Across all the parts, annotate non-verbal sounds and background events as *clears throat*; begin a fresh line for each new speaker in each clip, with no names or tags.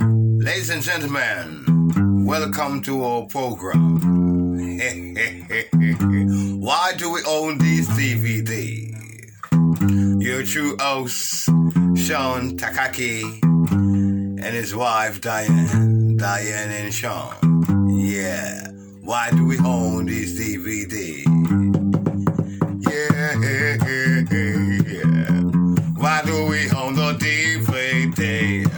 Ladies and gentlemen, welcome to our program. *laughs* Why do we own these DVDs? Your true host, Sean Takaki, and his wife, Diane. Diane and Sean. Yeah. Why do we own these DVDs? *laughs* Yeah. Why do we own the DVD?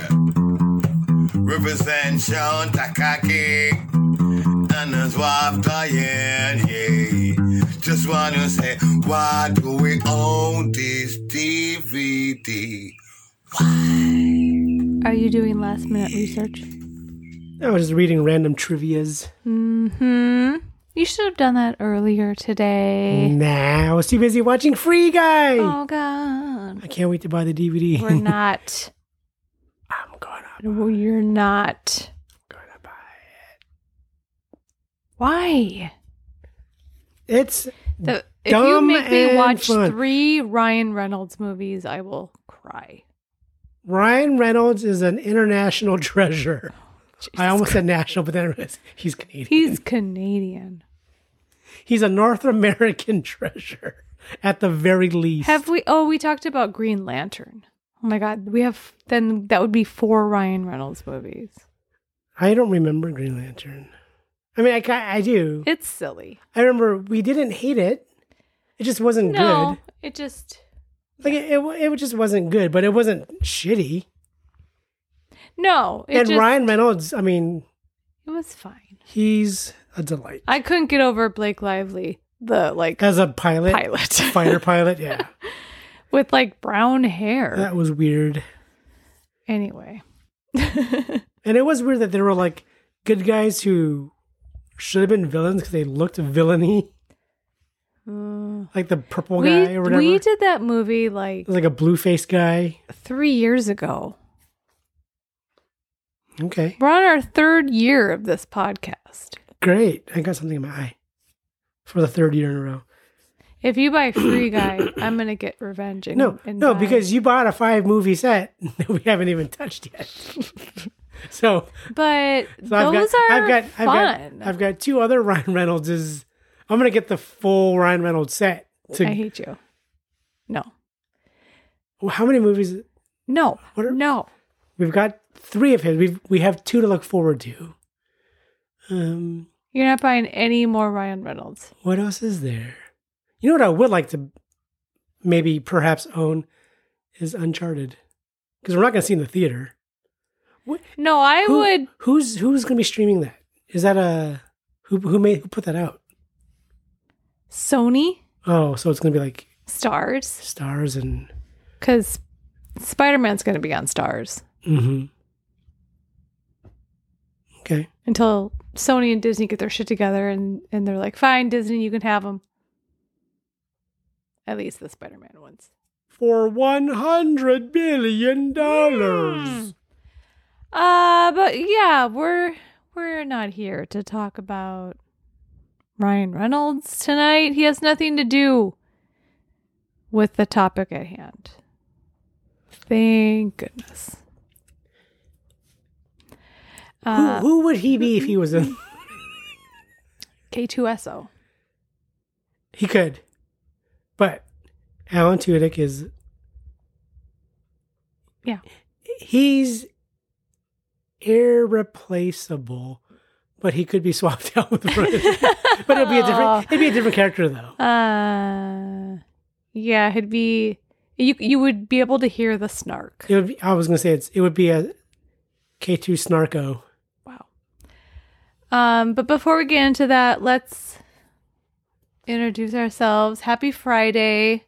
represent Sean Takaki and his wife Diane. Yeah. Just wanna say, why do we own this DVD?
Are you doing last minute research?
I was just reading random trivias.
Hmm. You should have done that earlier today.
Nah, I was too busy watching Free Guy.
Oh God.
I can't wait to buy the DVD. *laughs*
We're not.
I'm gonna,
You're not.
gonna buy
Why?
it. It's
The, if you
Dumb
make me
and
watch
fun.
three Ryan Reynolds movies, I will cry.
Ryan Reynolds is an international *laughs* treasure. I
Jesus
almost said national, but then I realized he's Canadian.
He's Canadian.
He's a North American *laughs* treasure at the very least.
Have we? Oh, we talked about Green Lantern. Oh my God, we have. Then that would be four Ryan Reynolds movies.
I don't remember Green Lantern. I mean, I, ca- I do.
It's silly.
I remember we didn't hate it. It just wasn't
No, it just.
good. Like it, it, wa- it just wasn't good, but it wasn't shitty.
No, it
and
just,
Ryan Reynolds, I mean,
It was fine.
he's a delight
I couldn't get over Blake Lively, the like
as a pilot,
pilot
*laughs* fighter pilot. Yeah,
*laughs* with like brown hair.
that was weird,
anyway,
and it was weird that there were like good guys who should have been villains because they looked villainy, like the purple guy
we
or whatever.
we
It
did that movie like
was like a blue faced guy.
three years ago.
Okay,
We're on our third year of this podcast.
great. I got something in my eye for the third year in a row.
If you buy
*coughs*
Free Guy, I'm gonna get revenge. And,
No,
and
no,
buy-
because you bought a five movie set *laughs* that we haven't even touched yet. *laughs* so
but
So I've
those
got,
are
I've got, I've
fun.
got, I've got two other *laughs* Ryan Reynoldses. I'm gonna get the full Ryan Reynolds set.
I
To
hate you. No,
how many movies?
no,
What are-
no.
We've got three of his. We've we have two to look forward to. Um,
You're not buying any more Ryan Reynolds.
what else is there? You know what I would like to maybe perhaps own is Uncharted because we're not gonna see it in the theater.
No, I
Who-
would.
Who's who's gonna be streaming that? Is that a who who made who put that out?
Sony
Oh, so it's gonna be like
stars
stars and.
because Spider Man's going to be on stars
hmm Okay.
until Sony and Disney get their shit together and, and they're like, fine, Disney, you can have them. At least the Spider Man ones.
For one hundred billion
Hmm.
dollars.
Uh, but yeah, we're we're not here to talk about Ryan Reynolds tonight. He has nothing to do with the topic at hand. Thank goodness. Uh,
who, who would he be if he was
*laughs*
in?
K2SO.
he could, but Alan Tudyk is.
Yeah.
He's irreplaceable, but he could be *laughs* swapped out with.
*laughs*
Ryan. but it'd be a different. It'd be a different character though.
Uh, yeah, it'd be you. You would be able to hear the snark.
It would. Be, I was gonna say it's. It would be a K two Snarko.
Wow. Um, but before we get into that, let's introduce ourselves. Happy Friday.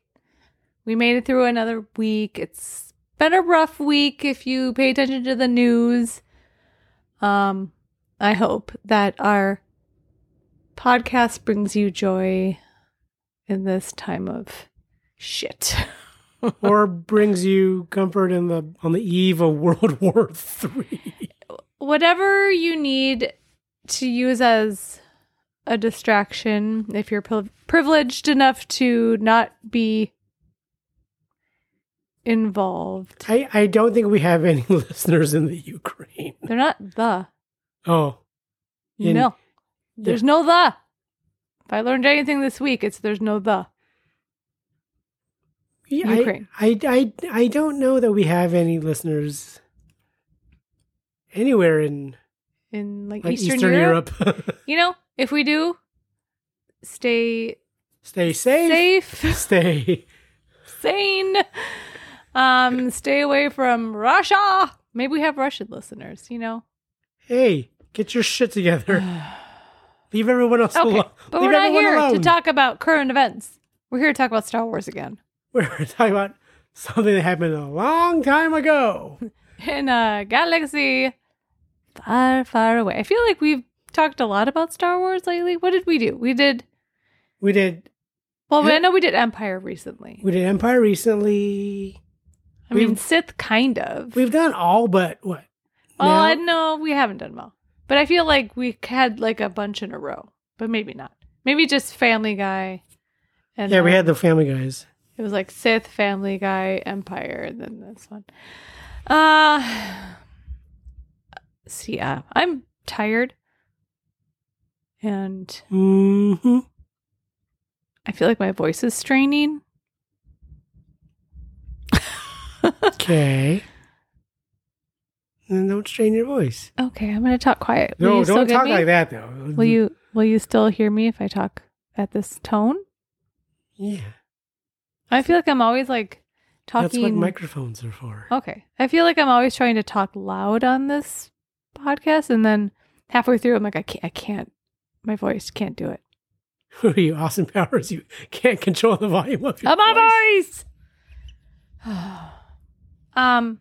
We made it through another week. It's been a rough week if you pay attention to the news. Um, I hope that our podcast brings you joy in this time of shit.
or brings you comfort in the on the eve of World *laughs* War Three.
whatever you need to use as a distraction if you're priv- privileged enough to not be involved
*laughs* I, I don't think we have any listeners in the Ukraine.
They're not the.
Oh, In-
no. There's no the. If I learned anything this week, it's there's no the.
yeah, I-
Ukraine.
I, I, I don't know that we have any listeners anywhere in
In like,
like
Eastern,
Eastern,
Europe.
Europe. *laughs*
You know, if we do, stay
Stay safe.
safe. *laughs*
Stay.
sane. Um, stay away from Russia. Maybe we have Russian listeners, you know.
Hey, get your
*sighs*
shit together. Leave everyone
*laughs*
else
Okay,
alone.
but
Leave
we're not
everyone
here to
alone.
talk about current events. We're here to talk about Star Wars again
*laughs* We're talking about something that happened a long time ago.
in a galaxy far, far away. I feel like we've talked a lot about Star Wars lately. What did we do? We did.
We did
Well,
Yeah.
I know we did Empire recently.
we did Empire recently.
I mean,
we've-
Sith kind of.
We've done all but what?
well,
now?
I no, we haven't done well. But I feel like we had like a bunch in a row, but maybe not. Maybe just Family Guy. And
yeah, we
um,
had the Family Guys.
It was like Sith, Family Guy, Empire, and then this one. Uh see, yeah, I'm tired. And *laughs*
hmm
I feel like my voice is straining.
Okay. Then don't strain your voice.
Okay, I'm gonna talk quiet. Will
No,
you still
don't
get
talk
me?
like that though.
Will you will you still hear me if I talk at this tone?
Yeah,
I feel like I'm always like
that's what
talking
microphones are for. *laughs*
Okay. I feel like I'm always trying to talk loud on this podcast and then halfway through I'm like I can't I can't my voice can't do it.
Who are you, Austin Powers? You can't control the volume of your
Of
voice.
my voice. *sighs* um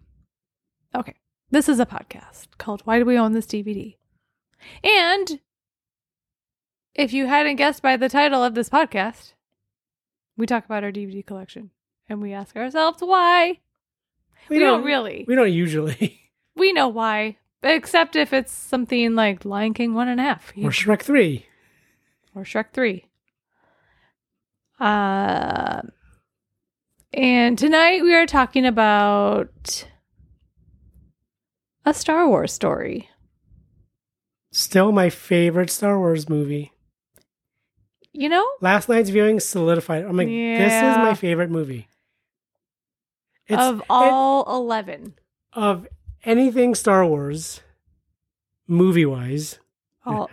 okay. This is a podcast called Why Do We Own This DVD? And if you hadn't guessed by the title of this podcast, we talk about our DVD collection and we ask ourselves why. We, don't, really.
We
*laughs*
don't usually.
we know why, except if it's something like Lion King one and a half
Or Shrek Three.
or Shrek three. Uh, and tonight we are talking about a Star Wars story.
Still my favorite Star Wars movie.
You know,
Last night's viewing solidified. I'm like, this is
Yeah.
my favorite movie. It's
of all eleven.
it- of anything Star Wars, movie wise. *laughs*
All.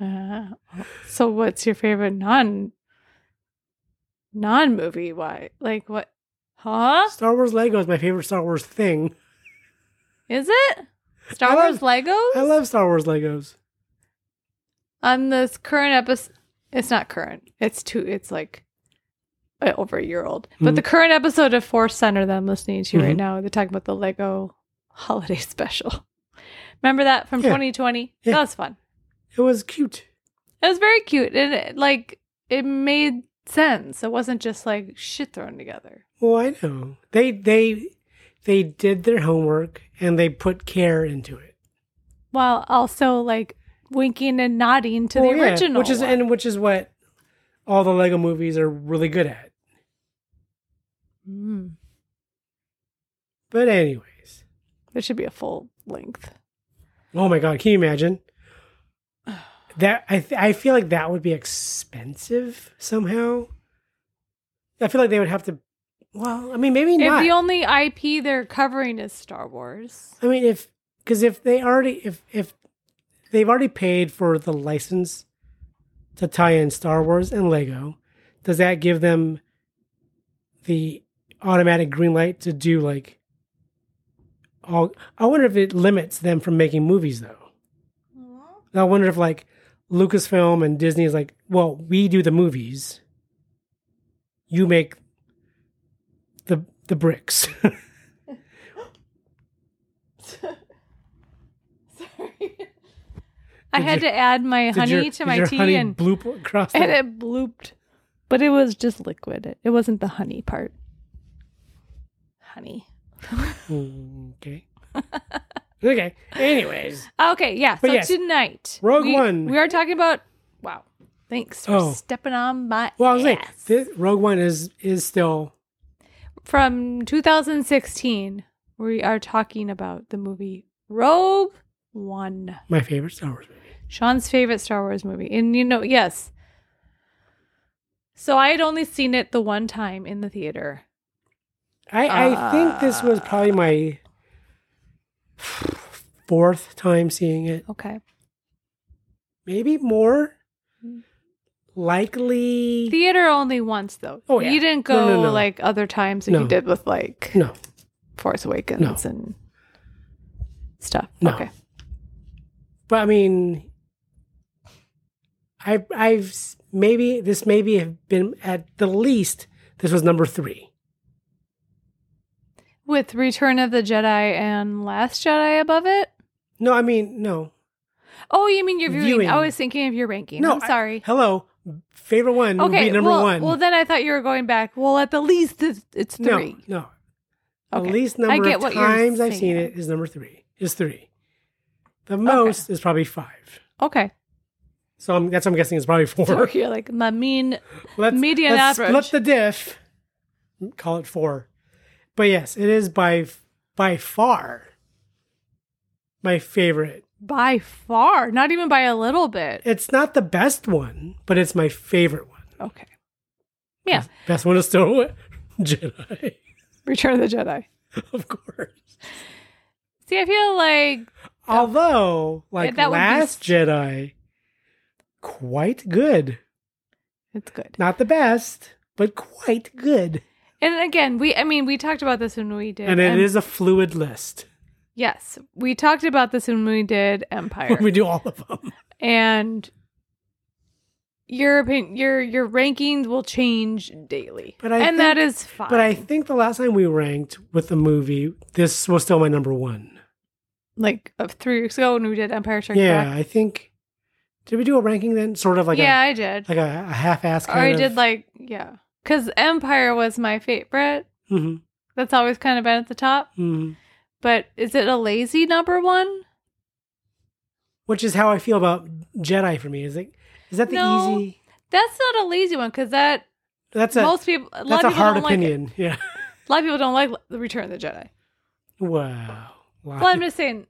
Uh, so, what's your favorite non non movie? Why? Like what? Huh?
Star Wars Lego is my favorite Star Wars thing.
Is it Star
I
Wars
love-
Legos?
I love Star Wars Legos.
on this current episode it's not current it's two it's like uh, over a year old but
Mm.
the current episode of force center that i'm listening to right
Mhm.
now they're talking about the lego *laughs* holiday special remember that from
Yeah.
2020
Yeah.
that was fun
It was cute.
it was very cute and it, like it made sense it wasn't just like shit thrown together
Well, I know. They they they did their homework and they put care into it.
while also like winking and nodding to
Well,
the
yeah,
original
which is
one.
and which is what all the Lego movies are really good at.
Mm.
But anyways,
there should be a full length
oh my god, can you imagine? That I th- I feel like that would be expensive somehow. I feel like they would have to. Well, I mean, maybe
if
not.
the only ip they're covering is star wars
I mean, if because if they already if if they've already paid for the license to tie in Star Wars and Lego, does that give them the automatic green light to do like all? I wonder if it limits them from making movies though. I wonder if like Lucasfilm and Disney is like, well, we do the movies, you make the the bricks. *laughs*
I
Did
had
your-
to add my
Did
honey
your-
to
did
my
your
tea
honey
and,
bloop
*laughs*
across the-
and it blooped. But it was just liquid. It, it wasn't the honey part. Honey.
Okay. *laughs* okay. Anyways,
Okay, yeah.
But
so
yes,
tonight.
Rogue
we,
One.
We are talking about wow. Thanks for
Oh.
stepping on my
well, I was like,
ass.
this, Rogue One is is still
From 2016, we are talking about the movie Rogue one.
My favorite Star Wars movie.
Sean's favorite Star Wars movie. And you know, yes. So I had only seen it the one time in the theater.
I, I think this was probably my fourth time seeing it.
Okay.
Maybe more. Likely.
*laughs* Theater only once though.
Oh, yeah.
You didn't go
No, no, no.
like other times that
No.
you did with like
no.
Force Awakens and stuff.
No.
Okay.
But I mean, I I've s- maybe this maybe have been at the least this was number three.
With Return of the Jedi and Last Jedi above it?
No, I mean no,
Oh, you mean your viewing?
Viewing.
I was thinking of your ranking.
no.
I'm
I-
sorry.
hello, favorite one would
okay.
be number
well,
one.
well, then I thought you were going back. Well, at the least it's, it's
no,
three.
no.
Okay.
The least
I
number
get
of
what you're
times I've seen
saying.
it is number three. Is three. The most is probably five. *laughs*
Okay.
So I'm, that's what I'm guessing is probably four.
So you're like, I mean,
*laughs* let's,
Median
let's
average.
split the diff. Call it four. But yes, it is by f- by far my favorite.
by far, not even by a little bit.
It's not the best one, but it's my favorite one.
Okay. Yeah.
Best one is still *laughs* Jedi,
Return of the Jedi.
of course.
See, I feel like
Although, like
that would be
Last
s-
Jedi, quite good.
it's good.
Not the best, but quite good.
And again, we I mean, we talked about this when we did
And it
Em-
is a fluid list.
Yes. We talked about this when we did Empire.
*laughs* We do all of them.
and your opinion, your your rankings will change daily.
But I
and that
think-
is fine.
But I think the last time we ranked with a movie, this was still my number one.
like of three weeks ago when we did Empire Strikes
yeah,
Back.
I think. Did we do a ranking then? Sort of like
yeah,
a
I did.
like a, a half-ass
or
kind
I
of.
did like yeah, because Empire was my favorite.
Mhm,
That's always kind of been at the top.
mhm.
But is it a lazy number one?
Which is how I feel about Jedi for me. Is it? Is that the
No.
easy?
That's not a lazy one because that
That's a
most people a lot
that's
of
a
people
hard
don't like it.
opinion. *laughs* yeah.
A lot of people don't like the Return of the Jedi.
Wow. Wow.
Well, I'm just saying.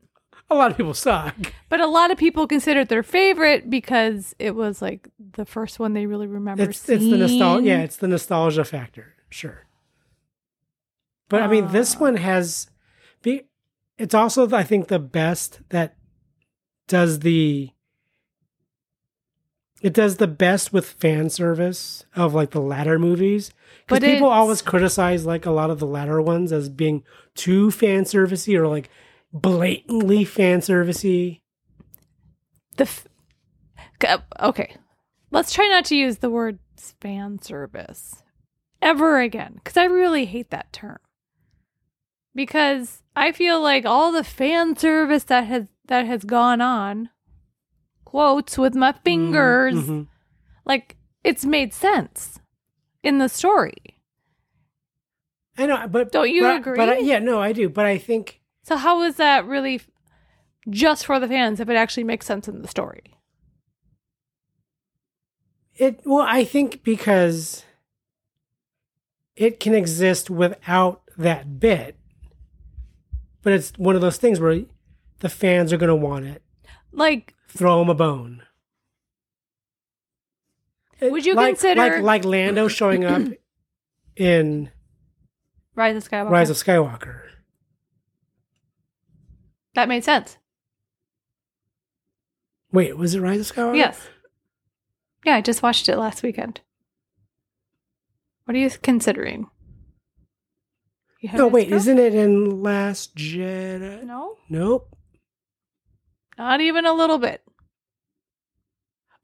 a lot of people suck.
But a lot of people consider it their favorite because it was like the first one they really remember.
It's it's the nostalgia.
seeing.
Yeah, it's the nostalgia factor. Sure. But I mean,
Ah.
this one has. Be, it's also I think the best that does the. It does the best with fan service of like the latter movies because
But
people
it's-
always criticize like a lot of the latter ones as being too fan servicey or like blatantly fan servicey.
The f- K- okay, let's try not to use the word fan service ever again because I really hate that term. Because I feel like all the fan service that has that has gone on, quotes with
Mm-hmm,
my fingers,
Mhm.
like it's made sense in the story.
I know, but
Don't you
but- But I,
agree?
yeah, no, I do. But I think
So how is that really f- just for the fans if it actually makes sense in the story?
It well, I think because it can exist without that bit, but it's one of those things where the fans are going to want it.
Like
Throw them a bone. It-
Would you
like,
consider-
like like Lando
*clears throat*
showing up in
Rise of Skywalker.
Rise of Skywalker?
that made sense.
Wait, was it Rise of Skywalker?
Yes. Yeah, I just watched it last weekend. What are you considering? You have
No,
this
wait,
girl?
isn't it in Last Jedi?
No,
Nope.
not even a little bit.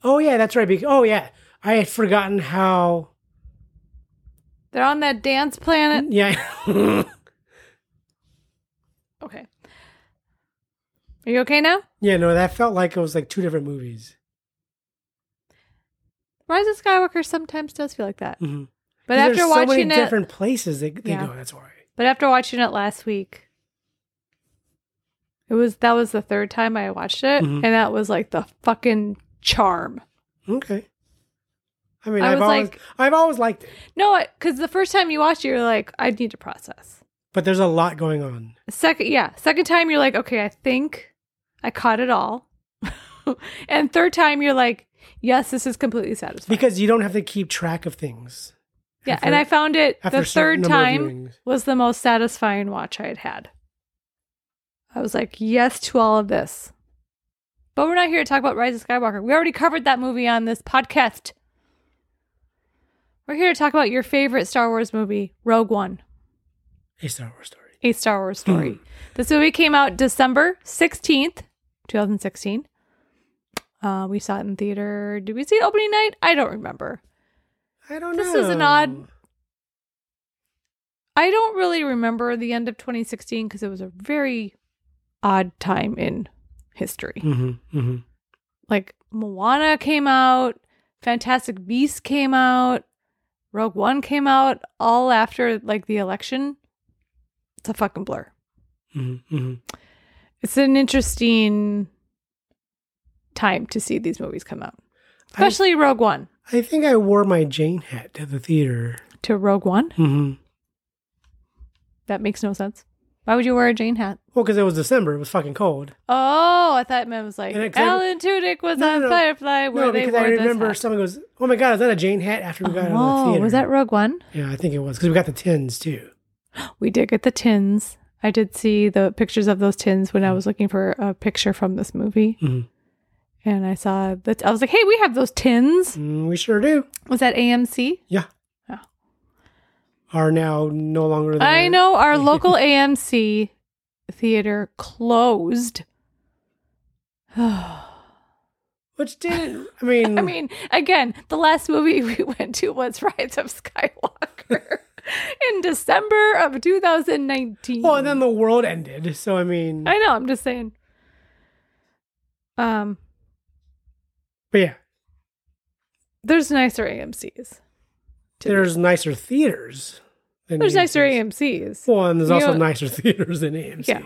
Oh yeah, that's right. Because, oh yeah, I had forgotten how
They're on that dance planet.
Yeah. *laughs* Mm.
Okay. Are you okay now?
yeah, no, that felt like it was like two different movies.
Rise of Skywalker sometimes does feel like that.
Mhm.
But
There's
after
so
watching
many
it,
different places they, they
Yeah.
go, that's why.
But after watching it last week, it was that was the third time I watched it,
Mhm.
and that was like the fucking charm.
Okay. I mean,
I
I have
was
always,
like-
I've always liked it,
No, because the first time you watched it, you're like, I need to process.
but there's a lot going on.
Second, yeah, second time you're like, okay, I think I caught it all. *laughs* and third time, you're like, yes, this is completely satisfying.
because you don't have to keep track of things.
yeah,
after-
and I found it
after a
the
certain
third
number of
time
viewings.
was the most satisfying watch I had had. I was like, yes to all of this. But we're not here to talk about Rise of Skywalker. We already covered that movie on this podcast. We're here to talk about your favorite Star Wars movie, Rogue One.
A Star Wars story.
a Star Wars story. this movie came out December 16th, 2016. Uh, we saw it in theater. Did we see it opening night? I don't remember.
I don't know.
This is an odd- I don't really remember the end of 2016 because it was a very odd time in history.
Mm-hmm, mm-hmm.
Like Moana came out, Fantastic Beasts came out, Rogue One came out, all after like the election. It's a fucking blur.
Mm-hmm, mm-hmm.
it's an interesting time to see these movies come out.
I-
Especially Rogue One.
I think I wore my Jane hat to the theater.
To Rogue One?
Mm-hmm.
That makes no sense. Why would you wear a Jane hat?
Well, because it was December, it was fucking cold.
Oh, I thought it meant it was like
And it- 'cause I-
Alan Tudyk was
No,
on
no, no.
Firefly where
no,
they
because
wore
I remember
this hat.
someone goes, "Oh my god, is that a Jane hat?" After we got out of the
Oh,
theater,
was that Rogue One?
Yeah, I think it was because we got the tins too.
We did get the tins. I did see the pictures of those tins
Mm.
when I was looking for a picture from this movie.
Mhm.
And I saw that I was like, hey, we have those tins.
Mm, we sure do.
Was that AMC?
Yeah.
Oh.
Are now no longer. There.
I know
*laughs*
our local AMC theater closed.
Which didn't. I
*laughs*
mean.
I mean, again, the last movie *laughs* we went to was Rise of Skywalker *laughs* in December of 2019.
Well, and then the world ended. So I mean.
I know, I'm just saying. Um,
but yeah,
there's nicer AMCs. to me.
there's nicer theaters. Than
There's nicer
AMCs.
AMCs.
Well, and there's also
You-
nicer *laughs* theaters than AMC.
Yeah.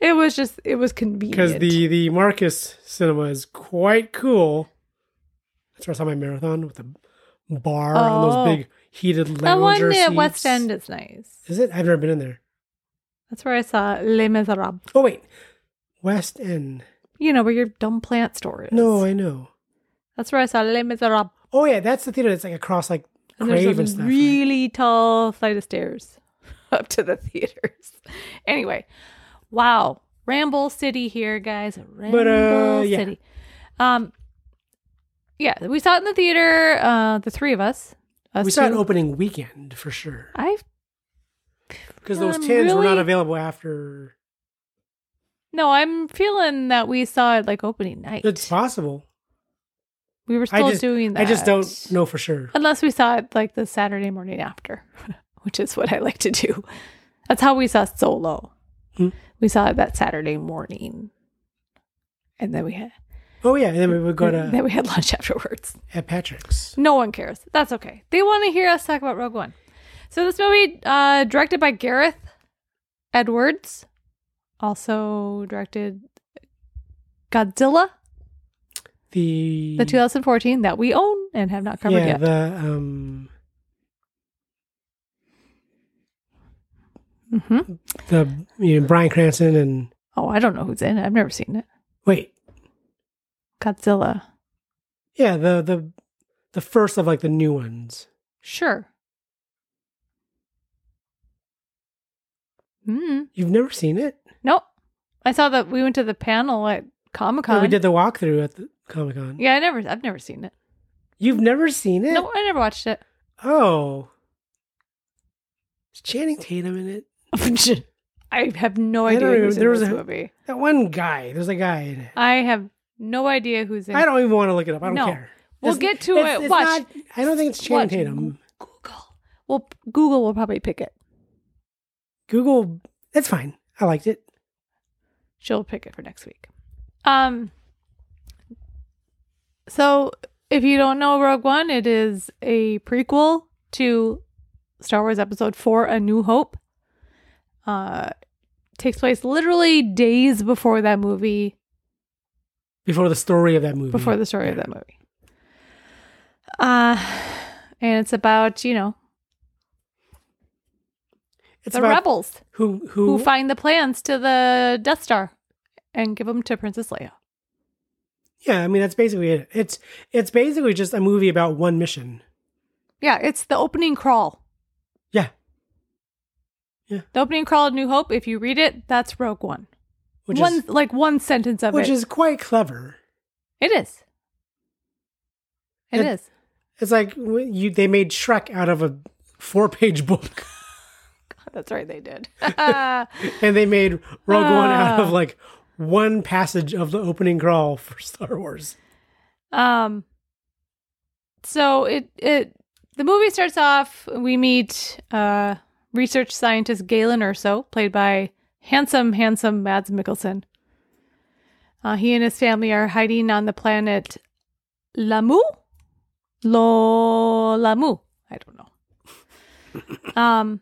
It was just it was convenient.
because the the Marcus Cinema is quite cool. That's where I saw my marathon with the bar on
Oh.
those big heated
the
lounger
one at
seats.
West End is nice.
is it? I've never been in there.
That's where I saw Les Miserables.
Oh wait, West End.
You know where your dumb plant store is.
No, I know.
That's where I saw Les Miserables.
Oh yeah, that's the theater that's like across like
And
Crave and
there's a
stuff.
really tall flight of stairs *laughs* up to the theaters. Anyway, wow, Ramble City here, guys. Ramble
uh, yeah.
City. Um, yeah, we saw it in the theater. Uh, the three of us. us
we saw an
two.
opening weekend for sure
I
because those
Um,
tins were not
really?
available after.
no, I'm feeling that we saw it like opening night.
It's possible.
we were
I
still
just
doing that.
I just don't know for sure.
Unless we saw it like the Saturday morning after, *laughs* which is what I like to do. That's how we saw Solo.
Hmm.
We saw it that Saturday morning. And then we had
Oh yeah, and then we would go to
*laughs* then we had lunch afterwards.
at Patrick's.
No one cares. That's okay. They want to hear us talk about Rogue One. So this movie, uh, directed by Gareth Edwards, also directed Godzilla,
The
the 2014 that we own and have not covered
yeah,
yet.
the um
hmm
the you know, Brian Cranston and
Oh, I don't know who's in it. I've never seen it.
wait,
Godzilla.
yeah, the the the first of like the new ones.
Sure. Mm.
You've never seen it?
Nope. I saw that we went to the panel at Comic Con.
Yeah, we did the walkthrough at the Comic Con.
Yeah, I never. I've never seen it.
You've never seen it?
No, I never watched it.
Oh, is Channing Tatum in it?
I have no
I don't
idea who's
remember- there
in
was
this
a-
movie.
That one guy. There's a guy in it.
I have no idea who's in.
I don't even want to look it up. I don't
No.
care.
We'll
It's-
get to
it's-
it.
it's
Watch.
not- I don't think it's Channing
What?
Tatum.
Google. Well, Google will probably pick it.
Google. That's fine. I liked it.
She'll pick it for next week. Um. So, if you don't know Rogue One, it is a prequel to Star Wars Episode Four: A New Hope. Uh, takes place literally days before that movie,
Before the story of that movie.
before the story of that movie. Uh, and it's about you know
it's
the
about
rebels
who who
who find the plans to the Death Star and give them to Princess Leia.
Yeah, I mean that's basically it. It's it's basically just a movie about one mission.
Yeah, it's the opening crawl.
Yeah.
The opening crawl of New Hope, if you read it, that's Rogue One.
Which
one
is
like one sentence of
which
it.
is quite clever.
it is. It
It-
is.
It's like w- you they made Shrek out of a four-page *laughs* book
That's right, they *laughs* did. Uh,
and they made Rogue One out
Ah.
of like one passage of the opening crawl for Star Wars.
Um so it it the movie starts off we meet uh research scientist Galen Urso played by handsome handsome Mads Mikkelsen. Uh, he and his family are hiding on the planet Lamu? Lo Lamu. I don't know. um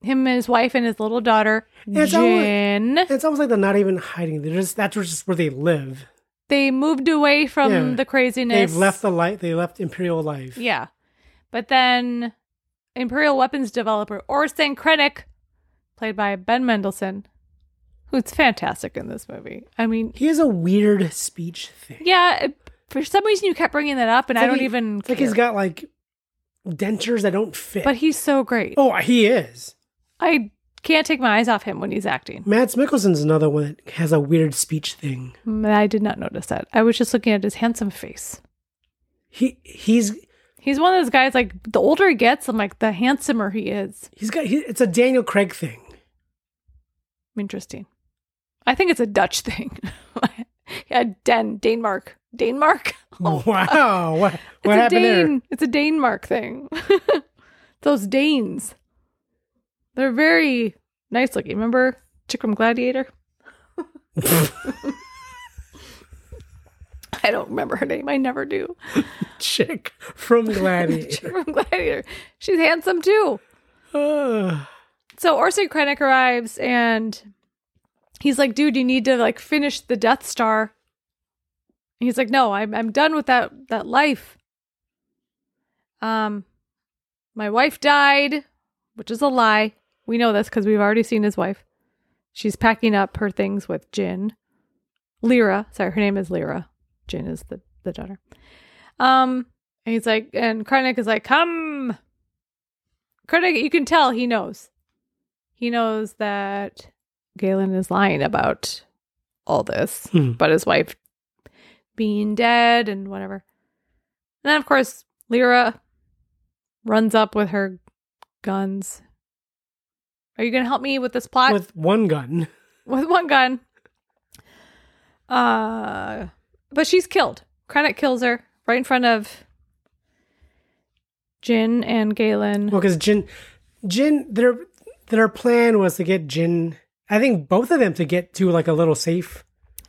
him and his wife and his little daughter
It's almost-
Jin.
It's almost like they're not even hiding. They're just that's just where they live.
they moved away from
Yeah.
the craziness.
They've left the light. They left Imperial life.
Yeah. But then Imperial weapons developer Orson Krennic, played by Ben Mendelsohn, who's fantastic in this movie. I mean,
He has a weird speech thing.
yeah, it- for some reason you kept bringing that up, and
It's
I
like
don't
he-
even.
It's like he's
care.
got like dentures that don't fit.
But he's so great.
oh, he is.
I can't take my eyes off him when he's acting.
Mads Mikkelsen's another one that has a weird speech thing.
Mm, I did not notice that. I was just looking at his handsome face.
He he's
He's one of those guys, like, the older he gets, I'm like, the handsomer he is.
he's got he, it's a Daniel Craig thing.
Interesting. I think it's a Dutch thing. *laughs* yeah, Den, Denmark. Denmark?
*laughs* wow, what
Oh.
what
it's a
happened
Dane. It's a Danemark thing. *laughs* Those Danes. They're very nice looking. Remember Chick from
*laughs*
Gladiator? *laughs*
there?
I don't remember her name. I never do.
Chick
*laughs*
from
Chick
Gladiator.
from Gladiator. She's handsome too.
Ugh.
So Orson Krennic arrives and he's like, dude, you need to like finish the Death Star. And he's like, no, I'm I'm done with that that life. Um my wife died, which is a lie. We know this because we've already seen his wife. She's packing up her things with Jin. Lyra. Sorry, her name is Lyra. Jin is the, the daughter. Um, and he's like, and Krennic is like, come. Krennic, you can tell he knows he knows that Galen is lying about all this,
Hmm.
about his wife being dead and whatever. And then, of course, Lyra runs up with her guns. Are you going to help me with this plot? With,
with one gun. *laughs*
one gun. Uh, but she's killed. Krennic kills her right in front of Jin and Galen.
Well, because Jin, Jin, their their plan was to get Jin. I think both of them to get to like a little safe,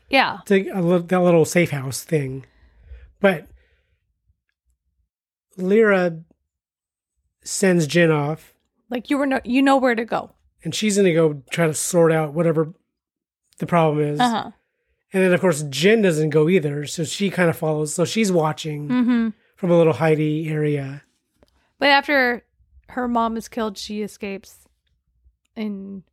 yeah.
to a li- that little safe house thing, but Lyra sends Jin off,
Like you were no- you know where to go.
and she's gonna go try to sort out whatever the problem is.
Uh-huh.
And then of course Jin doesn't go either, so she kind of follows. So she's watching
Mhm.
from a little hidey area.
But after her mom is killed, she escapes and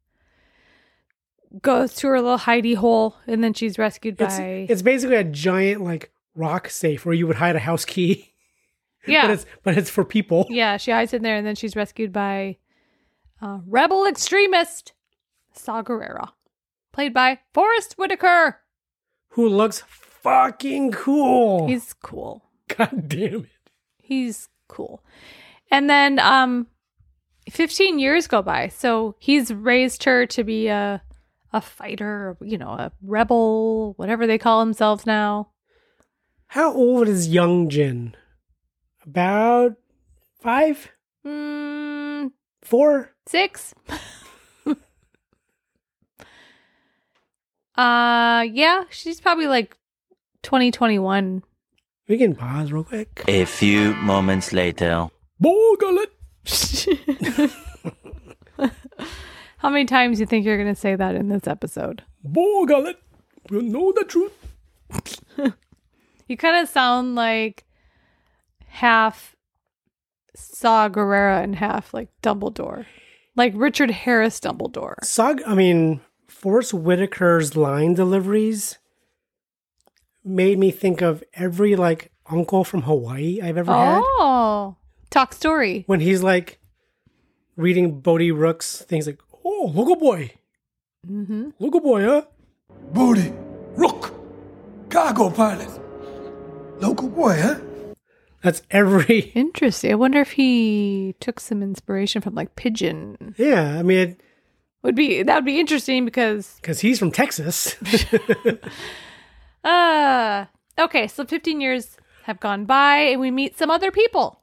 goes to her little hidey hole, and then she's rescued
It's
by
it's basically a giant like rock safe where you would hide a house key. *laughs* but
yeah,
it's but it's for people.
yeah. She hides in there, and then she's rescued by uh, rebel extremist Saw Gerrera, played by Forrest Whitaker.
Who looks fucking cool?
He's cool.
*laughs* God damn it!
He's cool. And then um 15 years go by. So he's raised her to be a a fighter, you know, a rebel, whatever they call themselves now.
How old is young Jin? About five,
Mm,
four.
6. *laughs* uh yeah, she's probably like 2021.
We can pause real quick.
A few moments later.
Bogalit.
*laughs* How many times do you think you're going to say that in this episode?
Bogalit. You know the truth.
You kind of sound like half Saw Gerrera and half like Dumbledore, like Richard Harris Dumbledore.
Sag. I mean, Force Whitaker's line deliveries made me think of every like uncle from Hawaii I've ever had.
Oh, talk story.
When he's like reading Bodie Rook's things like, Oh, look a boy.
Mm-hmm.
Look a boy, huh?
Booty, Rook, cargo pilot, local boy, huh?
That's every *laughs*
Interesting. I wonder if he took some inspiration from like pigeon.
Yeah, I mean
Would be that would be interesting because
cuz he's from Texas. *laughs*
uh okay, so 15 years have gone by and we meet some other people.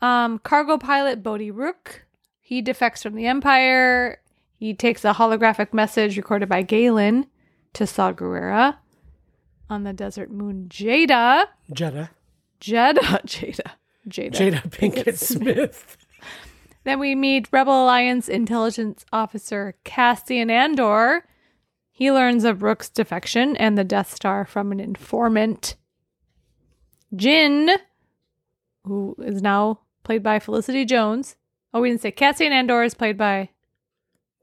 Um cargo pilot Bodhi Rook, he defects from the Empire. He takes a holographic message recorded by Galen to Saw Gerrera on the desert moon Jada.
Jetta.
Jada, *laughs* Jada, Jada.
Jada Pinkett Smith.
Then we meet Rebel Alliance intelligence officer Cassian Andor. He learns of Rook's defection and the Death Star from an informant. Jin, who is now played by Felicity Jones. Oh, we didn't say Cassian Andor is played by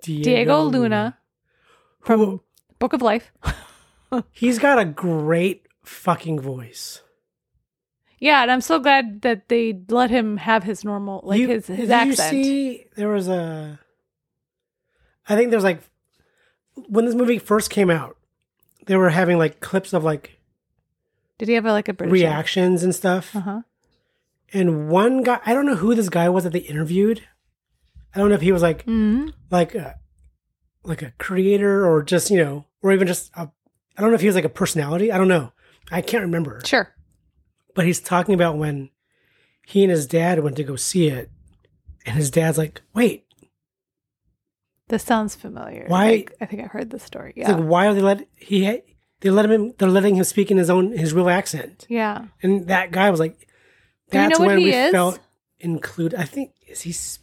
Diego,
Diego Luna,
Who-
Book of Life.
he's got a great fucking voice.
yeah, and I'm so glad that they let him have his normal, like
You-
his, his
did
accent.
You see, there was a. I think there's like, when this movie first came out, they were having like clips of like
Did he have like a British
reactions and stuff.
Uh huh.
And one guy, I don't know who this guy was that they interviewed. I don't know if he was like
hmm
like a, like a creator or just you know or even just a, I don't know if he was like a personality. I don't know. I can't remember.
Sure.
but he's talking about when he and his dad went to go see it and his dad's like wait
This sounds familiar.
Why-
I think, I think I heard this story.
it's
Yeah.
like why are they let he ha- they let him they're letting him speak in his own his real accent
yeah.
and that guy was like
Do you
that's
know what
when
he
we
is?
felt include i think is he s-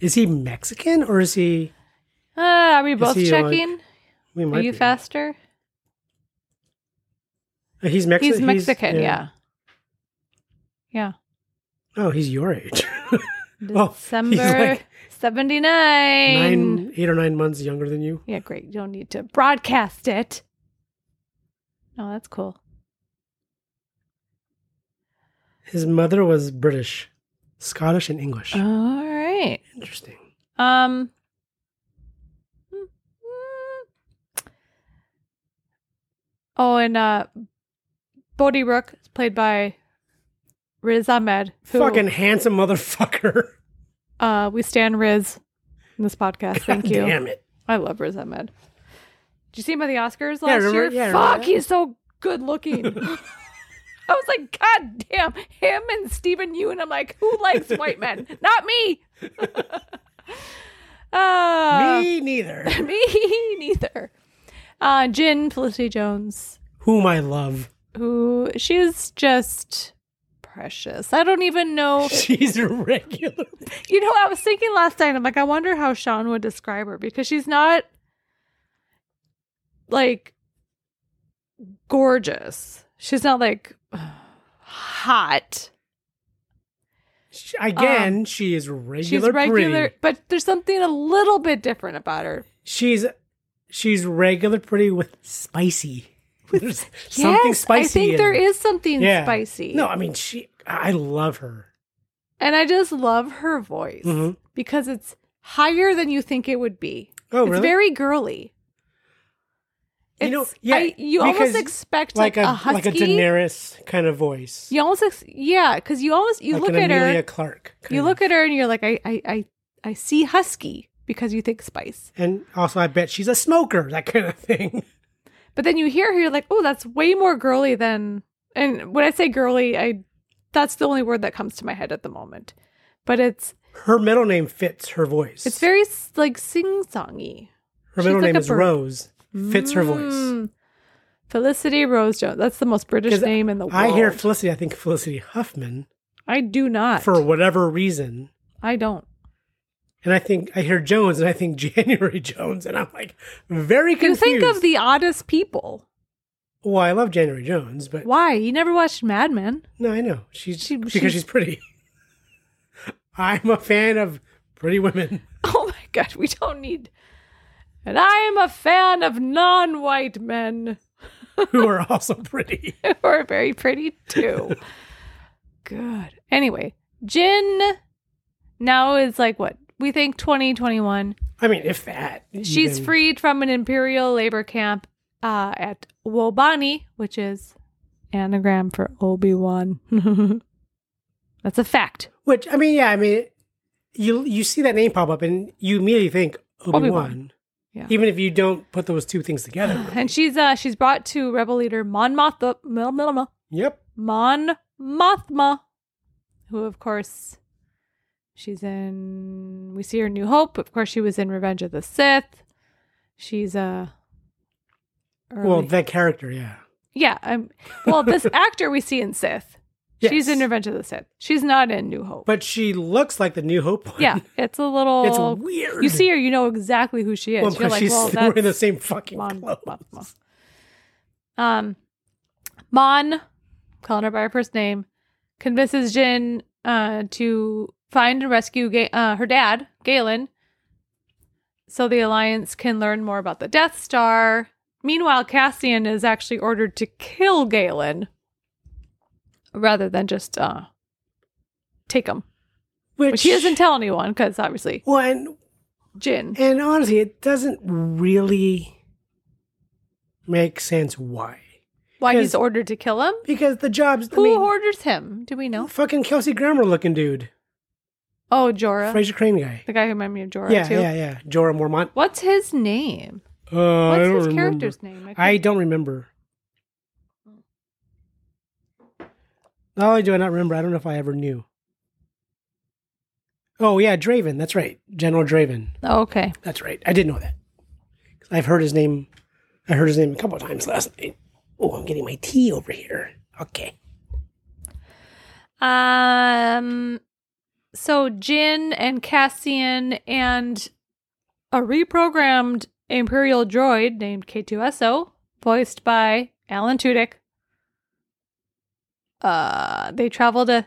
is he mexican or is he
Uh, are we both
he, like,
checking?
we
are
might
you
be.
faster?
Uh, he's mexican
he's Mexican. yeah. Yeah.
oh he's your age *laughs* Oh, he's
December
like
79.
nine eight or nine months younger than you
Yeah, great. You don't need to broadcast it. Oh, that's cool.
his mother was british scottish and english
All right.
interesting
Um. hmm. Oh, and uh, Bodhi Rook is played by Riz Ahmed, who
Fucking handsome motherfucker. *laughs*
uh, we stand Riz in this podcast. Thank you.
Damn it.
I love Riz Ahmed. Did you see him at the Oscars last
remember-
year?
yeah, I remember
Fuck,
that.
he's so good
*laughs*
looking. I was like, God damn, him and Stephen Ewan. I'm like, who likes white men? Not me. *laughs* uh,
Me neither.
*laughs* me. neither. Uh, Jin, Felicity Jones,
Whom I love. *laughs*
who she's just precious. I don't even know.
*laughs* She's a regular.
You know, I was thinking last night, I'm like, I wonder how Sean would describe her because she's not like gorgeous. She's not like hot.
She- Again, she is regular.
Uh, she's regular,
Pretty.
but there's something a little bit different about her.
She's she's regular pretty with
*laughs*
spicy. There's something
yes,
spicy.
I think
in
there
her.
is something
Yeah.
spicy.
No, I mean she. I love her.
and I just love her voice
Mhm.
because it's higher than you think it would be.
Oh,
it's
really?
very girly.
You know,
It's-
yeah,
I- you
because
almost expect like, a, husky.
like a Daenerys kind of voice.
You almost, ex- yeah, because you almost you
like
look
an
at
Amelia
her,
Clark. kind
you
of.
look at her, and you're like, I, I, I, I see husky because you think spice,
and also I bet she's a smoker. That kind of thing. *laughs*
but then you hear her, you're like, oh, that's way more girly than. And when I say girly, I that's the only word that comes to my head at the moment, but it's
Her middle name fits her voice.
it's very s- like sing songy.
Her
She's
middle
like
name
a
is
bird.
Rose. Fits her voice.
Mm. Felicity Rose Jones. That's the most British
'Cause
name in the world.
I hear Felicity. I think Felicity Huffman
I do not.
for whatever reason,
I don't.
and I think I hear Jones, and I think *laughs* January Jones, and I'm like very
You
confused.
think of the oddest people.
well, I love January Jones, but
Why? You never watched Mad Men.
no, I know she's
She-
because
she's-
she's, pretty. *laughs* I'm a fan of pretty women. *laughs*
*laughs* Oh my god, we don't need And I am a fan of non white men *laughs*
who are also pretty.
who are very pretty too. Good. Anyway, Jin now is like what? We think 2021.
I mean, if that.
She's
even.
freed from an imperial labor camp uh, at Wobani, which is anagram for Obi Wan. *laughs* That's a fact.
Which I mean, yeah, I mean, you you see that name pop up and you immediately think Obi Wan.
Obi-Wan. Yeah.
Even if you don't put those two things together.
*gasps* And she's uh, she's brought to rebel leader Mon Mothma, Mon- Mon-
yep.
Mon Mothma, who of course she's in. We see her in New Hope. Of course, she was in Revenge of the Sith. She's uh,
Well,
early-
that character, yeah.
Yeah. Um, well,
*laughs*
this actor we see in Sith. She's in Revenge of the Sith. She's not in New Hope.
But she looks like the New Hope. One.
yeah, it's a little.
*laughs* It's weird.
You see her, you know exactly who she is.
Well,
You're
because
like,
she's
well,
*laughs* wearing the
that's
same fucking
Mon.
clothes.
Mon, Mon. Um, Mon, calling her by her first name, convinces Jin uh, to find and rescue Ga- uh, her dad, Galen, so the Alliance can learn more about the Death Star. Meanwhile, Cassian is actually ordered to kill Galen rather than just uh, take him. Which he doesn't tell anyone because obviously
Well, and,
Jin.
and honestly, it doesn't really make sense why.
Why he's
Because-
ordered to kill him?
Because the job's
Who
I mean,
orders him? Do we know?
fucking Kelsey Grammer looking dude,
Oh, Jorah.
Fraser Crane guy.
the guy who reminded me of Jorah,
Yeah,
too.
yeah, yeah. Jorah Mormont.
What's his name?
Uh, I
What's
don't
his
remember.
character's name? I
I
couldn't-
don't remember. Not only do I not remember, I don't know if I ever knew. Oh yeah, Draven. That's right, General Draven.
Oh, okay.
That's right. I did know that. 'Cause I've heard his name. I heard his name a couple of times last night. Oh, I'm getting my tea over here. Okay.
Um, so Jin and Cassian and a reprogrammed Imperial droid named K2SO, voiced by Alan Tudyk. Uh, they travel to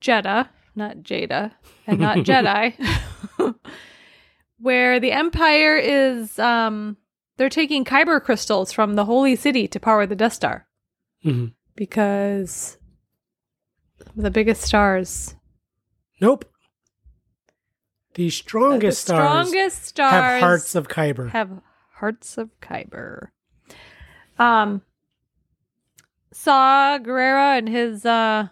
Jeddah, not Jada, and not Jedi, where the Empire is. Um, they're taking kyber crystals from the holy city to power the Death Star
Mhm.
because the biggest stars,
Nope. The strongest
the
stars
strongest stars
have hearts of Kyber.
have hearts of Kyber. Um, saw Guerrera and his uh.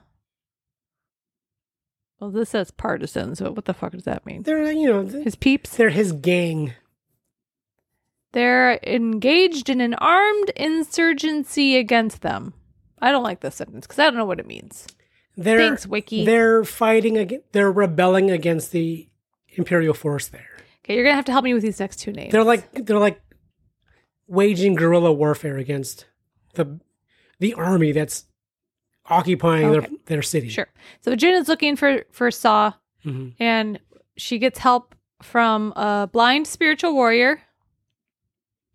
Well, this says partisans, but what the fuck does that mean?
they're you know th-
His peeps.
they're his gang.
They're engaged in an armed insurgency against them. I don't like this sentence because I don't know what it means.
They're,
Thanks, Wiki.
They're fighting against. They're rebelling against the imperial force. There.
Okay, you're gonna have to help me with these next two names.
They're like they're like waging guerrilla warfare against the the army that's occupying
Okay.
their their city.
Sure. So Jin is looking for for Saw,
Mhm.
and she gets help from a blind spiritual warrior.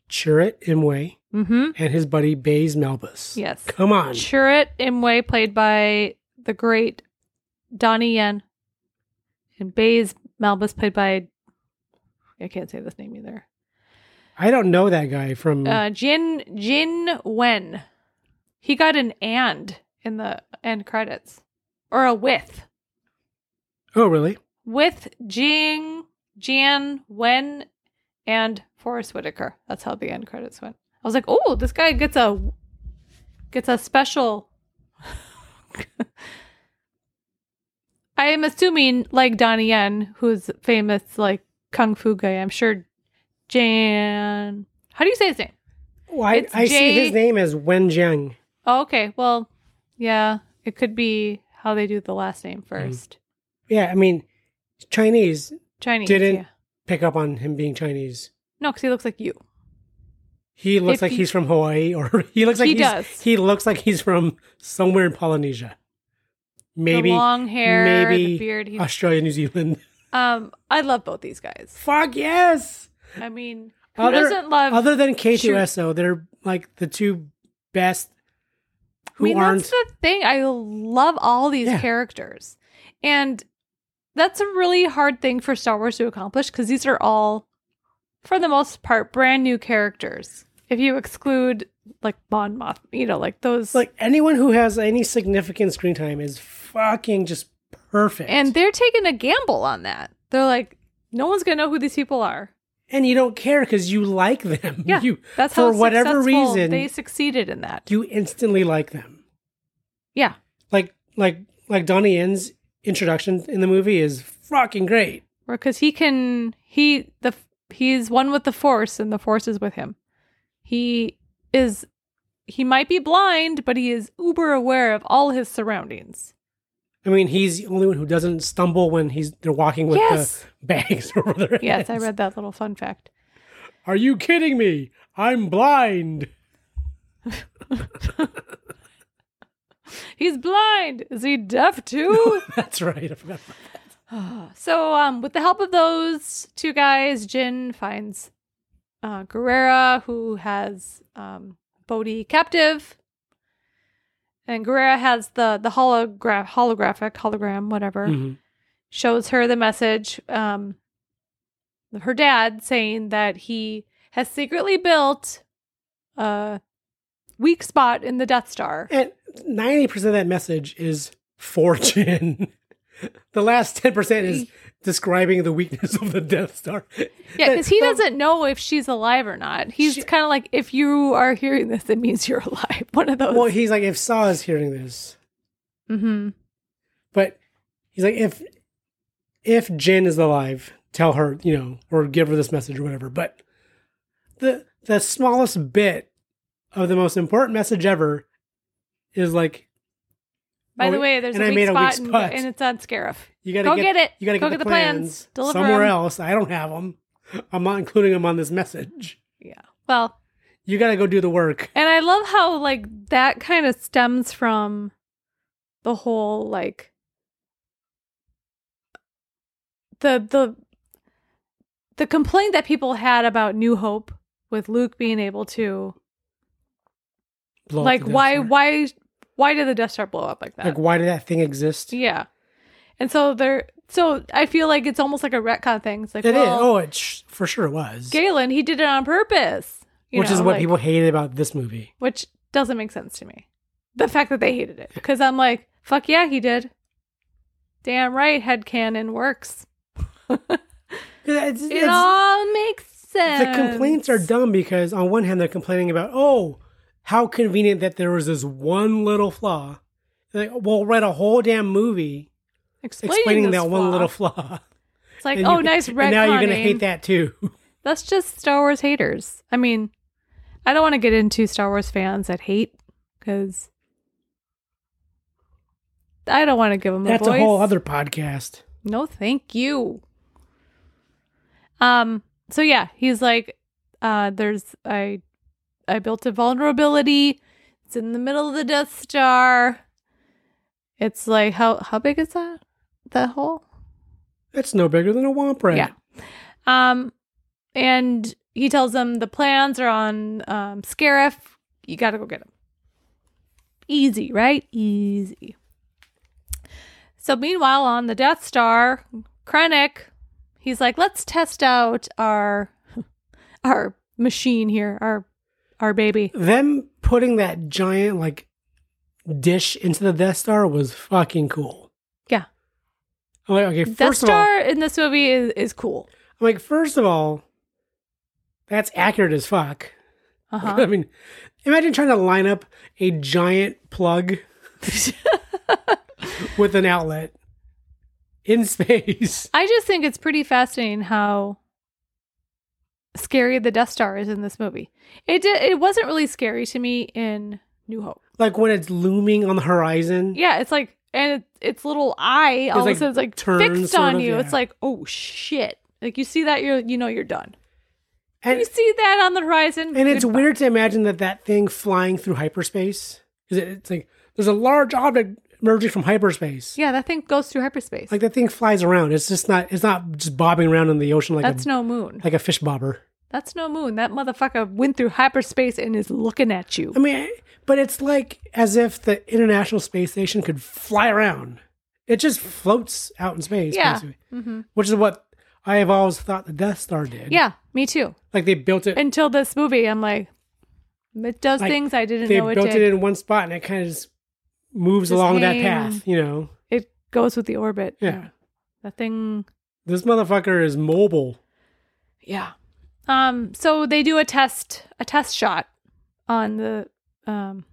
Chirrut Imwe
Mm-hmm.
and his buddy Baze Malbus.
Yes.
Come on.
Chirrut Imwe, played by the great Donnie Yen, and Baze Malbus, played by I can't say this name either.
I don't know that guy from
Uh, Jin Jin Wen. He got an and in the end credits, or a with.
Oh really?
with Jing, Jan, Wen, and Forrest Whitaker. That's how the end credits went. I was like, oh, this guy gets a gets a special. *laughs* I am assuming, like Donnie Yen, who's famous, like kung fu guy. I'm sure Jan. How do you say his name?
Well, I,
It's
I see
Jay-
his name as Wen Jiang.
Oh, okay. Well, yeah, it could be how they do the last name 1st
Yeah, I mean Chinese
Chinese.
Didn't-
yeah.
pick up on him being Chinese.
No, because he looks like you.
He looks
If
like
he-
he's from Hawaii *laughs* or he looks like
He
he's,
does.
he looks like he's from somewhere in Polynesia. Maybe
the long hair,
maybe
the beard. He's
Australia, New Zealand. *laughs*
Um, I love both these guys.
Fuck yes.
I mean, who doesn't love?
other than K2SO, they're like the two best
I
who
mean,
aren't
that's the thing. I love all these
Yeah.
characters, and that's a really hard thing for Star Wars to accomplish because these are all for the most part, brand new characters. If you exclude like Mon Moth, you know, like those,
Like anyone who has any significant screen time is fucking just perfect.
and they're taking a gamble on that. They're like, no one's gonna know who these people are.
and you don't care because you like them.
Yeah,
you,
that's
for
how
whatever
successful
reason
they succeeded in that.
you instantly like them.
Yeah,
Like like like Donnie Yen's introduction in the movie is fucking great.
because he can he the he's one with the force and the force is with him he is he might be blind but he is uber aware of all his surroundings
I mean, he's the only one who doesn't stumble when he's they're walking with
Yes.
the bags *laughs* over their heads.
yes i read that little fun fact *laughs*
Are you kidding me? I'm blind.
he's blind is he deaf too
*laughs* That's right. I forgot. about that.
so um with the help of those two guys jin finds uh guerrera who has um bodhi captive and guerrera has the the holograph holographic hologram whatever
Mhm.
shows her the message um her dad saying that he has secretly built a weak spot in the death star
And ninety percent of that message is fortune. *laughs* the last ten percent is describing the weakness of the Death Star.
yeah because he
The-
doesn't know if she's alive or not he's kind of like if you are hearing this it means you're *laughs* alive one of those
Well, he's like, if Saw is hearing this, Mm-hmm.
hmm
but he's like, if if Jin is alive, tell her, you know, or give her this message or whatever. But the the smallest bit of the most important message ever is like,
by
Oh,
the way there's
and
a
I
weak,
made a weak
spot, and-
spot.
And, it's on scarif
you gotta
Go get it.
You gotta
Go
get,
get
the
the
plans,
plans. Deliver
somewhere
'em.
else. I don't have them. I'm not including them on this message.
yeah well
You gotta go do the work.
And I love how like that kind of stems from the whole like the the the complaint that people had about New Hope with Luke being able to
Blow up
like
the Death
why
Star.
why why did the Death Star blow up like that?
like why did that thing exist?
yeah. And so they're so I feel like it's almost like a retcon thing. It's like
It is.
well,
Oh, it sh- for sure was.
Galen, he did it on purpose. you
which is
know,
what
like-
people hated about this movie.
which doesn't make sense to me. The fact that they hated it because I'm like, fuck yeah, he did. Damn right, headcanon works.
It's-
It
it's-
all makes
the
sense.
complaints are dumb because on one hand they're complaining about oh how convenient that there was this one little flaw. Like, we'll write a whole damn movie
explaining,
explaining
this
that one
flaw.
little flaw.
It's like,
And
oh,
you-
nice retconning.
And now you're gonna hate that too.
That's just Star Wars haters. I mean, I don't want to get into Star Wars fans that hate because I don't want to give them
That's
a voice.
a whole other podcast.
No, thank you. Um. So yeah, he's like, uh, there's I, I built a vulnerability. It's in the middle of the Death Star. It's like how how big is that? That hole?
That's no bigger than a womp rat.
Yeah. Um, and he tells them the plans are on um, Scarif. You got to go get them. Easy, right? Easy. So meanwhile, on the Death Star, Krennic, he's like, "Let's test out our *laughs* our machine here, our our baby."
Them putting that giant like dish into the Death Star was fucking cool.
Yeah,
I'm like, okay, first
Death
of all,
Star in this movie is is cool.
I'm like, first of all, that's accurate as fuck.
Uh
*laughs* I
huh.
mean, imagine trying to line up a
*laughs*
giant plug with an outlet in space. *laughs*
I just think it's pretty fascinating how scary the Death Star is in this movie. It did, it wasn't really scary to me in New Hope.
Like when it's looming on the horizon.
Yeah, it's like and it, its little eye all
like,
of a sudden is like
turns,
fixed
sort
on
of,
you.
yeah.
It's like oh shit! Like you see that you're you know you're done.
And,
you see that on the horizon,
and it's
goodbye.
weird to imagine that that thing flying through hyperspace. 'Cause it- It's like there's a large object emerging from hyperspace.
Yeah, that thing goes through hyperspace.
Like that thing flies around. It's just not. It's not just bobbing around in the ocean like
That's
a
no moon.
like a fish bobber.
That's no moon. That motherfucker went through hyperspace and is looking at you.
I mean, but it's like as if the International Space Station could fly around. It just floats out in space,
Yeah. Mm-hmm.
basically, which is what I have always thought the Death Star did.
Yeah, me too.
Like they built it.
Until this movie, I'm like, it does
like,
things I didn't
they
know it
built
did.
it in one spot and it kind of just moves
Just
along that
came.
path, you know?
It goes with the orbit.
Yeah.
That thing.
This motherfucker is mobile.
Yeah. Um. So they do a test, a test shot on the um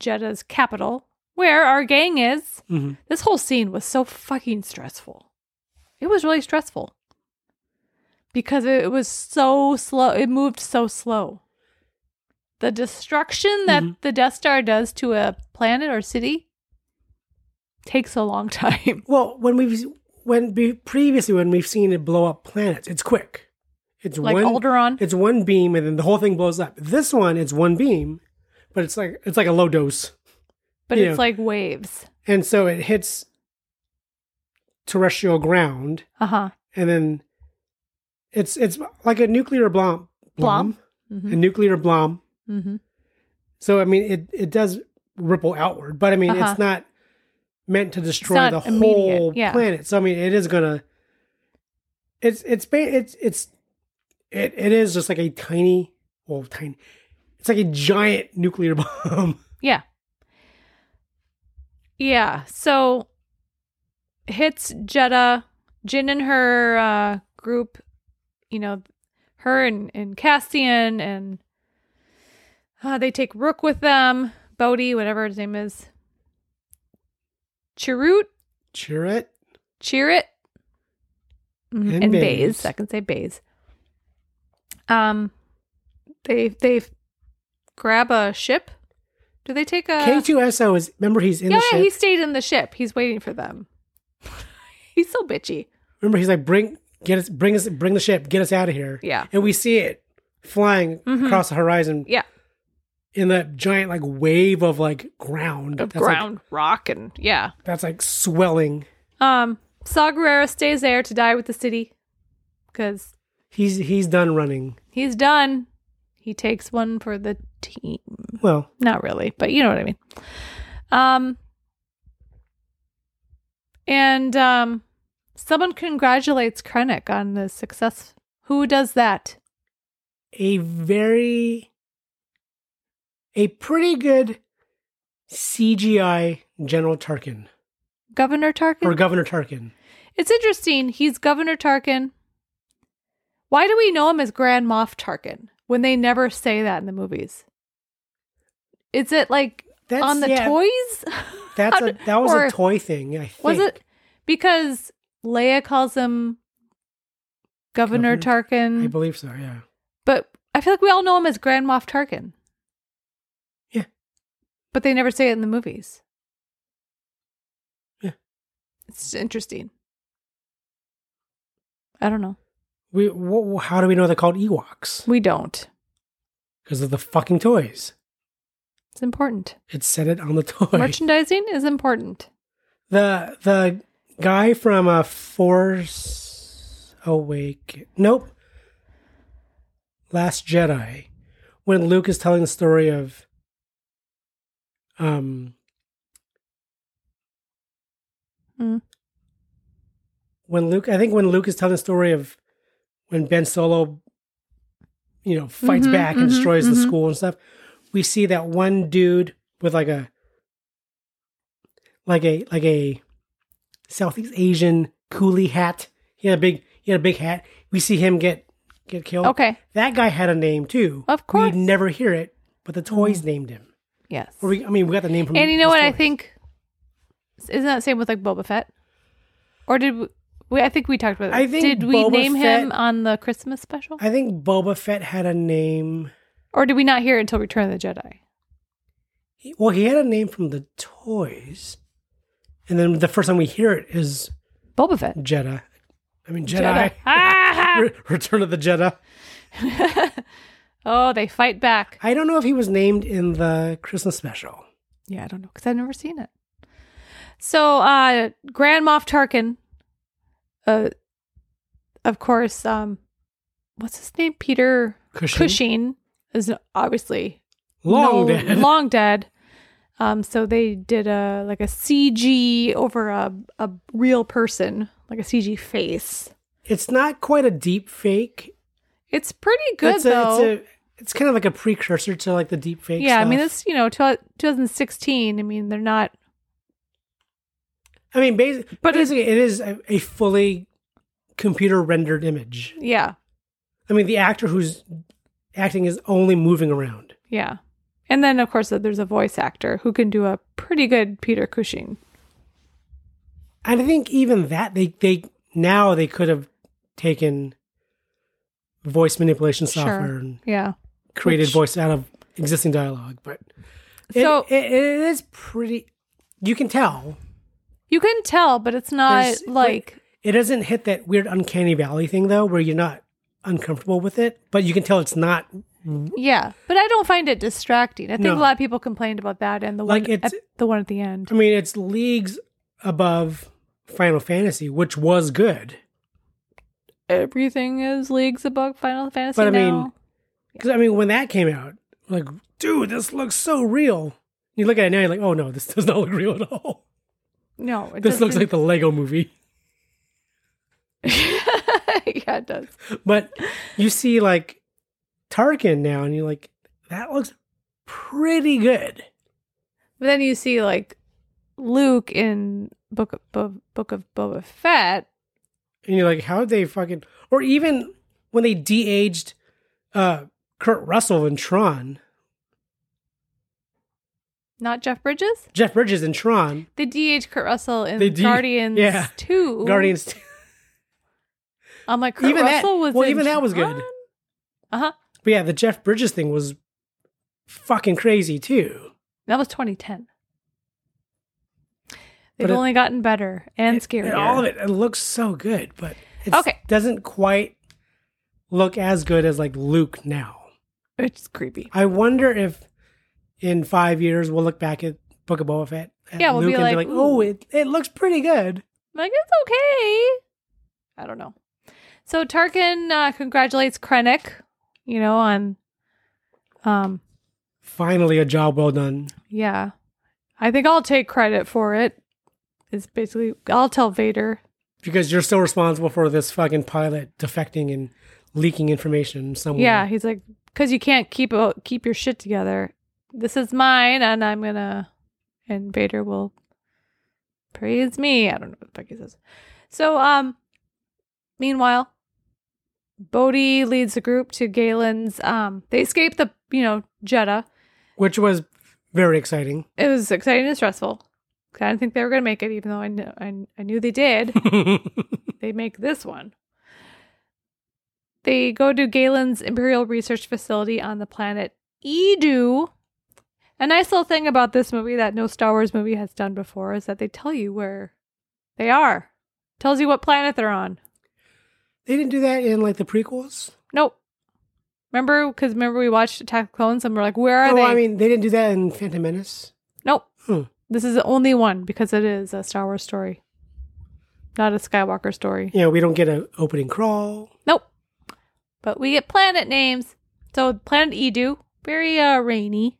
Jeddah's capital, where our gang is.
Mhm.
This whole scene was so fucking stressful. It was really stressful because it was so slow. It moved so slow. The destruction that the Death Star does to a planet or city takes a long *laughs* time.
Well, when we've when be, previously when we've seen it blow up planets, it's quick. It's
Like
one
Alderaan?
It's one beam and then the whole thing blows up. This one, it's one beam, but it's like it's like a low dose,
But
Yeah.
it's like waves.
and so it hits terrestrial ground,
Uh huh.
and then it's it's like a nuclear blom,
Blom.
a nuclear blom.
Mm-hmm.
So I mean, it it does ripple outward, but I mean,
Uh-huh.
it's not meant to destroy
not
the
immediate,
whole
yeah.
planet. So I mean, it is gonna. It's it's ba- it's it's it it is just like a tiny, well, tiny. It's like a giant nuclear *laughs* bomb.
Yeah. Yeah. So hits Jetta, Jin and her uh, group, you know, her and, and Cassian, and uh, they take Rook with them, Bodhi, whatever his name is. Chirrut,
Cheer it.
Chirrut, Mhm,
And
and
Baze.
Baze. I can say Baze. Um, they they grab a ship. Do they take a
K two S O is remember he's in
Uh, yeah,
the ship.
yeah, he stayed in the ship. He's waiting for them. *laughs* he's so bitchy.
remember he's like bring get us bring us bring the ship get us out of here.
Yeah.
and we see it flying
Mhm.
across the horizon
Yeah,
in that giant like wave of like ground
of
like,
ground, rock, and yeah.
that's like swelling.
Um, Saw Gerrera stays there to die with the city because
He's he's done running.
he's done. He takes one for the team.
Well,
Not really, but you know what I mean. Um, and um, someone congratulates Krennic on the success. Who does that?
a very a pretty good CGI General Tarkin
Governor Tarkin *laughs*
or Governor Tarkin.
It's interesting. He's Governor Tarkin. Why do we know him as Grand Moff Tarkin when they never say that in the movies? Is it like
That's-
on the
yeah.
toys? *laughs*
That's
How
a
d-
that was
or
a toy thing. I think.
Was it because Leia calls him Governor,
Governor- I
Tarkin?
believe so. Yeah.
but I feel like we all know him as Grand Moff Tarkin.
Yeah.
But they never say it in the movies.
Yeah.
It's interesting. I don't know.
We wh- wh- how do we know they're called Ewoks?
We don't.
Because of the fucking toys.
It's important.
It said it on the *laughs* toy.
Merchandising is important.
the the guy from uh, Force Awake. Nope. Last Jedi, when Luke is telling the story of um
Hmm.
when Luke, I think when Luke is telling the story of when Ben Solo, you know, fights
Mhm,
back and
mhm,
destroys the
mhm.
school and stuff, we see that one dude with like a like a like a Southeast Asian coolie hat. He had a big he had a big hat. We see him get get killed.
Okay.
that guy had a name too.
Of course.
we never hear it, but the toys named him.
Yes.
Or we, I mean, we got the name from.
and you know
the
what I
toys.
think? Isn't that the same with like Boba Fett? Or did we? we I think we talked about it.
I think
did we
Boba
name him
Fett-
on the Christmas special?
I think Boba Fett had a name.
or did we not hear it until Return of the Jedi?
He- Well, he had a name from the toys, and then the first time we hear it is
Boba Fett.
Jedi. I mean Jedi.
Jedi. Ah!
*laughs* Re- Return of the Jedi.
oh, they fight back.
I don't know if he was named in the Christmas special.
Yeah, I don't know because I've never seen it. So, uh, Grand Moff Tarkin, uh, of course, um, what's his name? Peter
Cushing.
Cushing is obviously no-
Long dead. *laughs*
Long dead. Um, so they did a like a CG over a a real person, like a CG face.
It's not quite a deep fake.
It's pretty good
it's a,
though.
It's, a, it's kind of like a precursor to like the deep fake.
yeah, I mean
stuff.
this, you know, tw- 2016. I mean, they're not
I mean, basi-
But it-
basically, it is a, a fully computer rendered image.
yeah,
I mean, the actor who's acting is only moving around.
yeah. And then of course there's a voice actor who can do a pretty good Peter Cushing.
And I think even that they they now they could have taken voice manipulation software
Sure.
and
Yeah.
created
Which-
voice out of existing dialogue, but it,
So-
it, it is pretty. You can tell
You can tell, but it's not
There's-
like
it doesn't hit that weird uncanny valley thing though, where you're not uncomfortable with it, but you can tell it's not
yeah. But I don't find it distracting. I think
No.
a lot of people complained about that and the
Like
one
it's-
at, the one at the end.
I mean, it's leagues above Final Fantasy, which was good.
Everything is leagues above Final Fantasy
But I mean,
now.
Because I mean, when that came out, like, dude, this looks so real. You look at it now, you're like, oh no, this *laughs* does not look real at all.
no, it
This looks
doesn't-
like the Lego Movie.
*laughs* yeah, it does.
But you see like Tarkin now, and you're like, that looks pretty good.
But then you see like Luke in Book of Bo- Book of Boba Fett.
And you're like, how'd they fucking? Or even when they de-aged uh, Kurt Russell in Tron,
Not Jeff Bridges.
Jeff Bridges in Tron,
They DH Kurt Russell in
They de-
Guardians
yeah.
2.
Guardians. Two.
I'm like, Kurt
*laughs* Even that-
Russell was
well,
in
even that was good.
Uh huh.
But yeah, the Jeff Bridges thing was fucking crazy too.
That was 2010. They've
But it-
only gotten better and
And
scarier.
all of it, it looks so good, but it
Okay.
doesn't quite look as good as like Luke now.
It's creepy.
I wonder if in five years we'll look back at Book of Boba Fett. at
Yeah, we'll
Luke
be
and
like,
be like, oh,
"Ooh."
it, it looks pretty good.
like it's okay. I don't know. So Tarkin uh, congratulates Krennic, you know, on um
Finally, a job well done.
yeah. I think I'll take credit for it. It's basically I'll tell Vader.
Because you're still responsible for this fucking pilot defecting and leaking information somewhere.
Yeah, he's like cuz you can't keep o- keep your shit together. This is mine and I'm going to and Vader will praise me. I don't know what the fuck he says. So um meanwhile Bodhi leads the group to Galen's um they escape the, you know, Jeddah.
Which was very exciting.
It was exciting and stressful. 'Cause I didn't think they were going to make it, even though I knew, I, I knew they did. they make this one. They go to Galen's Imperial Research Facility on the planet Edu. A nice little thing about this movie that no Star Wars movie has done before is that they tell you where they are. Tells you what planet they're on.
They didn't do that in like the prequels.
Nope. Remember, because remember we watched Attack of the Clones and we're like, where are
oh,
they?
I mean, they didn't do that in Phantom Menace.
Nope.
Hmm.
This is the only one because it is a Star Wars story, not a Skywalker story.
You know, we don't get an opening crawl.
Nope. But we get planet names. So planet Edu, very uh, rainy.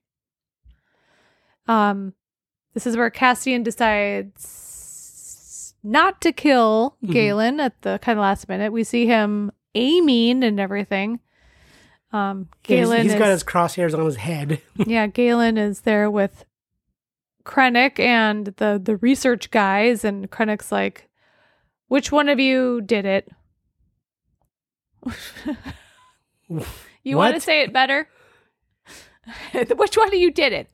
Um, this is where Cassian decides not to kill
Mhm.
Galen at the kind of last minute. We see him aiming and everything. Um,
Yeah, he's-
Galen
he's
is,
got his crosshairs on his head. *laughs*
yeah, Galen is there with Krennic and the the research guys, and Krennic's like, "Which one of you did it? *laughs* you want to
What?
say it better? *laughs* Which one of you did it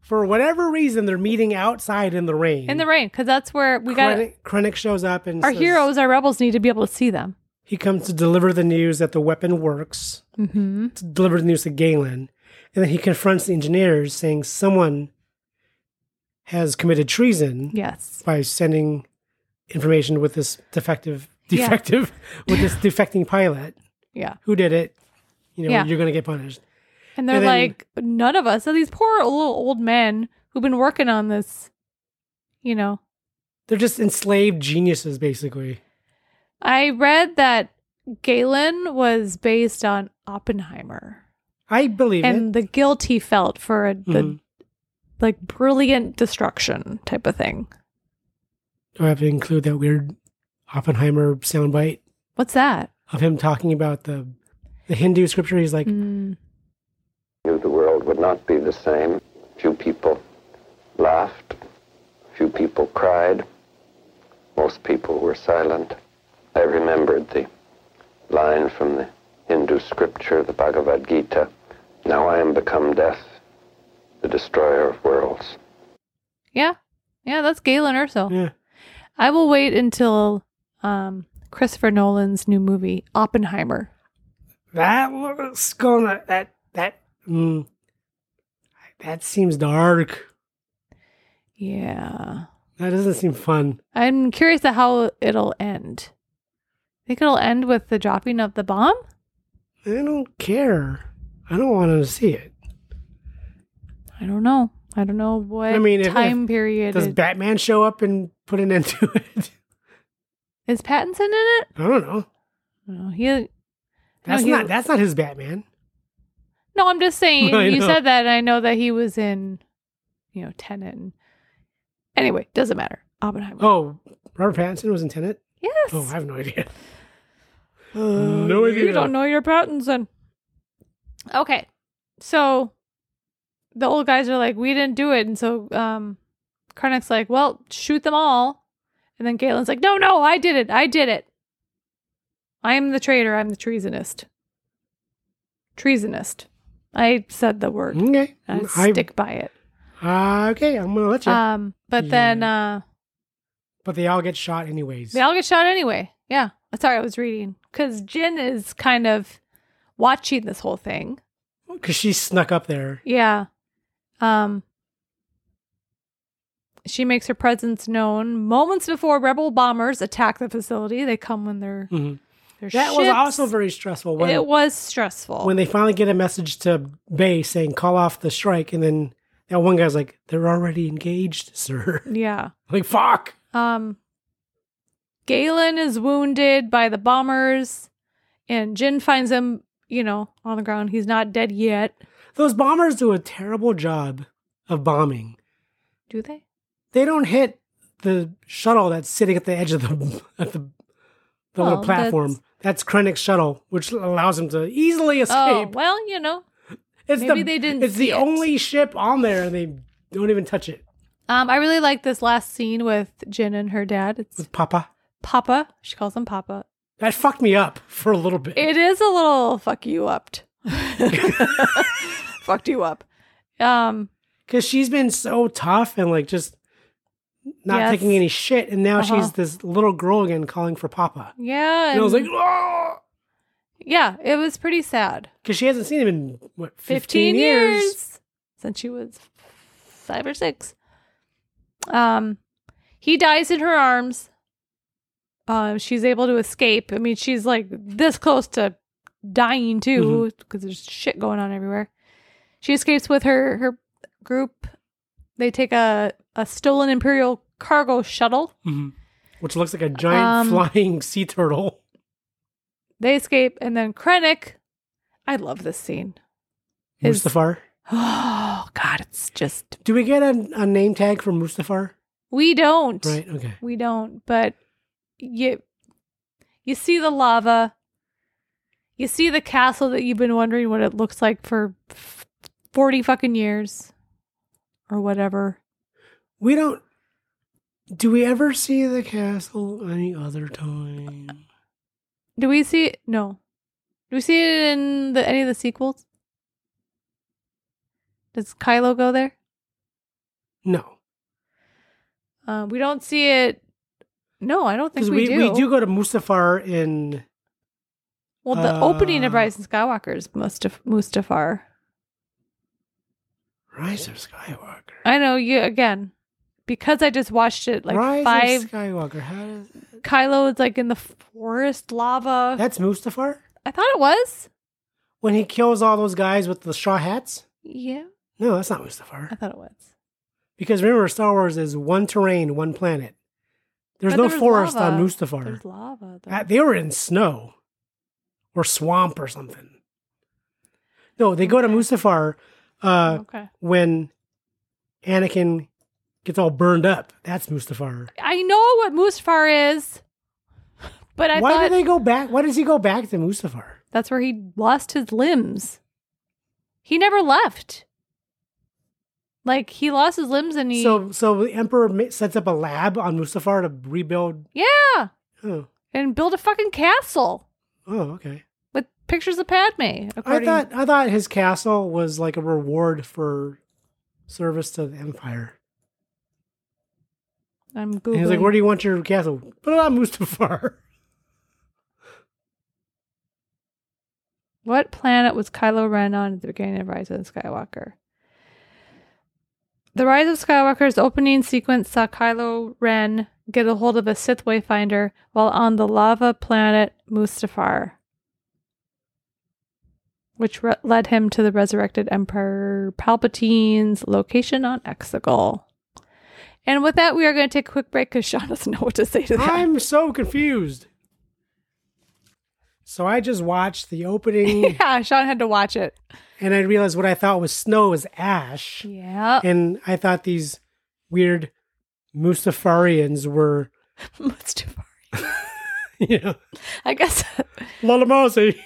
For whatever reason, they're meeting outside in the rain.
in the rain? Because that's where we got
Krennic, Krennic shows up and
our
says-
heroes, our rebels need to be able to see them.
He comes to deliver the news that the weapon works.
Mm-hmm.
To deliver the news to Galen, and then he confronts the engineers, saying someone has committed treason
Yes,
by sending information with this defective,
Yeah.
defective, *laughs* with this defecting pilot.
yeah,
Who did it? You know,
Yeah.
you're going to get punished.
and they're
And then-
like, none of us. So these poor little old men who've been working on this, you know,
They're just enslaved geniuses, basically.
I read that Galen was based on Oppenheimer
I believe it.
and the guilt he felt for the
Mhm.
like brilliant destruction type of thing.
Do I have to include that weird Oppenheimer soundbite
What's that?
of him talking about the the Hindu scripture? He's like,
Mm.
knew the world would not be the same. Few people laughed. Few people cried. Most people were silent. I remembered the line from the Hindu scripture, the Bhagavad Gita. Now I am become death, the destroyer of worlds.
Yeah. Yeah, that's Galen Erso.
yeah,
I will wait until um, Christopher Nolan's new movie, Oppenheimer.
that looks gonna that that mm, that seems dark.
Yeah.
That doesn't seem fun.
I'm curious at how it'll end. Think it'll end with the dropping of the bomb?
I don't care. I don't want to see it.
I don't know. I don't know what
I mean, if-
time period.
Does
it-
Batman show up and put an end to *laughs* it?
is Pattinson in it?
I don't know.
No, he.
That's
he-
not that's not his Batman.
No, I'm just saying.
*laughs* I
You
know.
said that, and I know that he was in, you know, Tenet. And... Anyway, doesn't matter. Oppenheimer.
Oh, Robert Pattinson was in Tenet.
yes.
Oh, I have
*laughs*
no idea.
Uh,
no idea.
You don't know your patents then. Okay. So the old guys are like, we didn't do it. And so um Karnak's like, well, shoot them all. And then Galen's like, no, no, I did it. I did it. I am the traitor. I'm the treasonist. Treasonist. I said the word.
Okay,
I
I-
stick by it.
Uh, okay, I'm gonna let you.
Um, but then uh,
but they all get shot anyways.
they all get shot anyway. Yeah. Sorry, I was reading because Jin is kind of watching this whole thing.
Because she snuck up there.
Yeah. Um she makes her presence known moments before rebel bombers attack the facility. They come when they're
Mhm.
their
That was
ships-
also very stressful when
it was stressful.
when they finally get a message to Bay saying call off the strike, and then that one guy's like, "They're already engaged, *laughs* sir."
yeah.
like fuck.
Um Galen is wounded by the bombers and Jin finds him, you know, on the ground. He's not dead yet.
Those bombers do a terrible job of bombing.
Do they?
They don't hit the shuttle that's sitting at the edge of the *laughs* at the, the
Well,
little platform. That's Krennic's shuttle, which allows him to easily escape.
Oh, well, you know.
it's
maybe
the,
they didn't
It's the
see it.
only ship on there, and they don't even touch it.
Um I really like this last scene with Jin and her dad. It's
With Papa,
Papa. She calls him Papa.
that fucked me up for a little bit.
It is a little fuck you
*laughs*
upped. *laughs* Fucked you up. Um
because she's been so tough and like just not
Yes.
taking any shit, and now
Uh-huh.
she's this little girl again calling for Papa.
yeah.
And I was
and-
like, oh,
yeah, it was pretty sad.
because she hasn't seen him in what
15,
fifteen,
years.
years.
since she was 5 or 6. Um he dies in her arms. Um she's able to escape. I mean, she's like this close to dying too
Mm-hmm.
because there's shit going on everywhere. She escapes with her her group. They take a a stolen imperial cargo shuttle
Which looks like a
Um,
giant flying *laughs* sea turtle.
They escape, and then Krennic. I love this scene. Is-
Mustafar.
*gasps* Oh God, it's just
Do we get a, a name tag for Mustafar?
we don't,
Right. Okay.
we don't. But you, you see the lava. You see the castle that you've been wondering what it looks like for f- forty fucking years, or whatever.
We don't. Do we ever see the castle any other time?
Do we see? it? No, do we see it in the, any of the sequels? Does Kylo go there?
No,
Uh, we don't see it. No, I don't think
because
we,
we,
do.
we do go to Mustafar in
Well, the
Uh,
opening of Rise and Skywalker is Mustaf- Mustafar.
Rise of Skywalker.
I know you again because I just watched it like
Rise
five.
of Skywalker. How does
Kylo is like in the forest lava.
that's Mustafar
I thought it was.
when he kills all those guys with the straw hats?
Yeah,
No, that's not
I
Mustafar.
thought it was.
Because remember, Star Wars is one terrain, one planet. There's
But
no
there was
forest
lava.
on Mustafar.
There's lava. Though.
Uh, they were in snow or swamp or something.
Uh-huh.
No, they go to Mustafar uh,
okay.
when Anakin gets all burned up. That's Mustafar.
I know what Mustafar is, *laughs* but I
Why
thought
do they go back? Why does he go back to Mustafar?
that's where he lost his limbs. He never left. Like he lost his limbs and he
So, so the Emperor ma- sets up a lab on Mustafar to rebuild.
yeah,
Oh,
and built a fucking castle
oh, okay.
with pictures of Padme.
I
according-
thought I thought his castle was like a reward for service to the Empire.
I'm
And
googling.
he's like, "Where do you want your castle? Put it on Mustafar."
What planet was Kylo Ren on at the beginning of Rise of the Skywalker? The Rise of Skywalker's opening sequence saw Kylo Ren get a hold of a Sith Wayfinder while on the lava planet Mustafar, which re- led him to the resurrected Emperor Palpatine's location on Exegol. And with that, we are going to take a quick break because Sean doesn't know what to say to that.
I'm so confused. So I just watched the
*laughs*
opening,
yeah, Sean had to watch it.
and I realized what I thought was snow was ash.
Yeah.
and I thought these weird Mustafarians were,
*laughs*
*laughs*
Mustafar.
you know,
I guess. *laughs*
Lalamosi.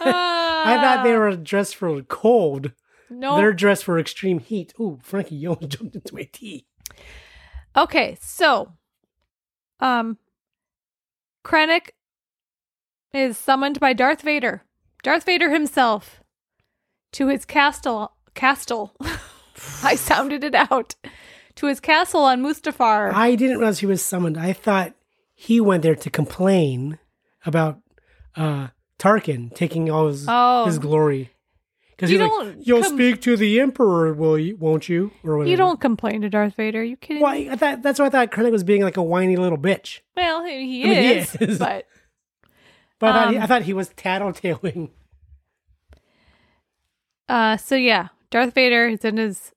I thought they were dressed for cold.
No.
They're dressed for extreme heat. Ooh, Frankie Young jumped into my tea.
Okay, so, um, Krennic is summoned by Darth Vader, Darth Vader himself, to his castle. Castle. *laughs* I sounded it out. To his castle on Mustafar.
I didn't realize he was summoned. I thought he went there to complain about uh, Tarkin taking all his,
Oh.
his glory. Because
You
he's like,
don't
you'll
com-
speak to the Emperor, will you? Won't you? Or whatever.
you don't complain to Darth Vader. Are you kidding?
Well,
me?
I thought, that's why I thought Krennic was being like a whiny little bitch.
Well, he,
I mean, he
is,
is.
but
But I, thought he,
Um,
I thought he was tattletaling.
Uh, so yeah, Darth Vader is in his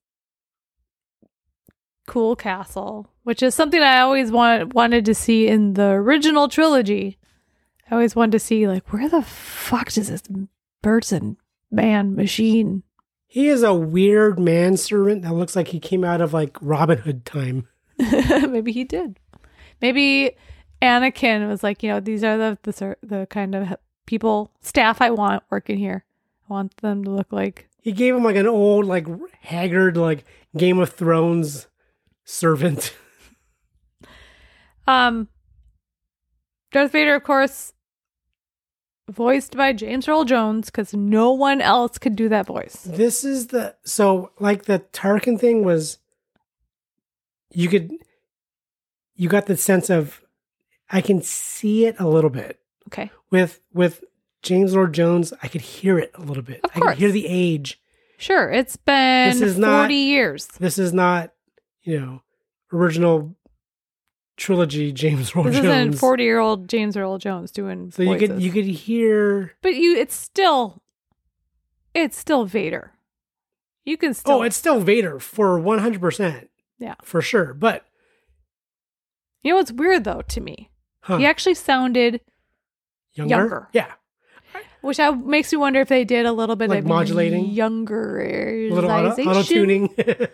cool castle, which is something I always want, wanted to see in the original trilogy. I always wanted to see like where the fuck does this person, man, machine? *laughs*
He is a weird manservant that looks like he came out of like Robin Hood time.
Maybe he did. Maybe Anakin was like, you know, these are the the, ser- the kind of people staff I want working here. I want them to look like
He gave him like an old, like haggard, like Game of Thrones servant.
Um, Darth Vader, of course, voiced by James Earl Jones, because no one else could do that voice.
This is the so like the Tarkin thing was. You could, you got the sense of, I can see it a little bit
Okay,
with with James Lord Jones. I could hear it a little bit.
Of
I
course.
could hear the age.
sure. It's been
This is
forty
not-
years.
this is not you know original trilogy James Earl
This
Jones.
isn't forty-year-old James Earl Jones doing.
so you could
voices.
you could hear.
but you, it's still, it's still Vader. You can still.
Oh, it's still Vader for one hundred percent.
Yeah.
for sure. But
you know what's weird though to me.
huh,
He actually sounded,
younger?
younger.
Yeah,
which I, makes me wonder if they did a little bit
Like
of
modulating?
younger
a little auto tuning. *laughs* they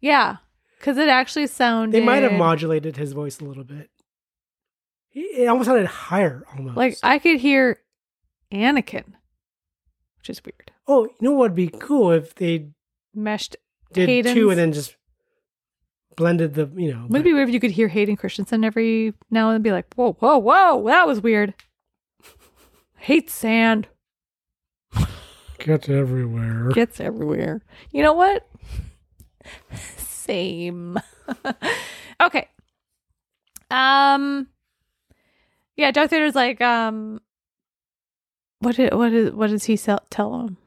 Yeah, because it actually sounded.
might have modulated his voice a little bit. It it almost sounded higher, almost.
Like I could hear Anakin, which is weird.
oh, you know what would be cool if they
Meshed.
did
Hayden's-
two and then just blended the you know.
Would it be weird if you could hear Hayden Christensen every now and then be like, "Whoa, whoa, whoa, that was weird." *laughs* Hate sand
get everywhere.
gets everywhere. You know what? *laughs* Same. *laughs* okay. Um. Yeah, Darth Vader's like, um, what did what is what does he sell, tell him?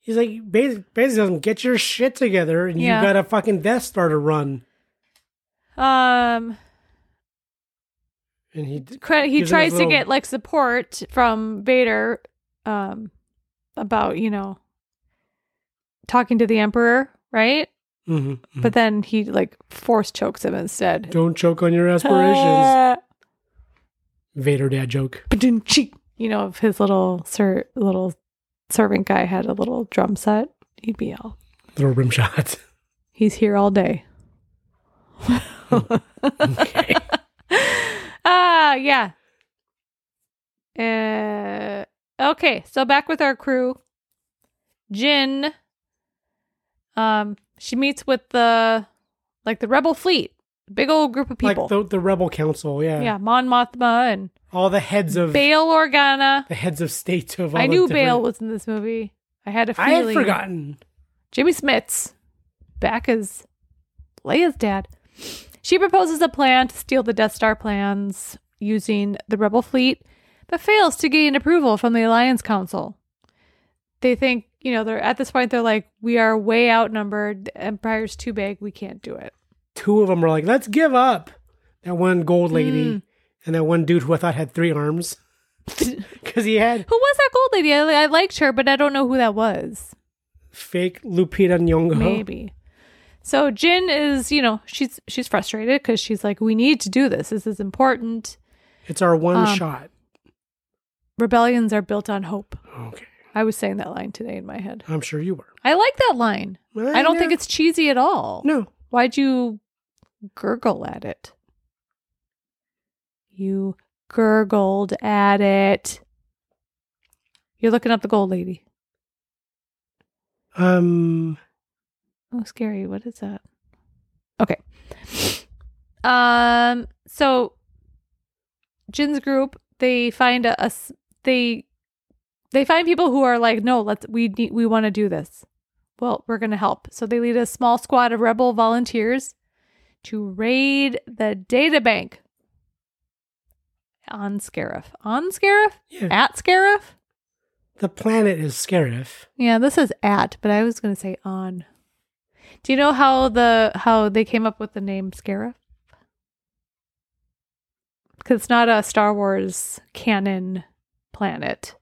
He's like, basically, basically tells him, get your shit together and
Yeah.
you got a fucking Death Star to run.
Um,
And he, d-
cre- he
gives him his
tries
little-
to get like support from Vader um about, you know, talking to the emperor, right?
Mhm, mhm.
But then he like force chokes him instead.
don't choke on
*laughs*
your aspirations. Vader dad joke.
Ba-dum-chee. you know, of his little sir little servant guy had a little drum set, he'd be all,
Throw rim shots.
he's here all
*laughs*
day.
okay.
Ah, yeah. Uh, okay, so back with our crew. Jin um she meets with the like the rebel fleet, big old group of people.
*laughs* Like the, the rebel council, yeah.
yeah, Mon Mothma and
All the heads of
Bail Organa.
the heads of state of all
I
the
knew
different-
Bail was in this movie. I had a
I
feeling.
had forgotten.
Jimmy Smits, back as Leia's dad. She proposes a plan to steal the Death Star plans using the Rebel fleet, but fails to gain approval from the Alliance Council. They think, you know, they're at this point, they're like, we are way outnumbered. The Empire's too big. We can't do it.
Two of them were like, "Let's give up." That one gold lady
Mm.
and that one dude who I thought had three arms *laughs* because he had
Who was that gold lady? I, I liked her, but I don't know who that was.
fake Lupita Nyong'o.
maybe so jin is you know she's she's frustrated because she's like we need to do this this is important
It's our one
Um,
shot.
rebellions are built on hope
Okay,
i was saying that line today in my head
I'm sure you were.
i like that line i don't think it's cheesy at all
no.
why'd you gurgle at it you gurgled at it you're looking up the gold lady
Um,
Oh, scary. What is that? Okay. Um. So, Jin's group they find a, a s- they they find people who are like, no, let's we need we want to do this. Well, we're gonna help. So they lead a small squad of rebel volunteers to raid the data bank on Scarif. On Scarif?
Yeah.
At Scarif?
the planet is Scarif.
Yeah, this is at, but I was going to say on. Do you know how the how they came up with the name Scarif? Because it's not a Star Wars canon planet.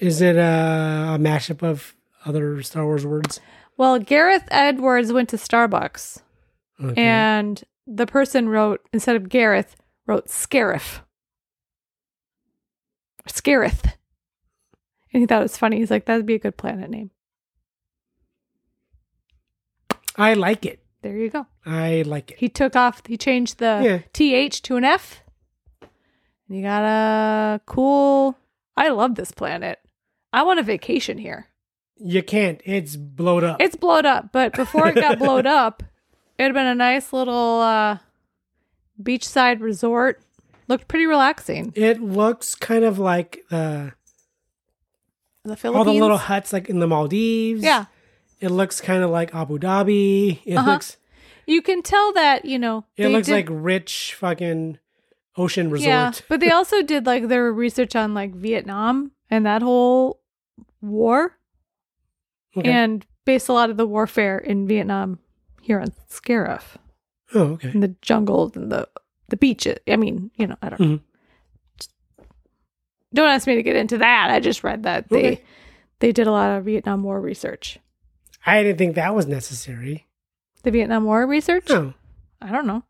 Is it uh, a, a mashup of other Star Wars words?
Well, Gareth Edwards went to Starbucks,
Okay.
and the person wrote instead of Gareth wrote Scarif. Scarif. And he thought it was funny. He's like, that'd be a good planet name.
I like it.
There you go.
I like it.
He took off. He changed the
Yeah.
th to an f. And you got a cool. I love this planet. I want a vacation here.
You can't. It's blowed up.
It's blowed up, but before it got
*laughs*
blowed up, it had been a nice little uh, beachside resort. Looked pretty relaxing.
it looks kind of like uh,
The
all
Philippines.
the little huts like in the Maldives.
yeah.
It looks kind of like Abu Dhabi. It
Uh-huh.
looks
You can tell that you know.
it
they
looks
did-
like rich fucking ocean resort.
Yeah, but they also did like their research on like Vietnam and that whole war.
Okay.
and based a lot of the warfare in Vietnam here on Scarif
oh, okay.
in the jungles and the the beaches. I mean, you know, I don't. know.
Mhm.
Don't ask me to get into that. I just read that they
Okay.
they did a lot of Vietnam War research.
I didn't think that was necessary.
The Vietnam War research.
No,
I don't know.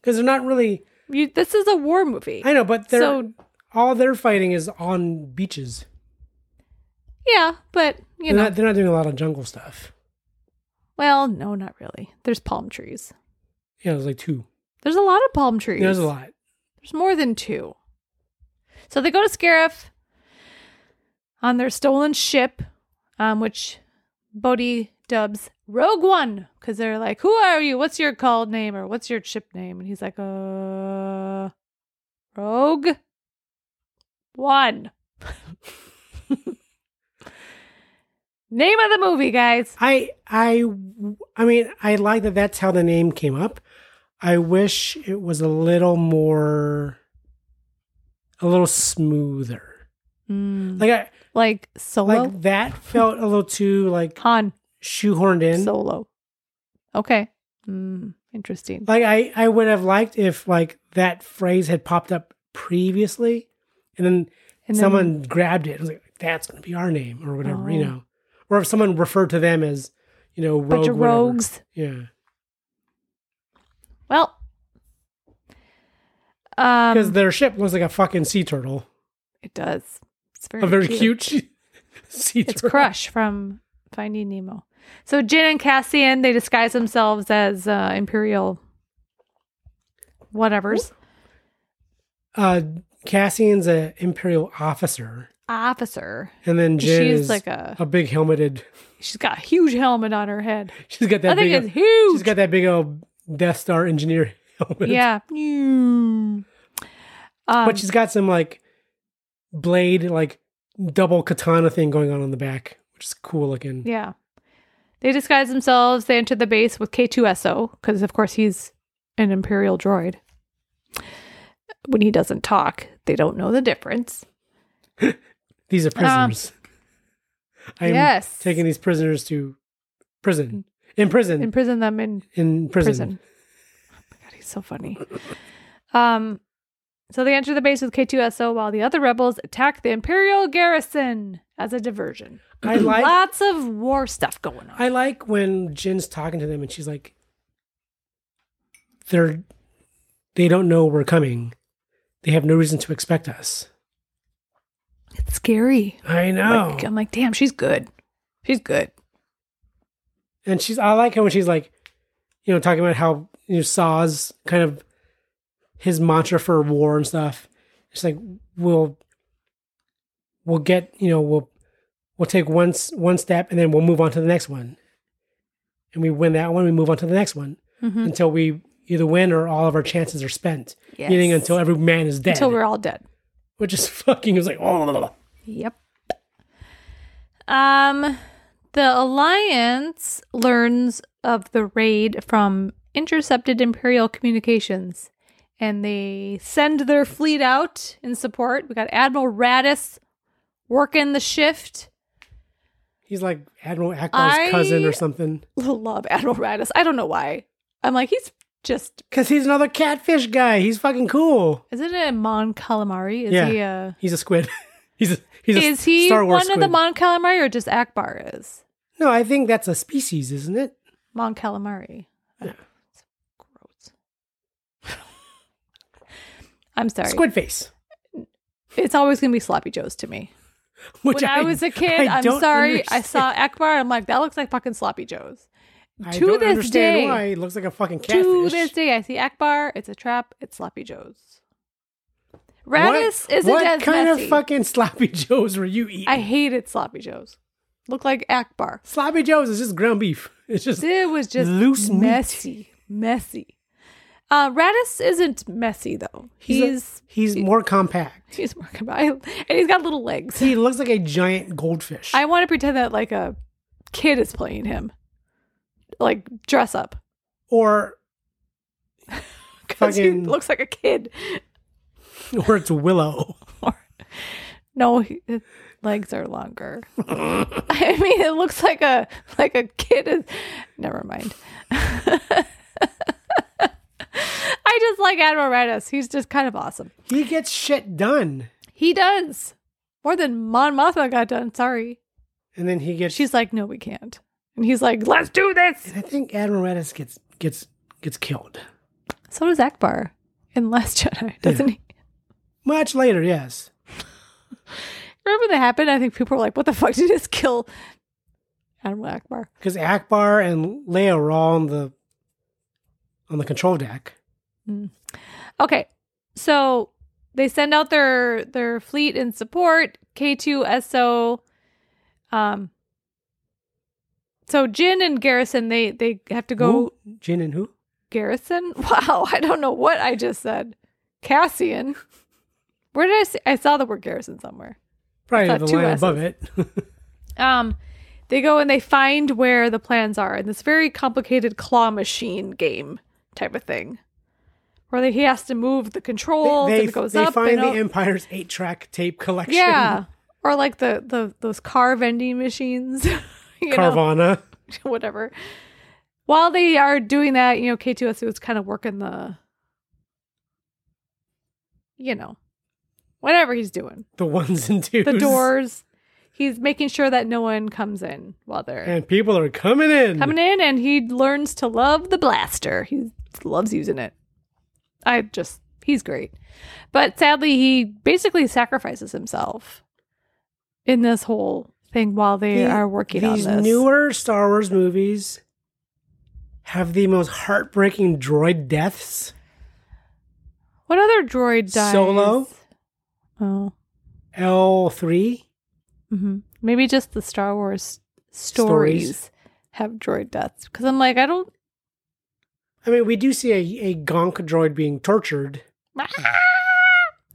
because they're not really.
You, this is a war movie.
I know, but they're
So-
all they're fighting is on beaches.
yeah, but you
They're
know,
not, they're not doing a lot of jungle stuff.
well, no, not really. There's palm trees.
Yeah, there's like two.
There's a lot of palm trees.
There's a lot.
There's more than two. So they go to Scarif on their stolen ship, um, which Bodhi dubs Rogue One because they're like, "Who are you? What's your called name or what's your ship name?" And he's like, "Uh, Rogue One." *laughs* name of the movie, guys.
I I I mean I like that. That's how the name came up. I wish it was a little more, a little smoother.
Mm,
Like I
like Solo,
Hmm. like that felt a little too like
Han
shoehorned in.
Solo. Okay, mm, interesting.
like I I would have liked if like that phrase had popped up previously, and then
And then-
someone grabbed it. and was like that's gonna be our name or whatever, you
Oh.
know, or if someone referred to them as you know rogue,
bunch of
whatever.
rogues. Um,
yeah.
Well,
Because
um,
their ship looks like a fucking sea turtle.
it does. It's very,
a very
cute.
cute, *laughs* sea
It's
turtle.
Crush from Finding Nemo. So Jin and Cassian they disguise themselves as uh, Imperial whatever's
Uh, Cassian's a imperial officer,
officer.
and then Jin
She's
is
like a-
big helmeted. *laughs*
She's got a huge helmet on her head.
She's got that.
I think
big
it's
ol-
huge.
She's got that big old Death Star engineer *laughs* helmet.
yeah. Mm. Um,
but she's got some like blade, like double katana thing going on on the back, which is cool looking.
Yeah. They disguise themselves. They enter the base with K2SO, because of course he's an Imperial droid. When he doesn't talk, they don't know the difference.
These are prisoners. I'm
Um, yes.
taking these prisoners to prison. In prison. In,
Imprison them in
prison.
prison. Oh my god, he's so funny. Um, so they enter the base with K2SO while the other rebels attack the Imperial garrison as a diversion. *clears throat*
I like-
lots of war stuff going on.
I like when Jin's talking to them and she's like they're they don't know we're coming. They have no reason to expect us.
it's scary.
I know.
Like, I'm like, damn, she's good. She's good.
and she's I like her when she's like, you know, talking about how you know Saw's kind of his mantra for war and stuff. It's like we'll we'll get you know we'll we'll take one s- one step and then we'll move on to the next one, and we win that one, we move on to the next one
Mm-hmm.
until we either win or all of our chances are spent.
Yes.
Meaning until every man is dead,
Until we're all dead.
which is *laughs* fucking. It was like oh, blah, blah, blah.
Yep. Um, the Alliance learns of the raid from intercepted Imperial communications, and they send their fleet out in support. We got Admiral Radis working the shift.
he's like Admiral Ackbar's
I-
cousin or something
*laughs* Love Admiral Radis. I don't know why. I'm like he's just.
because he's another catfish guy. He's fucking cool.
Isn't it Mon Calamari? Is
Yeah.
he a?
He's a squid. *laughs* he's a he's a
Is he
Star
one
Wars
of the
squid.
Mon Calamari or just Akbar is
no, I think that's a species, isn't it?
Mon Calamari?
Yeah.
Gross. *laughs* I'm sorry.
Squid face. *laughs*
It's always gonna be sloppy joes to me.
Which
when I, was a kid,
I
I am
don't
sorry, I
understand.
saw Akbar. I'm like, that looks like fucking sloppy joes.
I
to
don't
this
understand
day-
why it looks like a fucking catfish.
To this day, I see Akbar. It's a trap. It's sloppy joes. Radis
what,
isn't
what
as
kind
messy.
of fucking sloppy *laughs* joes were you eating?
I hated sloppy joes. Look like Akbar.
sloppy joes is just ground beef. *laughs* It's just
It was just
Loose meat.
messy, messy. Uh, Radis isn't messy though.
he's a-
He's
he's more compact.
*laughs* he's working by, and he's got little legs.
He looks like a giant goldfish.
I want to pretend that like a kid is playing him, like dress up.
or
Because he
Fucking-
looks like a kid.
or it's willow. *laughs*
No, he- his legs are longer. I mean, it looks like a like a kid is. Never mind. *laughs* I just like Admiral Radis. He's just kind of awesome.
He gets shit done.
He does more than Mon Mothma got done. Sorry,
And then he gets
she's like, no, we can't. And he's like, let's do this.
I think Admiral Redis gets gets gets killed.
So does Akbar in Last Jedi, doesn't he?
Much later, yes.
Remember that happened? I think people were like, what the fuck *laughs* did he just kill Admiral Akbar?
because Akbar and Leia were all on the on the control deck.
Okay. So they send out their their fleet in support. K2SO um so Jin and Garrison they they have to go
Who? Jin and who?
Garrison? *laughs* Wow, I don't know what I just said. Cassian. Where did I see I saw the word Garrison somewhere.
Probably
Thought
the
two
line
*laughs*
above it.
Um, they go and they find where the plans are in this very complicated claw machine game type of thing, where they, he has to move the controls
they
and it goes
they
up.
find
and
the
up.
Empire's eight track tape collection. *laughs*
yeah, or like the, the those car vending machines, *laughs* you know,
Carvana.
*laughs* whatever. While they are doing that, you know, K2SU is kind of working the, you know, whatever he's doing,
The ones and twos.
the doors. He's making sure that no one comes in while they're
And people are coming in.
coming in and he learns to love the blaster. He loves using it. I just he's great. But sadly he basically sacrifices himself in this whole thing while they
The-
are working on
these
this.
newer Star Wars movies have the most heartbreaking droid deaths.
what other droid dies?
Solo?
Oh,
L three.
hmm maybe just the Star Wars stories,
Stories.
have droid deaths. Because I'm like, I don't. *laughs*
I mean, we do see a, a Gonk droid being tortured.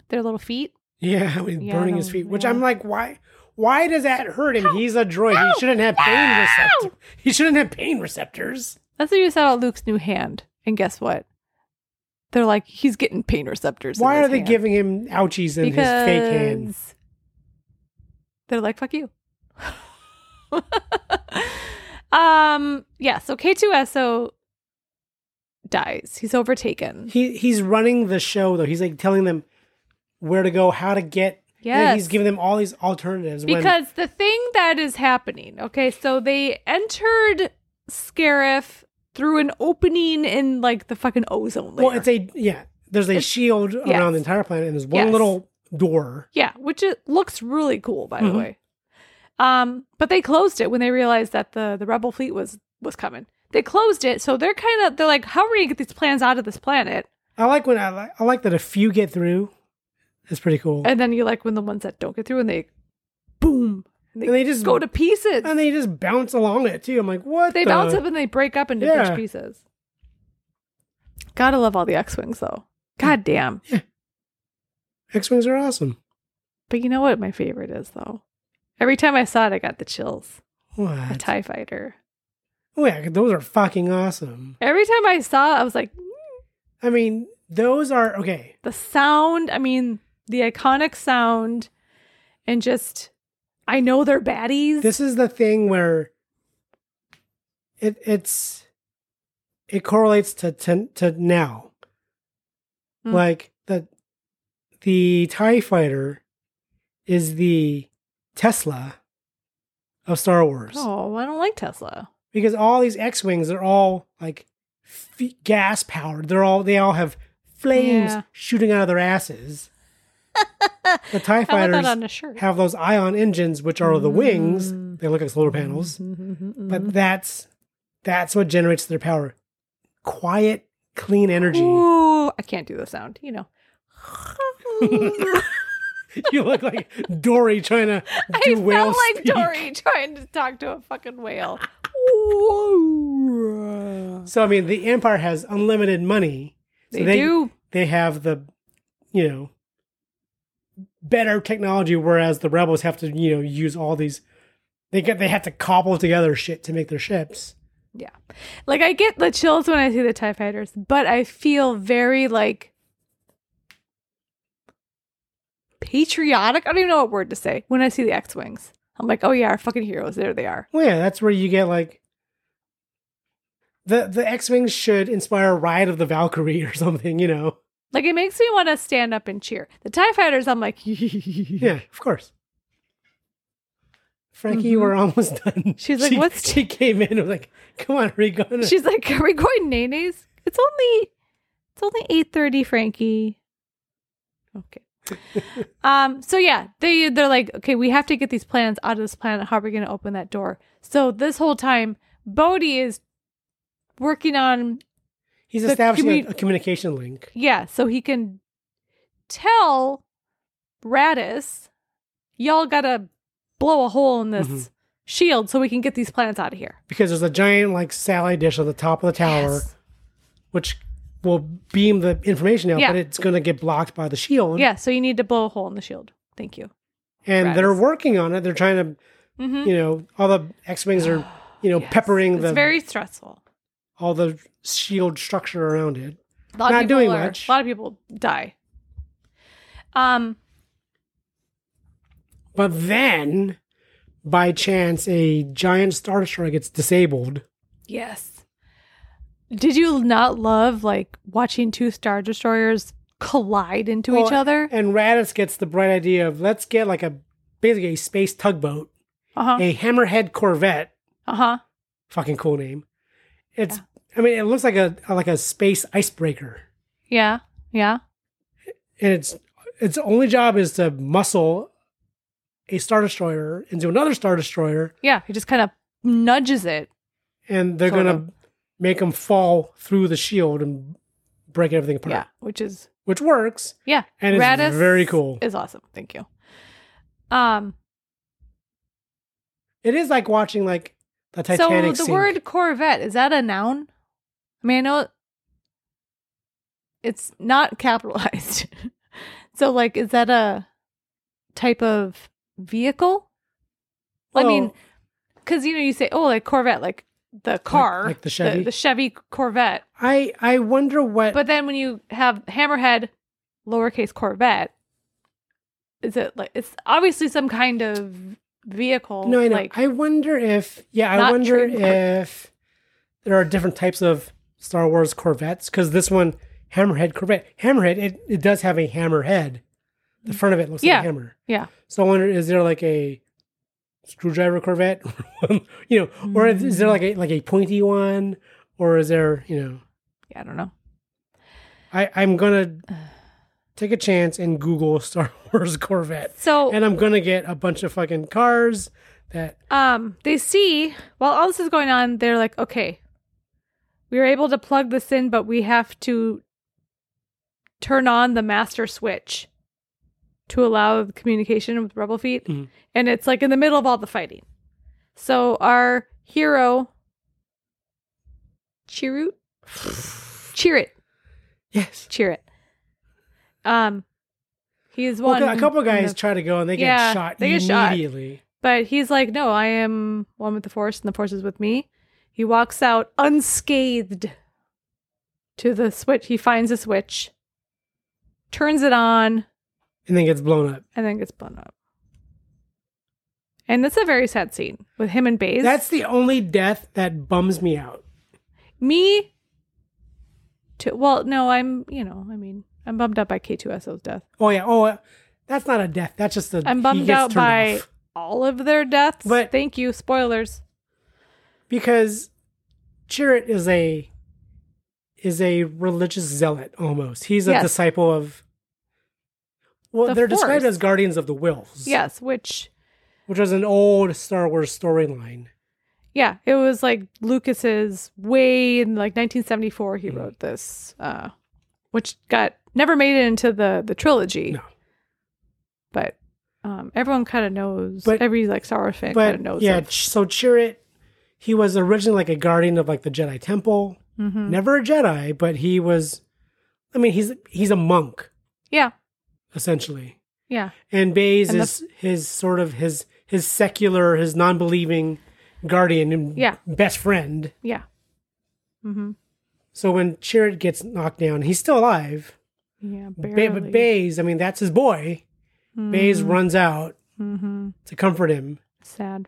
Their little feet.
Yeah, *laughs* with
Yeah,
burning
I
his
don't-
feet. Which
yeah.
I'm like, why? Why does that hurt him? He's a droid. He shouldn't have pain receptors. He shouldn't have pain receptors.
That's what you said about Luke's new hand. And guess what? They're like, he's getting pain receptors. in
Why
his
are they
hand.
giving him ouchies in his fake hand?
Because They're like, fuck you. *laughs* um, yeah, so K2SO dies. He's overtaken.
He he's running the show though. He's like telling them where to go, how to get. and then he's
Yes.
giving them all these alternatives. when-
Because the thing that is happening, okay, so they entered Scarif through an opening in like the fucking ozone layer.
well, it's a yeah. There's a shield around the entire planet, and there's one
Yes.
little door.
Yeah, which it looks really cool, by
Mhm.
the way. Um, but they closed it when they realized that the the rebel fleet was was coming. They closed it, so they're kind of they're like, how are we gonna get these plans out of this planet?
I like when I like I like that a few get through. It's pretty cool.
And then you like when the ones that don't get through and they, boom, they,
And they just-
go to pieces.
and they just bounce along it too. I'm like, what?
they
the-
bounce up and they break up into
Yeah.
bitch pieces. Gotta love all the X wings though.
Hmm.
God damn.
X wings are awesome.
But you know what my favorite is though. Every time I saw it, I got the chills. A
What?
Tie Fighter.
Oh yeah, those are fucking awesome.
Every time I saw, it, I was like,
I mean, those are okay.
the sound i mean the iconic sound and just i know they're baddies
This is the thing where it it's it correlates to to, to now.
Hmm.
Like the the Tie Fighter is the Tesla of Star Wars.
oh i don't like tesla
because all these X wings are all like f- gas powered. They're all they all have flames
Yeah.
shooting out of
*laughs*
their asses. the Tie
i want that
fighters
on a shirt
have those ion engines, which are the wings.
Mm. Mm-hmm,
They look like solar panels, but that's that's what generates their power. Quiet, clean energy.
Ooh, i can't do the sound you know
*laughs* you look like Dory trying to
*laughs*
do
i
whale
felt like
speak.
dory trying to talk to a fucking
*laughs*
whale
So I mean, the Empire has unlimited money. So
they, do
they have the you know better technology whereas the rebels have to you know use all these they get they have to cobble together shit to make their ships
yeah like i get the chills when i see the tie fighters but i feel very like patriotic i don't even know what word to say when i see the x-wings i'm like oh yeah our fucking heroes there they are
well yeah that's where you get like the the x-wings should inspire ride of the valkyrie *laughs* or something
*laughs*
you know
like it makes me want to stand up and cheer the tie fighters i'm like
yeah of course frankie you were almost done
Mm-hmm.
*laughs*
She's like,
she,
"What's-
she came in and was like come on are we gonna
she's like are we going nays it's only it's only 8.30 frankie okay um so yeah they they're like okay we have to get these plans out of this planet how are we going to open that door so this whole time bodhi is working on
he's
the
establishing a-
commu-
a communication link
yeah so he can tell radis y'all gotta blow a hole in this
Mhm.
shield so we can get these planets out of here
because there's a giant like satellite dish on the top of the tower,
Yes.
which will beam the information out,
Yeah.
but it's going to get blocked by the shield.
yeah so you need to blow a hole in the shield thank you
and
Right.
they're working on it. They're trying to,
Mhm.
you know, all the X wings are, you know,
Yes.
peppering
it's
the
very stressful
all the shield structure around it.
A lot
Not
of people
doing
are-
much.
A lot of people die. Um,
But then, by chance, a giant star destroyer gets disabled.
yes. Did you not love like watching two star destroyers collide into each
Well,
other?
and Raditz gets the bright idea of let's get like a basically a space tugboat,
Uh huh.
a hammerhead Corvette.
Uh huh.
fucking cool name. It's I mean it looks like a like a space icebreaker,
Yeah. Yeah.
and its its only job is to muscle a Star Destroyer into another Star Destroyer,
Yeah, he just kind of nudges it.
and they're
Sort
going
of.
to make him fall through the shield and break everything apart,
Yeah, which is
which works.
yeah,
And it's very cool.
Is awesome. Thank you. Um,
It is like watching like the Titanic
so the
sink.
word Corvette is that a noun? I mean, I know it's not capitalized. *laughs* so, like, is that a type of vehicle? I
Well,
mean, because you know, you say, "Oh, like Corvette, like the car,
like the Chevy?
the, Chevy Corvette."
I I wonder what
But then when you have Hammerhead, lowercase Corvette, is it like it's obviously some kind of vehicle?
No, I know.
Like,
I wonder if yeah, I
Not
wonder
trademark.
if there are different types of Star Wars Corvettes because this one Hammerhead Corvette Hammerhead it, it does have a hammerhead. The front of it looks
Yeah.
like a hammer.
yeah,
So I wonder is there like a screwdriver Corvette, *laughs* you know, or is there like a like a pointy one, or is there you know?
yeah, I don't know.
I
*sighs*
I'm gonna take a chance and Google *laughs* Star Wars Corvette,
So
and I'm gonna get a bunch of fucking cars that
um, they see while all this is going on, they're like, okay, we were able to plug this in, but we have to turn on the master switch to allow communication with Rebel Feet,
Mm-hmm.
and it's like in the middle of all the fighting. So our hero, Chirrut, cheer it,
yes.
cheer it. Um, he is
Well,
one.
'cause a couple
in
guys
the-
try to go and they get
Yeah,
shot
they get shot.
immediately.
But he's like, no, I am one with the force, and the force is with me. He walks out unscathed to the switch. He finds a switch, turns it on,
and then gets blown up.
and then gets blown up. And that's a very sad scene with him and Baze.
That's the only death that bums me out.
me. To well, no, I'm you know, I mean, I'm bummed out by K2SO's death.
Oh yeah. Oh, uh, that's not a death. That's just a.
I'm
he
bummed
gets
out
turned
by
off.
all of their deaths.
But-
thank you, spoilers.
because Chirrut is a is a religious zealot almost. He's a
Yes.
disciple of. Well,
The
they're described
Force.
as guardians of the wills.
Yes, which
which was an old Star Wars storyline.
yeah it was like lucas's way in like 1974
Mm-hmm.
he wrote this uh which got never made it into the the trilogy
No.
but um everyone kind of knows
But-
every like star wars fan kind of
But
knows
yeah,
of-
Ch- so Chirrut, he was originally like a guardian of like the Jedi Temple.
Mhm.
Never a Jedi, but he was. I mean, he's he's a monk.
yeah
essentially.
yeah
And Baze
And the-
is his sort of his his secular, his non-believing guardian and
Yeah.
best friend.
yeah mm-hmm
So when Chirrut gets knocked down, he's still alive.
yeah barely. Mm.
Ba- but Baze, I mean, that's his boy. Baze runs out
mm-hmm
to comfort him,
sad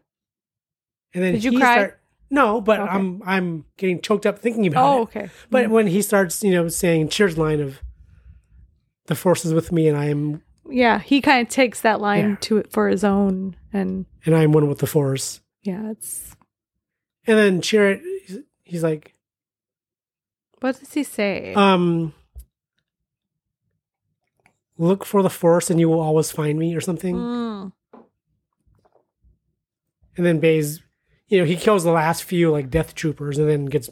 and then
Did you
he
cry?
start- no, but
Okay.
I'm I'm getting choked up thinking about it.
oh okay
But when he starts, you know, saying Chirrut's line of "The force is with me, and I am
yeah he kind of takes that line
Yeah.
to it for his own and
and I am one with the force,"
yeah it's
and then Chirrut, he's- he's like,
what does he say
um look for the force and you will always find me or something
Mm.
and then Baze, you know he kills the last few like death troopers and then gets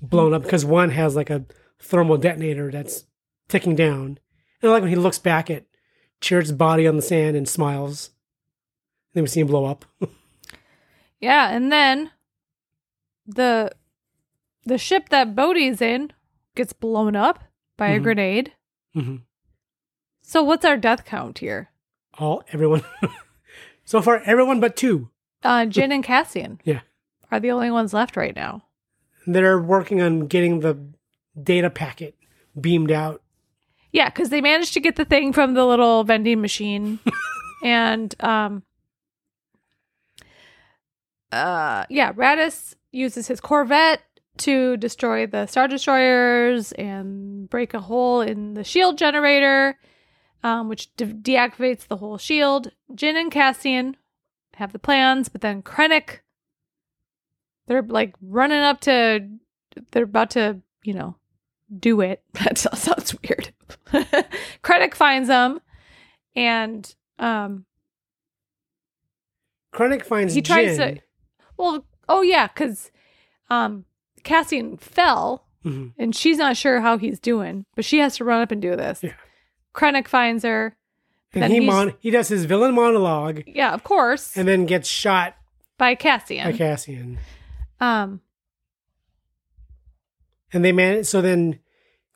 blown up because one has like a thermal detonator that's ticking down and I like when he looks back at Chirrut's body on the sand and smiles and then we see him blow up
Yeah, and then the the ship that Bodhi's in gets blown up by a
Mhm.
grenade.
Mhm.
So what's our death count here?
all everyone *laughs* so far everyone but two
Uh Jin and Cassian
yeah
are the only ones left right now.
they're working on getting the data packet beamed out
Yeah, because they managed to get the thing from the little vending machine, and um, uh, yeah, Radis uses his Corvette to destroy the star destroyers and break a hole in the shield generator, um, which de- deactivates the whole shield. Jin and Cassian have the plans, but then Krennic, they're like running up to, they're about to, you know, do it. *laughs* That sounds weird. *laughs* Krennic finds them and um
Krennic finds
he tries
Jin.
to well oh yeah because um cassian fell
Mhm.
and she's not sure how he's doing but she has to run up and do this
Yeah.
krennic finds her then
and he
he's-
mon- he does his villain monologue
yeah of course
and then gets shot
by cassian
by Cassian.
um
And they man so then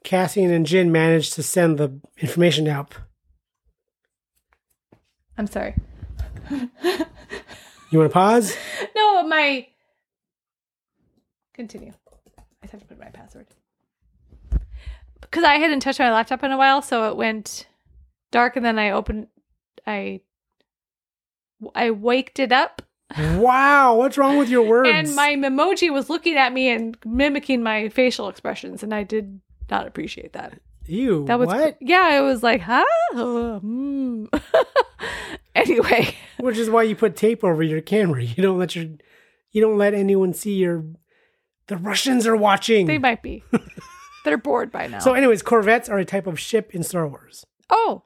Cassian and Jin manage to send the information up.
i'm sorry
You want
*laughs*
to pause?
no my continue i have to put my password because i hadn't touched my laptop in a while so it went dark and then i opened i i waked it up
Wow, what's wrong with your words?
And my emoji was looking at me and mimicking my facial expressions, and I did not appreciate that.
Ew,
That was
what?
yeah. It was like, huh? Uh, hmm. *laughs* anyway,
Which is why you put tape over your camera. You don't let your you don't let anyone see your the Russians are watching.
they might
*laughs*
be. They're bored by now.
so anyways, corvettes are a type of ship in Star Wars.
oh,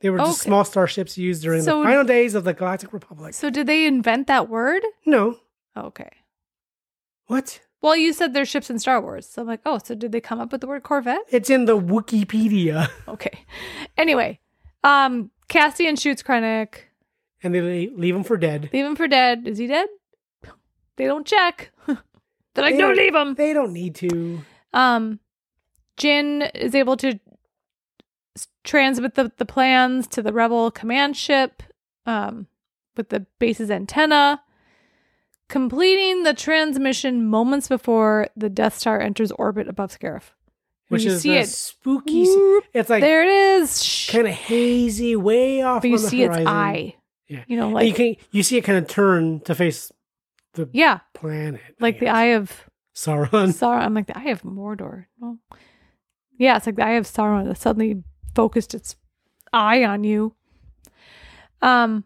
They were just
Okay.
small starships used during
So-
the final days of the Galactic Republic.
so did they invent that word?
No.
Oh, Okay.
What?
Well, you said there's ships in Star Wars, so I'm like, oh, so did they come up with the word Corvette? *laughs*
It's in the Wikipedia. *laughs*
Okay. Anyway, um, Cassian shoots Krennic.
And they le- leave them for dead.
Leave him for dead. Is he dead? They don't check. *laughs* They're like,
They
no, leave him.
They don't need to.
Um, Jin is able to s- transmit the, the plans to the rebel command ship um, with the base's antenna, completing the transmission moments before the Death Star enters orbit above Scarif.
Which
you
is
see
the
it.
spooky. s-
Whoop.
It's like
there it is. Shh.
kind of hazy, way off.
But you
on the
see its
horizon.
eye.
Yeah.
You know,
And
like,
you can you see it kind of turn to face the
yeah,
planet,
like the eye of
Sauron.
Sauron. I'm like the Eye of Mordor. Well, yeah, it's like the Eye of Sauron that suddenly focused its eye on you. Um,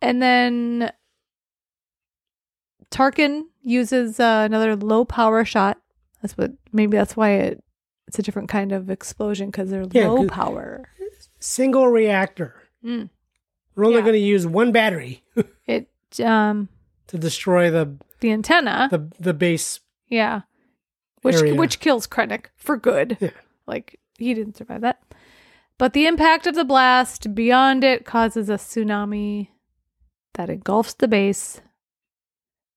and then Tarkin uses uh, another low power shot. That's what maybe that's why it it's a different kind of explosion because they're
Yeah,
low
'cause-
power.
Single reactor.
Mm.
We're only
Yeah.
going to use one battery *laughs*
It um
to destroy the
the antenna.
the the base.
Yeah. Which
area.
which kills Krennic for good.
Yeah.
Like he didn't survive that. But the impact of the blast beyond it causes a tsunami that engulfs the base,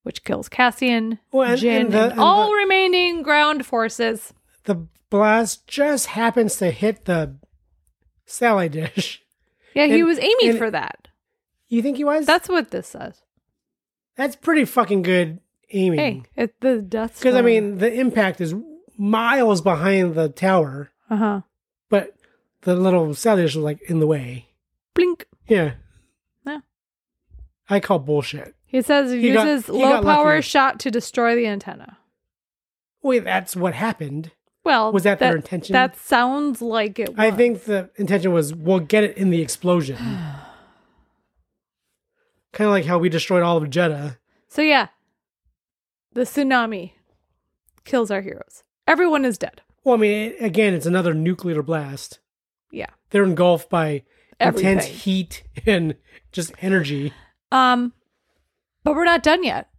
which kills Cassian,
Well, and-
Jin,
and the-
and
and
all
the-
remaining ground forces.
The blast just happens to hit the satellite dish. *laughs*
Yeah, he
And-
was aiming
and-
for that.
You think he was?
That's what this says.
that's pretty fucking good aiming.
Hey, it, the Death
Because I mean, the impact is miles behind the tower,
uh huh,
but the little satellite is like in the way.
blink.
Yeah.
Yeah.
I call bullshit.
He says he
He got-
uses
he
low
got
power
lucky.
shot to destroy the antenna.
Wait, that's what happened.
Well,
Was that their intention?
That sounds like it. Was.
I think the intention was we'll get it in the explosion. kind of like how we destroyed all of Jeddah.
So yeah, the tsunami kills our heroes. Everyone is dead.
Well, I mean, it, again, it's another nuclear blast.
Yeah.
They're engulfed by intense
Everything.
heat and just energy.
Um, but we're not done yet.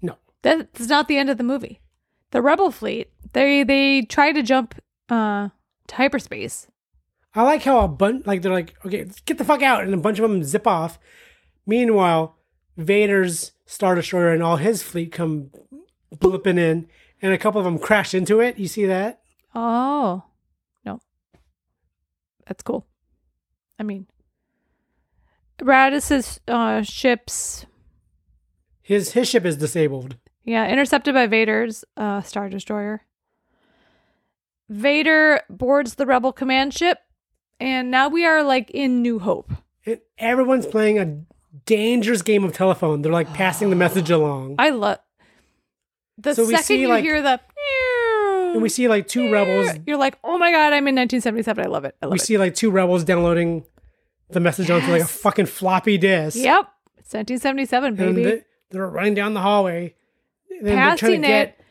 No.
That's not the end of the movie. The rebel fleet they they try to jump uh to hyperspace.
I like how a bunch, like they're like, okay, let's get the fuck out, and a bunch of them zip off. Meanwhile, Vader's Star Destroyer and all his fleet come blipping in, and a couple of them crash into it. You see that?
Oh no, that's cool. I mean, Radis's uh, ships
His his ship is disabled.
Yeah, intercepted by Vader's uh, Star Destroyer. Vader boards the Rebel command ship, and now we are like in New Hope.
And everyone's playing a dangerous game of telephone. They're like passing the message along.
I love the
So we
second
see,
you
like-
hear the
And we see like two rebels.
You're like, oh my god, I'm in 1977. I love it. I love
We
it.
see like two rebels downloading the message onto like a fucking floppy disk.
Yep, it's 1977,
And
baby.
they- they're running down the hallway. Then they're trying
Passing
to get
it,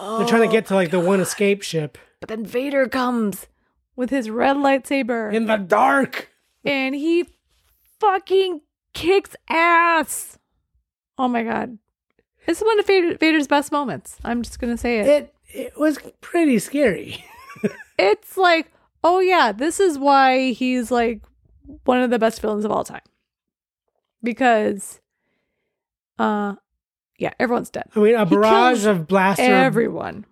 Oh,
they're trying to get to like the one escape ship.
but then Vader comes with his red lightsaber,
in the dark.
and he fucking kicks ass. Oh my god. This is one of Vader, Vader's best moments. I'm just going to say it.
It it was pretty scary.
It's like, oh yeah, this is why he's like one of the best villains of all time. Because uh yeah, everyone's dead.
I mean, a
He
barrage
kills
of blaster,
Everyone.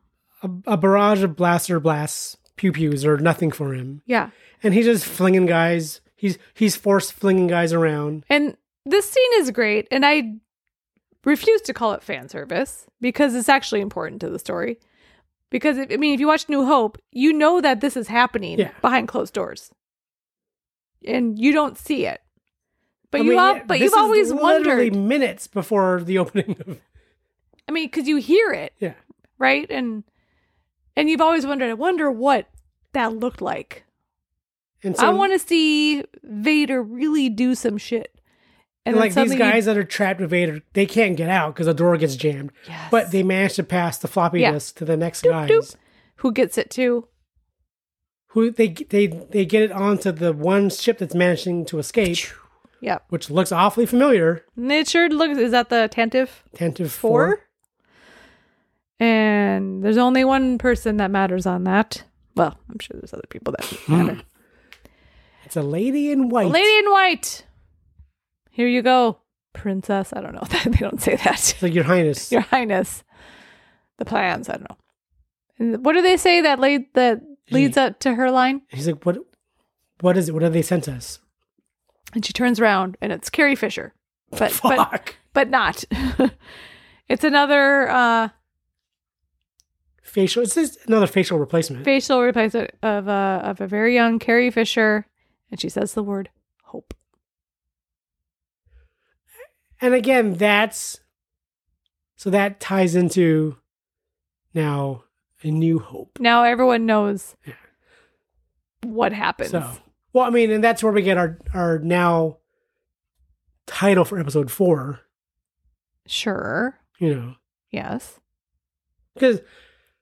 a, a barrage of blaster blasts, pew pews are nothing for him,
Yeah.
and he's just flinging guys. He's he's forced flinging guys around.
And this scene is great, and I refuse to call it fan service because it's actually important to the story. Because if, I mean, if you watch New Hope, you know that this is happening
Yeah.
behind closed doors, and you don't see it. But
I
you,
mean,
al-
yeah,
but you've
this is
always
literally
wondered.
minutes before the opening of *laughs*
I mean, because you hear it,
yeah.
right? And and you've always wondered. I wonder what that looked like.
And
I want to see Vader really do some shit.
And
then
like these
suddenly you-
guys that are trapped with Vader, they can't get out because the door gets jammed.
Yes.
But they manage to pass the floppy
Yeah.
disk to the next
Doop,
guys,
doop. who gets it too.
who they they they get it onto the one ship that's managing to escape,
Yep.
which looks awfully familiar.
And It sure looks. Is that the Tantive
Tentative
four?
four.
And there's only one person that matters on that. Well, I'm sure there's other people *laughs* that matter.
It's a lady in white.
Lady in White. Here you go, Princess. I don't know. *laughs* they don't say that. *laughs*
It's like Your Highness.
Your Highness. The plans. I don't know. And what do they say that lead that leads up to her line?
He's like, what? What is it? What have they sent us?
And she turns around, and it's Carrie Fisher, but *laughs* but
Fuck.
but not. *laughs* it's another. uh
Facial. It's just another facial replacement.
facial replacement of a of a very young Carrie Fisher, and she says the word hope.
and again, that's so that ties into now a new hope.
Now everyone knows what happens.
So, well, I mean, and that's where we get our our now title for episode four.
Sure,
You know,
yes.
because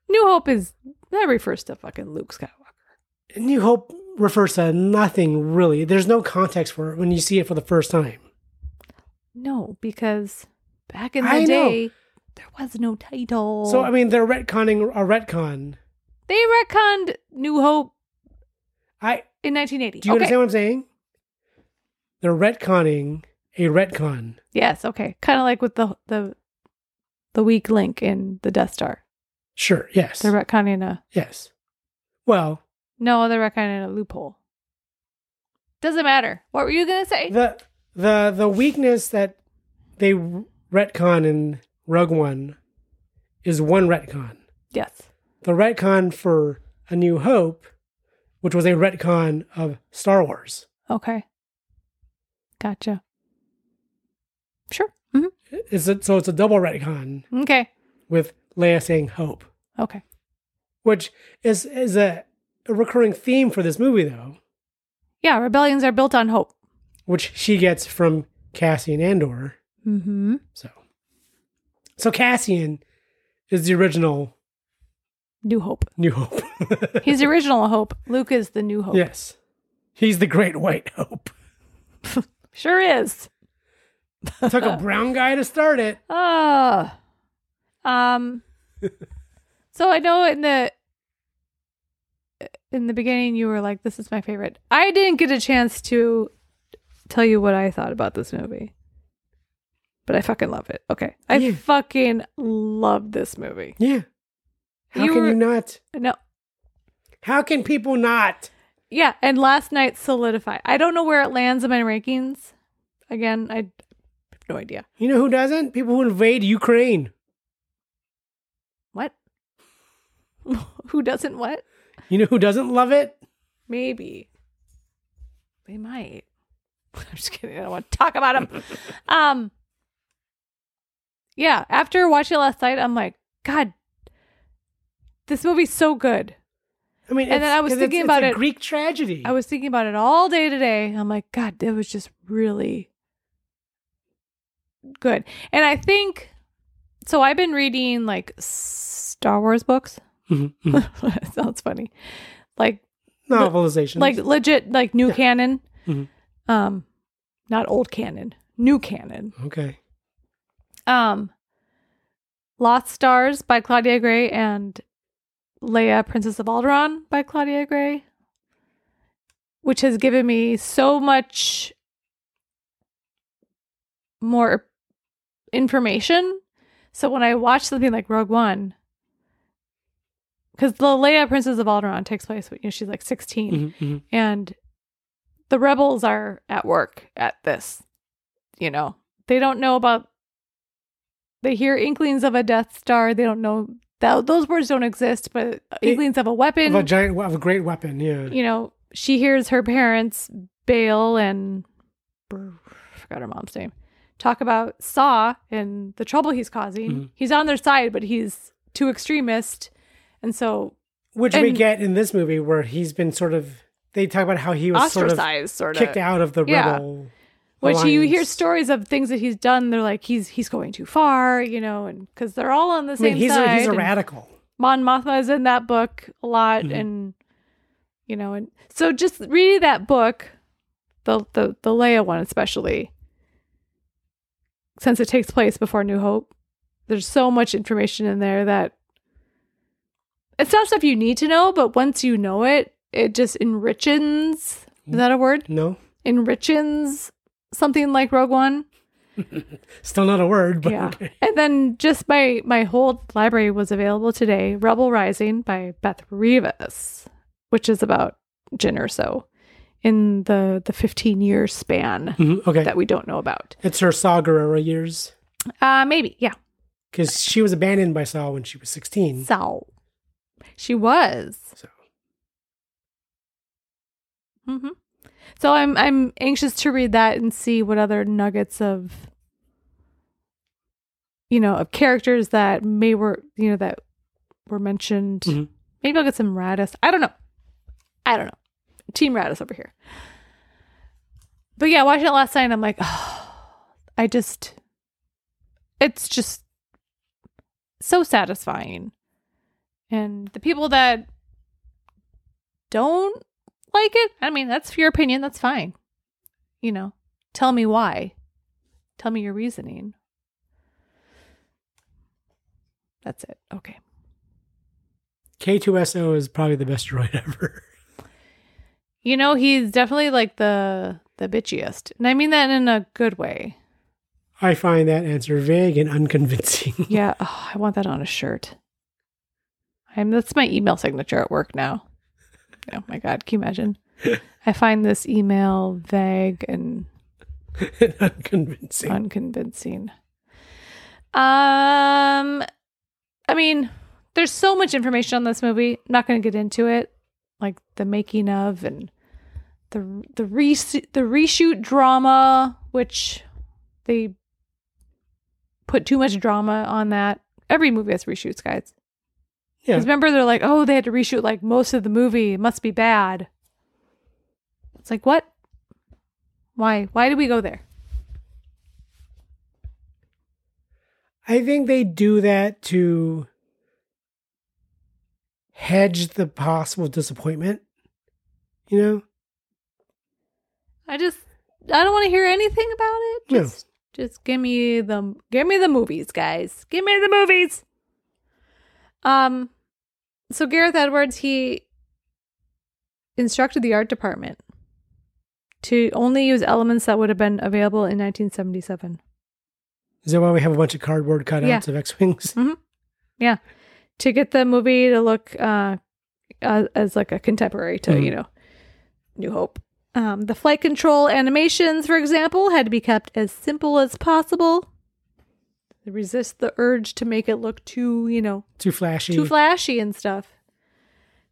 New Hope is that refers to fucking Luke Skywalker.
New Hope refers to nothing really. There's no context for it when you see it for the first time.
No, because back in the
I know.
day there was no title.
So, I mean, they're retconning a retcon.
they retconned New Hope
I
in 1980.
do you
okay.
understand what I'm saying? They're retconning a retcon.
Yes. Okay. Kind of like with the the the weak link in the Death Star.
Sure. Yes.
They're retconning a
yes. Well,
No, they're reckoning a loophole. Doesn't matter. What were you gonna say?
the the the weakness that they retcon in Rogue One is one retcon.
yes.
the retcon for A New Hope, which was a retcon of Star Wars.
Okay. Gotcha. Sure. hmm
It's a, so it's a double retcon
Okay.
with Leia saying hope,
Okay.
which is is a, a recurring theme for this movie though,
Yeah, rebellions are built on hope.
which she gets from Cassian Andor.
Mm-hmm.
So, so Cassian is the original
New hope.
New Hope.
He's the original hope. Luke is the new hope.
yes, he's the Great White Hope.
Sure is.
Took
*laughs*
a brown guy to start it.
Uh, um so I know in the in the beginning you were like, this is my favorite. I didn't get a chance to tell you what I thought about this movie. But I fucking love it. Okay. I
Yeah.
fucking love this movie.
Yeah. How
You
can
were-
you not?
No.
How can people not?
Yeah, and last night solidified. I don't know where it lands in my rankings. Again, I have no idea.
You know who doesn't? People who invade Ukraine.
What? *laughs* Who doesn't what?
You know who doesn't love it?
Maybe. They might. *laughs* I'm just kidding. I don't want to talk about them. um, yeah, after watching it last night, I'm like, God, this movie's so good.
I mean,
And then
it's-
I was
'cause
thinking
it's,
about
it's
it.
a Greek tragedy.
I was thinking about it all day today. I'm like, God, that was just really good. And I think so. I've been reading like Star Wars books.
Mhm,
*laughs*
mhm.
Sounds funny. Like
novelization.
like legit like new canon
Mhm.
um not old canon, new canon.
Okay.
Um, Lost Stars by Claudia Gray and Leia, Princess of Alderaan by Claudia Gray, which has given me so much more information. So when I watch something like Rogue One, because the Leia, Princess of Alderaan takes place, when, you know, she's like 16
Mhm, mhm.
and the rebels are at work at this you know they don't know about they hear inklings of a death star they don't know that those words don't exist but uh, inklings of a weapon
Of a giant, of a great weapon. Yeah.
you know she hears her parents bail and Brr, forgot her mom's name talk about saw and the trouble he's causing
Mm-hmm.
he's on their side but he's too extremist and so
Which we
and-
get in this movie where he's been sort of. They talk about how he was sort of
ostracized sort of,
kicked out of the
Yeah.
rebel.
Which you hear
alliance.
stories of things that he's done. They're like he's he's going too far, you know, and because they're all on the
I
same
mean, he's
side.
a, he's a
and
radical.
Mon Mothma is in that book a lot,
Mhm.
and you know, and so just reading that book, the the the Leia one especially, since it takes place before New Hope, there's so much information in there that it's not stuff you need to know, but once you know it, it just enriches. Is that a word?
No,
enrichens something like Rogue One.
still not a word, *laughs* but
Yeah.
okay.
And then just my my whole library was available today, Rebel Rising by Beth Rivas, which is about Jin or so in the the 15 year span
Mhm, okay.
that we don't know about.
it's her Saw Gerrera years
Uh maybe, yeah.
because she was abandoned by Saw when she was sixteen.
So she was.
So
hmm So I'm I'm anxious to read that and see what other nuggets of you know of characters that may were you know that were mentioned.
Mhm.
Maybe I'll get some Radis. I don't know. I don't know. Team Radis over here. But yeah, watching it last night, I'm like, I just, it's just so satisfying. And the people that don't like it, I mean, that's your opinion. That's fine. You know, tell me why. Tell me your reasoning. That's it. Okay.
K two S O is probably the best droid *laughs* ever.
You know, he's definitely like the the bitchiest. And I mean that in a good way.
I find that answer vague and unconvincing. *laughs*
Yeah, oh, I want that on a shirt. I'm that's my email signature at work *laughs* now. Oh my god, can you imagine? I find this email vague and
and unconvincing.
Uh, unconvincing. Um I mean, there's so much information on this movie. I'm not going to get into it, like the making of and the the reshoot the reshoot drama, which they put too much drama on that. Every movie has reshoots, guys.
Yeah.
Because remember, they're like, oh, they had to reshoot like most of the movie. It must be bad. It's like, what? Why? Why did we go there?
I think they do that to hedge the possible disappointment. You know,
I just I don't want to hear anything about it.
No.
Just just give me the give me the movies, guys. Give me the movies. Um so Gareth Edwards he instructed the art department to only use elements that would have been available in 1977.
is that why we have a bunch of cardboard cutouts
Yeah. Mm-hmm.
of X wings?
Yeah. To get the movie to look uh as, as like a contemporary to,
Mhm.
you know, New Hope. Um, the flight control animations, for example, had to be kept as simple as possible. They resist the urge to make it look too, you know,
*laughs* Too flashy.
too flashy and stuff.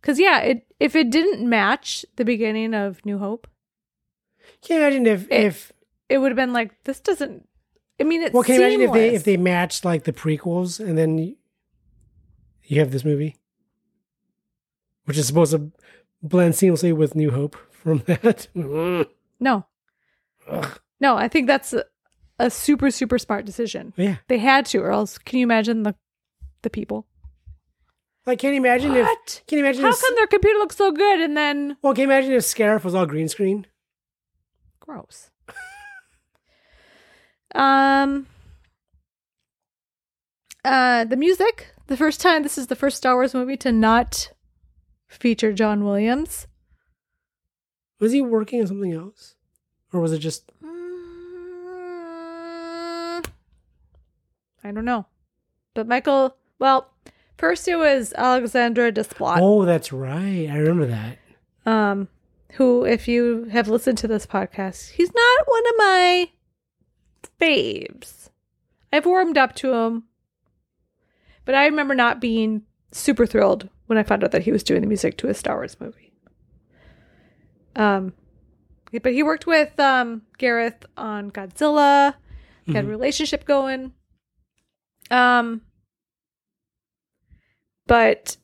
Cause yeah, it if it didn't match the beginning of New Hope,
Can you imagine if
It-
if
it would have been like this doesn't. I mean, it's
well, can you imagine if they if
seamless.
they matched like the prequels and then you, you have this movie, which is supposed to blend seamlessly with New Hope from *laughs* that.
No. No, I think that's a, a super super smart decision.
yeah,
They had to, or else can you imagine the the people?
like can you imagine
What?
if can you imagine
How
if,
come their computer looks so good and then
well can you imagine if Scarif was all green screen?
gross? *laughs* Um uh the music, the first time this is the first Star Wars movie to not feature John Williams.
Was he working on something else, or was it just
Mm, I don't know. But Michael, well, first it was Alexandra Desplat,
Oh, that's right. I remember that.
um, who, if you have listened to this podcast, he's not one of my faves. I've warmed up to him, but I remember not being super thrilled when I found out that he was doing the music to a Star Wars movie. Um, but he worked with um, Gareth on Godzilla. They had a relationship going. Um, but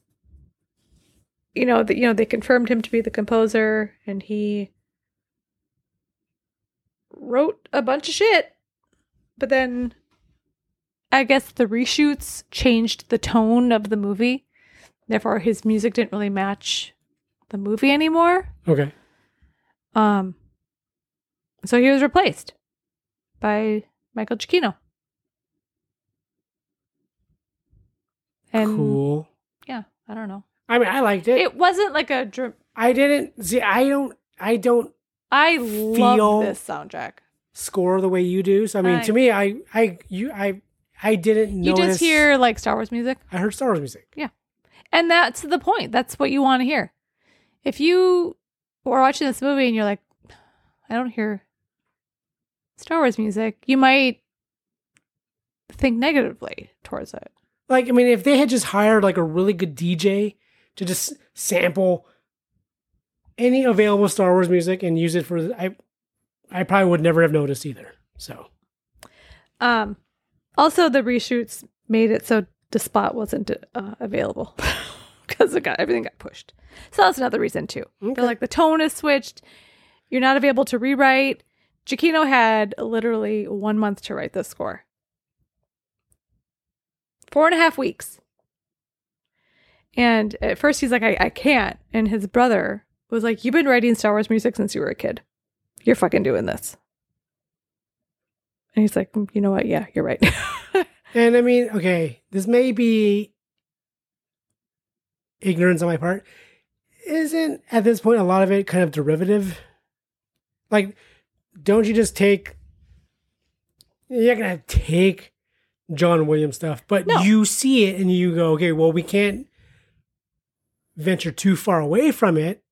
you know that you know they confirmed him to be the composer, and he wrote a bunch of shit. But then, I guess the reshoots changed the tone of the movie. Therefore, his music didn't really match the movie anymore.
Okay.
Um, so he was replaced by Michael Giacchino. And
cool.
yeah, I don't know.
I mean, I liked it.
It wasn't like a dr-
I didn't see. I don't. I don't
I
Feel-
love this soundtrack.
score the way you do. So I mean,
I-
to me, I, I, you, I, I didn't
You
notice.
just hear like Star Wars music,
I heard Star Wars music.
and that's the point. That's what you want to hear. If you were watching this movie and you're like, I don't hear Star Wars music, you might think negatively towards it.
Like, I mean, if they had just hired like a really good DJ to just sample any available Star Wars music and use it for, I, I probably would never have noticed either. So
Um, also, the reshoots made it so Despot wasn't uh, available *laughs* because it got everything got pushed. So that's another reason too. They're like the tone is switched. You're not available to rewrite. Giacchino had literally one month to write this score. Four and a half weeks. And at first he's like, I, I can't. And his brother was like, You've been writing Star Wars music since you were a kid. You're fucking doing this. And he's like, "Mm, you know what? Yeah, you're right. *laughs*
And I mean, okay, this may be ignorance on my part. Isn't at this point a lot of it kind of derivative? Like, don't you just take? You're not gonna take John Williams stuff, but
No.
you see it and you go, okay, well, we can't venture too far away from it.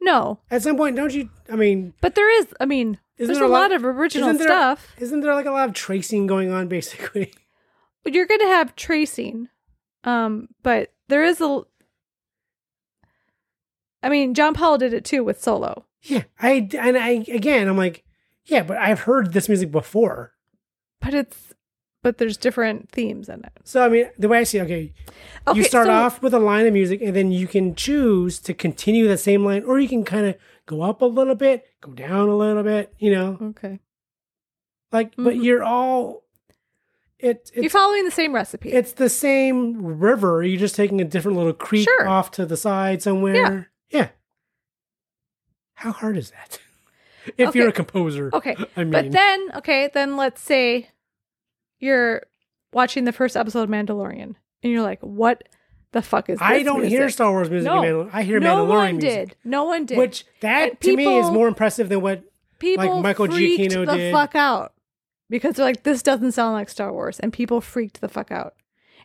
no,
At some point, don't you? I mean,
but there is, I mean,
isn't
there's
there
a lot of original
isn't there-
stuff.
Isn't there like a lot of tracing going on, *laughs* basically?
But you're going to have tracing. Um, but there is a. I mean, John Paul did it too with solo.
Yeah, I and I again, I'm like, yeah, but I've heard this music before.
But it's, but there's different themes in it.
So I mean, the way I see, it, okay, you start
so-
off with a line of music, and then you can choose to continue that same line, or you can kind of go up a little bit, go down a little bit, you know,
Okay.
like, but
Mhm.
you're all it,
You're
it's
following the same recipe.
it's the same river. You're just taking a different little creek
Sure.
off to the side somewhere. Yeah. How hard is that? *laughs* If you're
Okay.
a composer,
Okay.
*laughs* I mean,
but then, okay, then let's say you're watching the first episode of Mandalorian and you're like, what the fuck is this?
I don't hear
music?
Star Wars music. in
No.
Mandal- I hear
no
Mandalorian
one
music.
did. No one did.
Which that
And
to me is
people-
more impressive than what
people
like Michael
freaked
Giacchino
the
did.
fuck out because they're like, this doesn't sound like Star Wars, and people freaked the fuck out.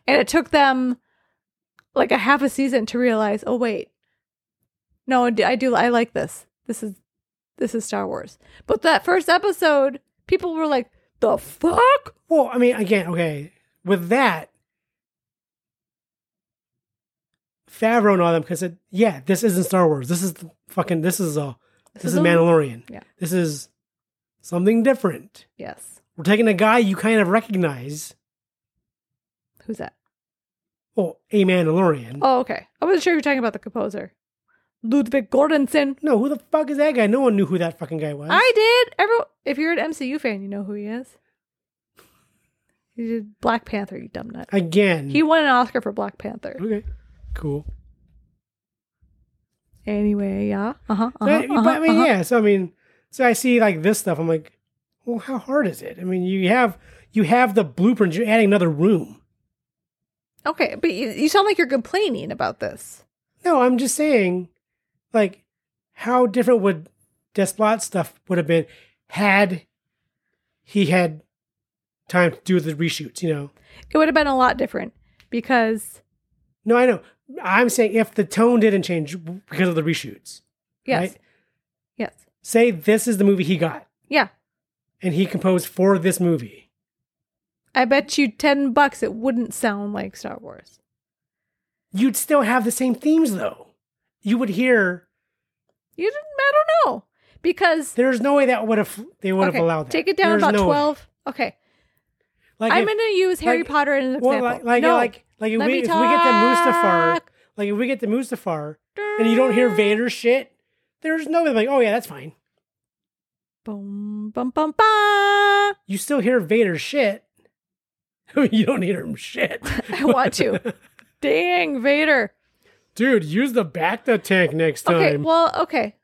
And it took them like a half a season to realize, oh wait, no, I do, I do, I like this. This is this is Star Wars. But that first episode, people were like, the fuck.
well, I mean, again, okay, with that Favreau and all them because it yeah, this isn't Star Wars. This is the fucking this is a this,
is
is,
a-
Mandalorian.
yeah.
This is something different.
Yes.
We're taking a guy you kind of recognize.
Who's that?
Well, a Mandalorian.
Oh, okay. I wasn't sure if you were talking about the composer, Ludwig Göransson.
No, who the fuck is that guy? No one knew who that fucking guy was.
I did. Everyone, if you're an MCU fan, you know who he is. He did Black Panther, you dumb nut.
again.
He won an Oscar for Black Panther.
okay, cool.
Anyway, Uh-huh, yeah. Uh huh.
So I- but I mean, yeah. So I mean, so I see like this stuff. I'm like, Well, how hard is it? I mean, you have you have the blueprint. You're adding another room.
Okay, but you, you sound like you're complaining about this.
No, I'm just saying, like, how different would Desplat stuff would have been had he had time to do the reshoots? You know.
It would have been a lot different because
No, I know. I'm saying if the tone didn't change because of the reshoots.
yes,
Right.
yes,
Say this is the movie he got,
yeah.
and he composed for this movie.
I bet you ten bucks it wouldn't sound like Star Wars.
You'd still have the same themes though. You would hear.
You didn't. I don't know because
There's no way that would have they would
okay,
have allowed that.
Take it down
There's
about
no way.
twelve. Okay,
Like
I'm
if-
gonna use Harry
like-
Potter as an example.
Well, like like
no,
like, like if,
let
we,
me
if we get the Mustafar,
talk.
like if we get the Mustafar, and you don't hear Vader shit, there's no like oh yeah that's fine.
Boom, bum, bum, *laughs* bum.
You still hear Vader shit. *laughs* you don't hear
*laughs*
him shit,
I want
*laughs*
to. Dang, Vader.
dude. Use the back the tank next time.
Okay, well, okay.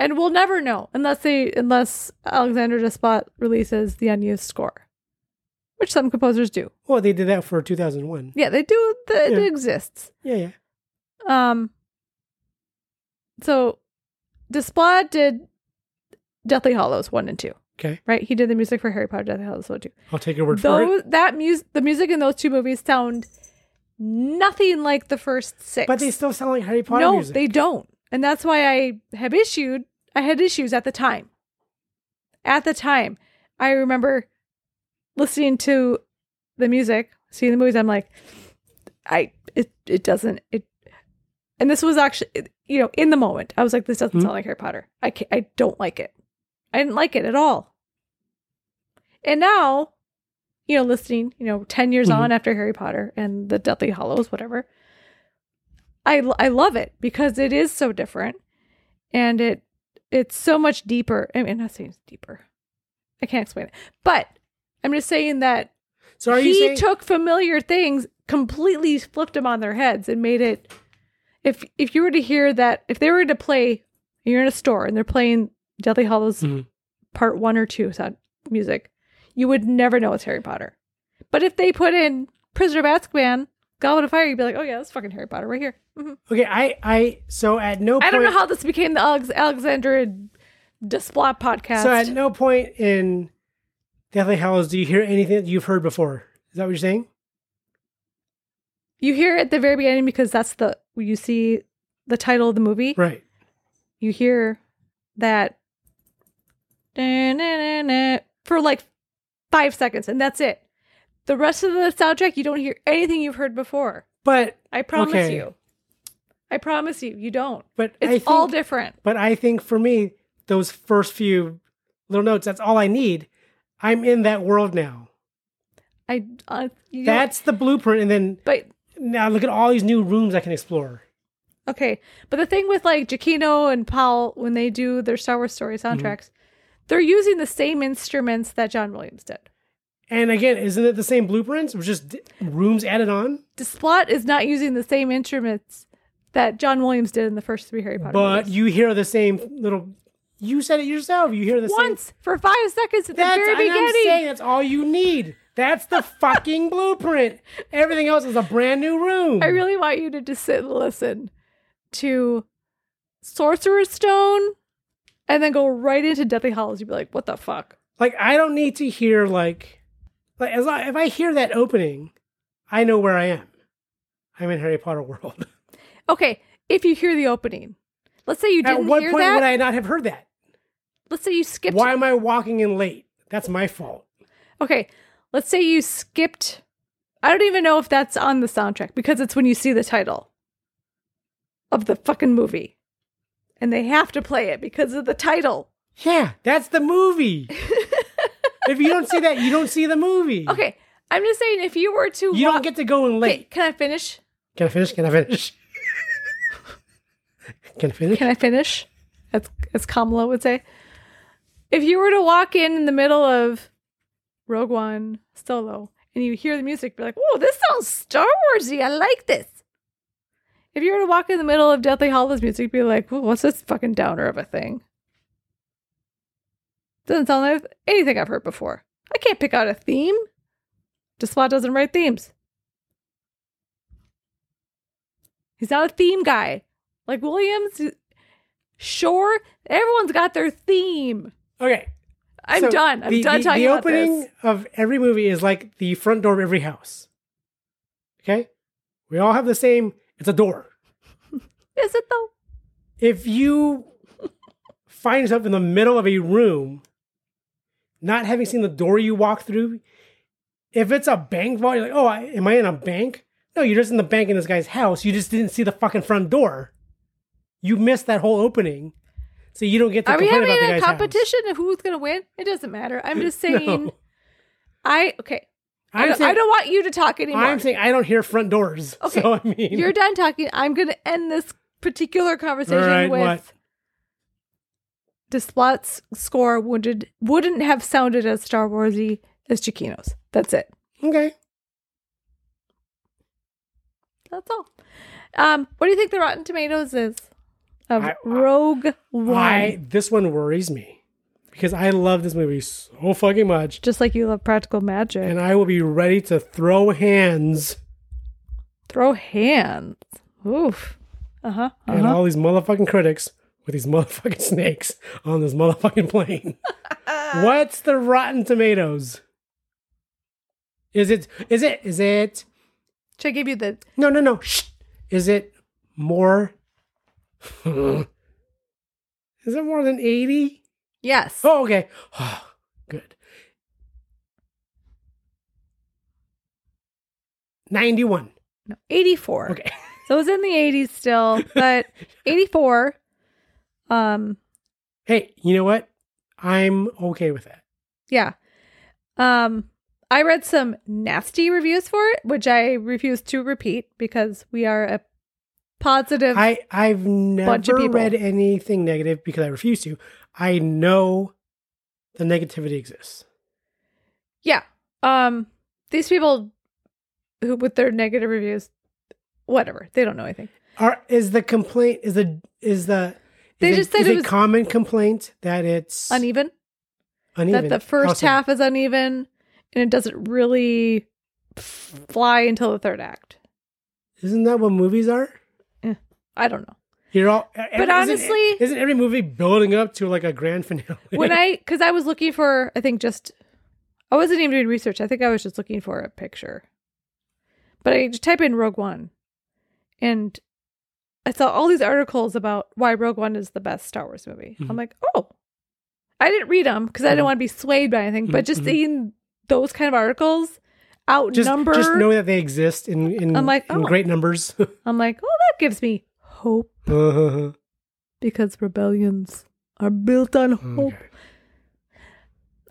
And we'll never know unless they unless Alexander Desplat releases the unused score. Which some composers do.
Well, they did that for 2001.
Yeah, they do the,
Yeah.
it exists.
Yeah, yeah.
Um so Desplat did Deathly Hollows one and two,
Okay.
right? He did the music for Harry Potter, Deathly Hollows one and two.
I'll take your word for it.
Those that music the music in those two movies sound nothing like the first six.
But they still sound like Harry Potter
no,
music.
they don't. And that's why I have issued I had issues at the time. At the time, I remember listening to the music, seeing the movies, I'm like, I it it doesn't it and this was actually it- you know, in the moment, I was like, this doesn't
Hmm?
sound like Harry Potter. I can I don't like it. I didn't like it at all. And now, you know, listening, you know, 10 years
Mm-hmm.
on after Harry Potter and the Deathly Hollows, whatever, I, l- I love it because it is so different and it it's so much deeper. I mean, I'm not saying it's deeper. I can't explain it. But I'm just saying that
so are
he
you saying
took familiar things, completely flipped them on their heads, and made it. If if you were to hear that, if they were to play, you're in a store and they're playing Deathly Hollows
Mhm.
Part One or Two sound music, you would never know it's Harry Potter. But if they put in Prisoner of Azkaban, Goblet of Fire, you'd be like, oh yeah, that's fucking Harry Potter right here. Mhm.
okay? I I so at no point
I don't know how this became the Alex- Alexandra Desplat podcast.
so at no point in Deathly Hallows do you hear anything that you've heard before. Is that what you're saying?
you hear it at the very beginning because that's the you see the title of the movie.
Right.
you hear that "Da-na-na-na" for like five seconds, and that's it. The rest of the soundtrack, you don't hear anything you've heard before.
But
I promise
Okay.
you. I promise you, you don't.
but
It's
I think,
all different.
But I think for me, those first few little notes, that's all I need. I'm in that world now.
I uh, you don't-
That's the blueprint, and then
but
now look at all these new rooms I can explore.
Okay, but the thing with like Giacchino and Powell when they do their Star Wars story
Mm-hmm.
soundtracks, they're using the same instruments that John Williams did.
And again, isn't it the same blueprints? It was just d- rooms added on.
Desplat is not using the same instruments that John Williams did in the first three Harry Potter
But
movies.
you hear the same little. You said it yourself. You hear the
once
same.
for five seconds at the
That's
very
and I'm saying
beginning.
that's all you need. That's the fucking blueprint. Everything else is a brand new room.
I really want you to just sit and listen to Sorcerer's Stone and then go right into Deathly Hollows. You'd be like, what the fuck?
like. I don't need to hear like, like as I, if I hear that opening, I know where I am. I'm in Harry Potter world.
Okay, if you hear the opening, let's say *laughs* you
At
didn't
what
hear
point
that.
would I not have heard that?
let's say you skipped.
Why am I walking in late? That's my fault.
Okay, let's say you skipped. I don't even know if that's on the soundtrack because it's when you see the title of the fucking movie. And they have to play it because of the title.
Yeah, that's
*laughs*
the movie. if you don't see that, you don't see the movie.
Okay, I'm just saying if you were to
Mm. You
wa-
don't get to go in
Okay,
late.
can I finish?
Can I finish? Can
*laughs*
I finish? Can I finish?
Can I finish? As as Kamala would say. If you were to walk in in the middle of Rogue One solo and you hear the music, be like, "Whoa, this sounds Star Warsy. I like this." If you were to walk in the middle of Deathly Hollows music, be like, "Whoa, "What's this fucking downer of a thing?" Doesn't sound like anything I've heard before. I can't pick out a theme. Desplat doesn't write themes. He's not a theme guy. Like Williams, sure, everyone's got their theme.
Okay.
I'm
so
done. I'm
the,
done
the,
talking
The
about
opening
this.
of every movie is like the front door of every house. Okay? We all have the same, it's a door.
Is it though?
if you *laughs* find yourself in the middle of a room, not having seen the door you walk through, if it's a bank vault, you're like, oh, I, am I in a bank? No, you're just in the bank in this guy's house. You just didn't see the fucking front door. You missed that whole opening, so you don't get to
Are we
complain
having
about the
a
guy's house.
competition of who's going to win? It doesn't matter. I'm just saying.
*laughs* No.
I okay. I
I'm
don't,
saying,
I don't want you to talk anymore.
I'm saying I don't hear front doors.
Okay.
So I mean,
You're done talking. I'm going to end this particular conversation
All right,
with.
what?
Desplat's score would wouldn't have sounded as Star Warsy as Chiquino's. That's it.
okay.
That's all. Um, what do you think the Rotten Tomatoes is of
I- I-
Rogue One?
Why this one worries me because I love this movie so fucking much.
Just like you love Practical Magic,
and I will be ready to throw hands
throw hands. Oof. Uh huh.
at all these motherfucking critics with these *laughs* motherfucking snakes on this motherfucking plane.
*laughs*
What's the Rotten Tomatoes? Is it? Is it? Is it?
Should I give you the
No, no, no. Shh. Is it more? *laughs* is it more than eighty?
yes?
Oh, okay. *sighs* Good. Ninety-one.
No, 84.
Okay. *laughs*
So it was in the 80s still, but 84. Um,
Hey, you know what? I'm okay with that.
yeah. Um, I read some nasty reviews for it, which I refuse to repeat because we are a positive.
I I've
Bunch of
never
people.
read anything negative because I refuse to. I know the negativity exists.
yeah. Um, these people who with their negative reviews, whatever, they don't know anything.
Are is the complaint is the is the
They
is
just said
is
it
a
was-
common complaint that it's
Uneven.
uneven.
that the first
Awesome.
half is uneven and it doesn't really f- fly until the third act.
Isn't that what movies are?
I don't know.
You're all. isn't-
honestly-
isn't, every movie building up to like a grand *laughs* finale?
when I because I was looking for I think just I wasn't even doing research. I think I was just looking for a picture. But I just type in Rogue One and I saw all these articles about why Rogue One is the best Star Wars movie. I'm
Mm-hmm.
like, oh, I didn't read them because I didn't want to be swayed by anything. But just seeing those kind of articles
Mm-hmm. just
outnumber,
just know that they exist in in,
I'm like, oh.
in great numbers. *laughs*
I'm like, oh, that gives me hope
okay.
because rebellions are built on hope.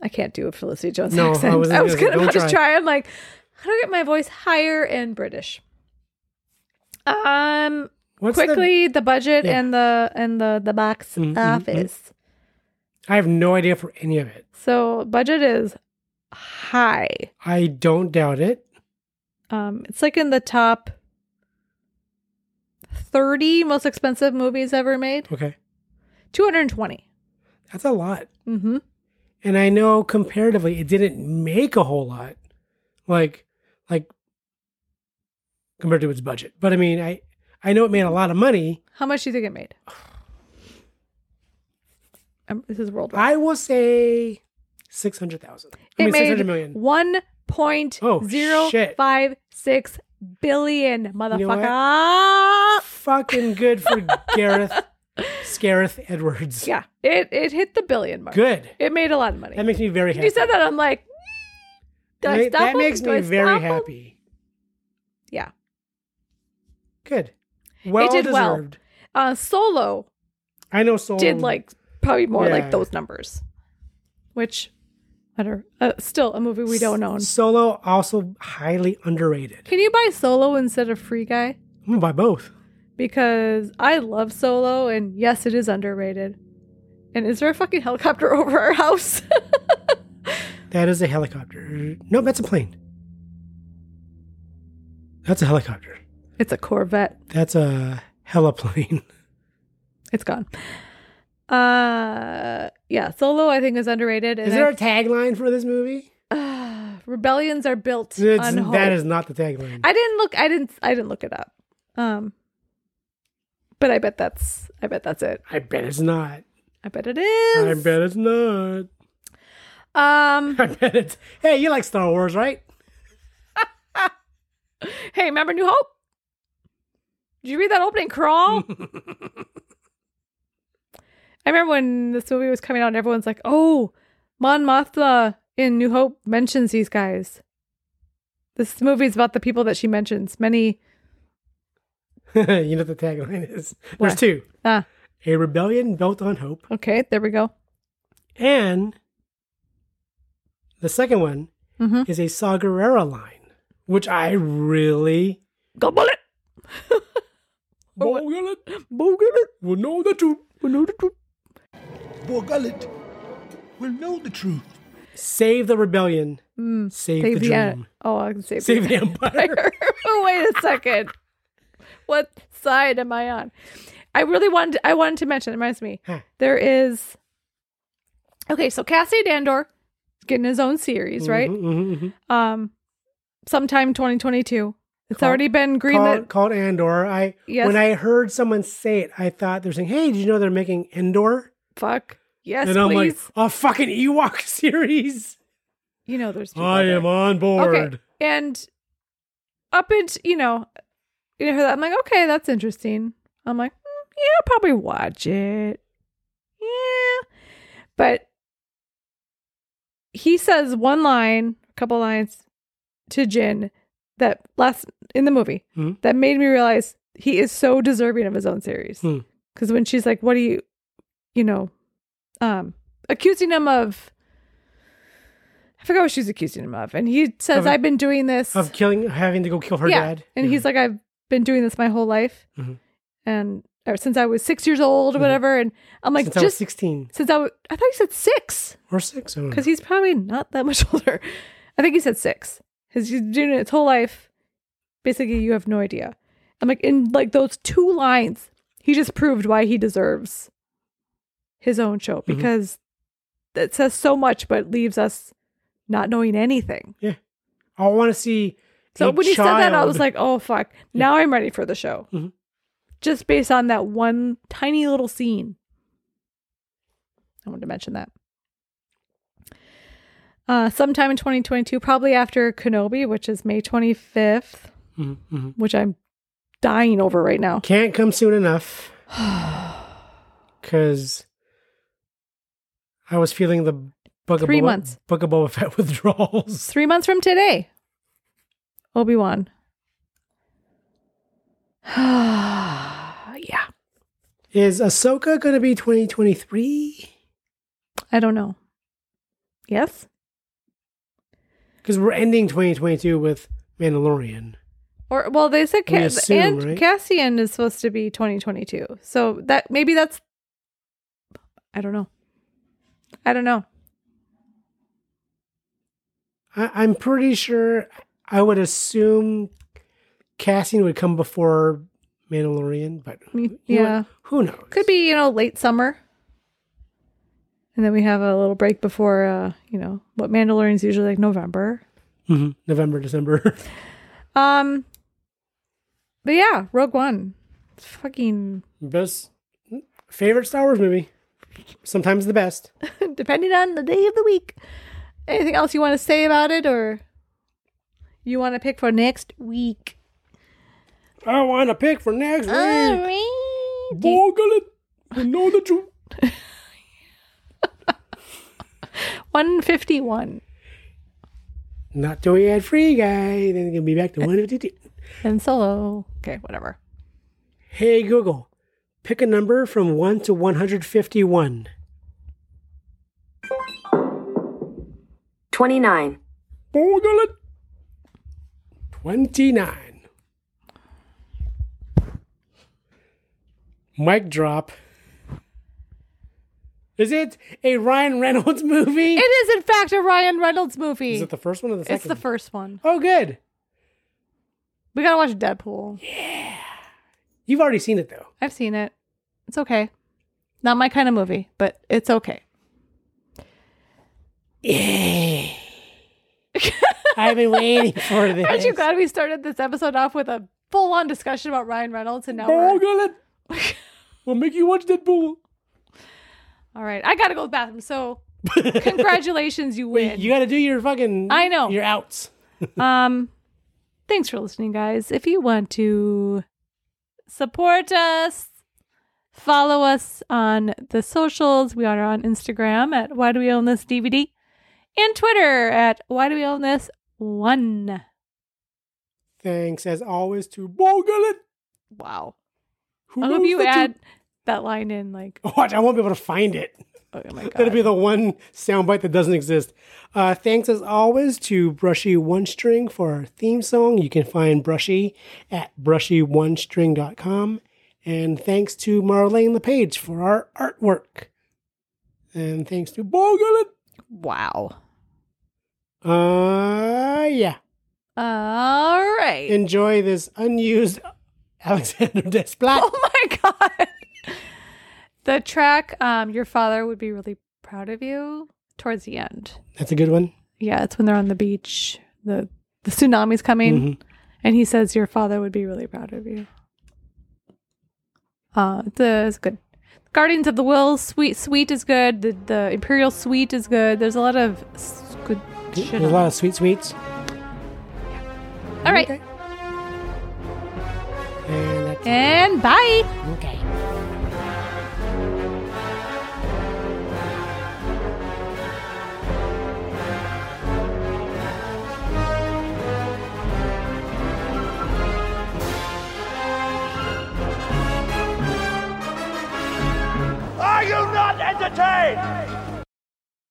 I can't do a Felicity Jones
No, I
accent. I was,
wasn't gonna say,
gonna
don't
about to
try.
try. I'm like, how do I get my voice higher and British? Um,
What's the-
quickly the, budget
Yeah.
and the and the the box
Mm, mm, mm.
office.
I have no idea for any of it.
So budget is high.
I don't doubt it.
Um, it's like in the top thirty most expensive movies ever made.
Okay.
Two hundred twenty.
That's a lot.
Mm-hmm.
And I know comparatively it didn't make a whole lot. Like like compared to its budget. But I mean I I know it made a lot of money.
How much do you think it made? Um, this is worldwide.
I will say six hundred thousand. I
It
mean six
made
hundred million. Oh,
one point zero five six billion,
what?
motherfucker.
Fucking
*laughs*
good for Gareth Scareth Edwards.
yeah, it it hit the billion mark.
Good.
It made a lot of money.
That makes me very
When
happy.
you said that, I'm like, "Mm, do I
That,
stop
that
'em?
makes
Do
me
I
very
stop 'em?
happy.
Yeah.
Good. Well
did well.
deserved.
Uh, Solo
I know Soul
did like probably more
Oh. yeah.
like those numbers, which whatever. Uh, still a movie we don't own.
Solo also highly underrated.
Can you buy Solo instead of Free Guy?
I'm gonna buy both.
because I love Solo, and yes, it is underrated. And is there a fucking helicopter *laughs* over our house?
That is a helicopter. No, that's a plane. That's a helicopter.
it's a Corvette.
That's a heliplane.
It's gone. Uh, yeah, Solo I think is underrated. And
*laughs* Is there
I-
a tagline for this movie?
rebellions are built
It's-
on hope.
that is not the tagline.
I didn't look. I didn't. I didn't look it up. Um, but I bet that's. I bet that's it.
I bet it's not.
I bet it
I
is.
bet it's not. *laughs*
Um.
I bet it's. Hey, you like Star Wars, right? *laughs*
Hey, remember New Hope? Did you read that opening
*laughs*
crawl? I remember when this movie was coming out, and everyone's like, "Oh, Mon Mothma in New Hope mentions these guys." This movie is about the people that she mentions. Many.
you know what the tagline is. There's
What?
two:
Ah,
a rebellion built on hope,
okay. There we go.
and the second one
Mhm.
is a Sagarera line, which I really
Go bullet.
Borgullet,
Bogulet will know the truth. Will know the truth.
Borgullet will know the truth.
Save the rebellion.
Mm.
save, the dream.
Oh, I can save,
Save
the
the
*laughs*
empire.
Wait a second. What side am I on? I really wanted I wanted to mention, it reminds me.
Huh.
There is Okay, so Cassie Dandor is getting his own series, right?
Mhm, mhm, mhm.
Um sometime 2022. It's
Call-
already been greenlit.
Called, called Andor. I
Yes.
when I heard someone say it, I thought they're saying, "Hey, did you know they're making Endor?"
Fuck. Yes,
and I'm
please.
like, "A fucking Ewok *laughs* series."
you know there's people out
I
there.
am on board.
Okay. And up into, you know, you know, I'm like, okay, that's interesting. I'm like, mm, yeah, I'll probably watch it. Yeah. But he says one line, a couple lines to Jin that last in the movie
Hmm.
that made me realize he is so deserving of his own series.
Hmm.
Cause when she's like, what do you, you know, um, accusing him of, I forgot what she's accusing him of. And he says,
Of-
I've been doing this
Of killing, having to go kill her
yeah.
dad, Mm-hmm.
And he's like, I've been doing this my whole life.
Mhm.
And or since I was six years old or whatever. And I'm like,
Mm-hmm. since I was
just
sixteen
since I was, I thought he said six
or six, I don't know.
because he's probably not that much *laughs* older. I think he said six. Because he's doing it his whole life. Basically, you have no idea. I'm like, in like those two lines, he just proved why he deserves his own show because that says so much, but leaves us not knowing anything.
I want to see.
So
a
when you said that, I was like,
child-
oh fuck. Now I'm ready for the show.
Mhm.
Just based on that one tiny little scene. I wanted to mention that. Uh, sometime in 2022, probably after Kenobi, which is May 25th,
Mhm, mhm.
which I'm dying over right now.
can't come
*sighs*
soon enough because I was feeling the book
Three
of Boba,
months.
Book of Boba Fett *laughs* withdrawals.
Three months from today, Obi Wan. *sighs* yeah,
Is Ahsoka going to be 2023?
I don't know. Yes.
Because we're ending 2022 with Mandalorian.
Or well, they said
We
Ca-
assume,
and
right?
Cassian is supposed to be 2022. So that maybe that's I don't know. I don't know.
I, I'm pretty sure. I would assume Cassian would come before Mandalorian, but
Me-
you know
Mm,
what?
yeah.
who knows?
Could be you know late summer, and then we have a little break before uh, you know what Mandalorian's usually like November.
Mhm. November, December. *laughs*
Um, but yeah, Rogue One, It's fucking *laughs*
best favorite Star Wars movie. Sometimes the best.
depending on the day of the week. Anything else you want to say about it, or you want to pick for next week?
I want to pick for next
All
week.
right. Do you-
Bogle it. You know the truth.
151.
Not doing ad free, guy. Then gonna be back to 152.
And solo. Okay, whatever.
Hey Google, pick a number from 1 to 151.
29.
Bogle it. 29. Mic drop. Is it a Ryan Reynolds *laughs* movie?
It is, in fact, a Ryan Reynolds movie.
Is it the first one or the second?
it's the
one?
first one.
Oh, good.
We gotta watch Deadpool. *laughs*
You've already seen it though.
I've seen it. It's okay. Not my kind of movie, but it's okay.
Yeah. I've been waiting for this.
Aren't you glad we started this episode off with a full on discussion about Ryan Reynolds and now we're
Borgullet. Oh,
*laughs*
we'll make you watch Deadpool.
all right. I gotta go to the bathroom.
*laughs*
So congratulations, you win.
You got to do your fucking.
I know.
Your outs.
Um, thanks for listening, guys. If you want to support us, follow us on the socials. We are on Instagram at Why Do We Own This DVD and Twitter at Why Do We Own This One.
Thanks as always to Borgullet.
Wow.
Who
I hope
knows
you
the two-
add that line in like,
*laughs* Watch, I won't be able to find it.
oh my
*laughs*
God.
That'll be the one soundbite that doesn't exist. Uh, thanks as always to Brushy One String for our theme song. You can find Brushy at brushyonestring.com. And thanks to Marlene LePage for our artwork. And thanks to Borgullet.
wow.
Uh, yeah.
All right. *laughs*
Enjoy this unused Alexander Desplat.
*laughs* oh my God. the track, um, Your Father Would Be Really Proud of You, towards the end.
That's a good one.
yeah, it's when they're on the beach. The the tsunami's coming, and he says your father would be really proud of you. Uh, the it's good. Guardians of the Will suite suite is good. The the Imperial suite is good. There's a lot of s- good shit.
There's a
on
lot of sweet sweets.
it. All right,
Okay. And that's
and bye.
okay.
Are you not entertained?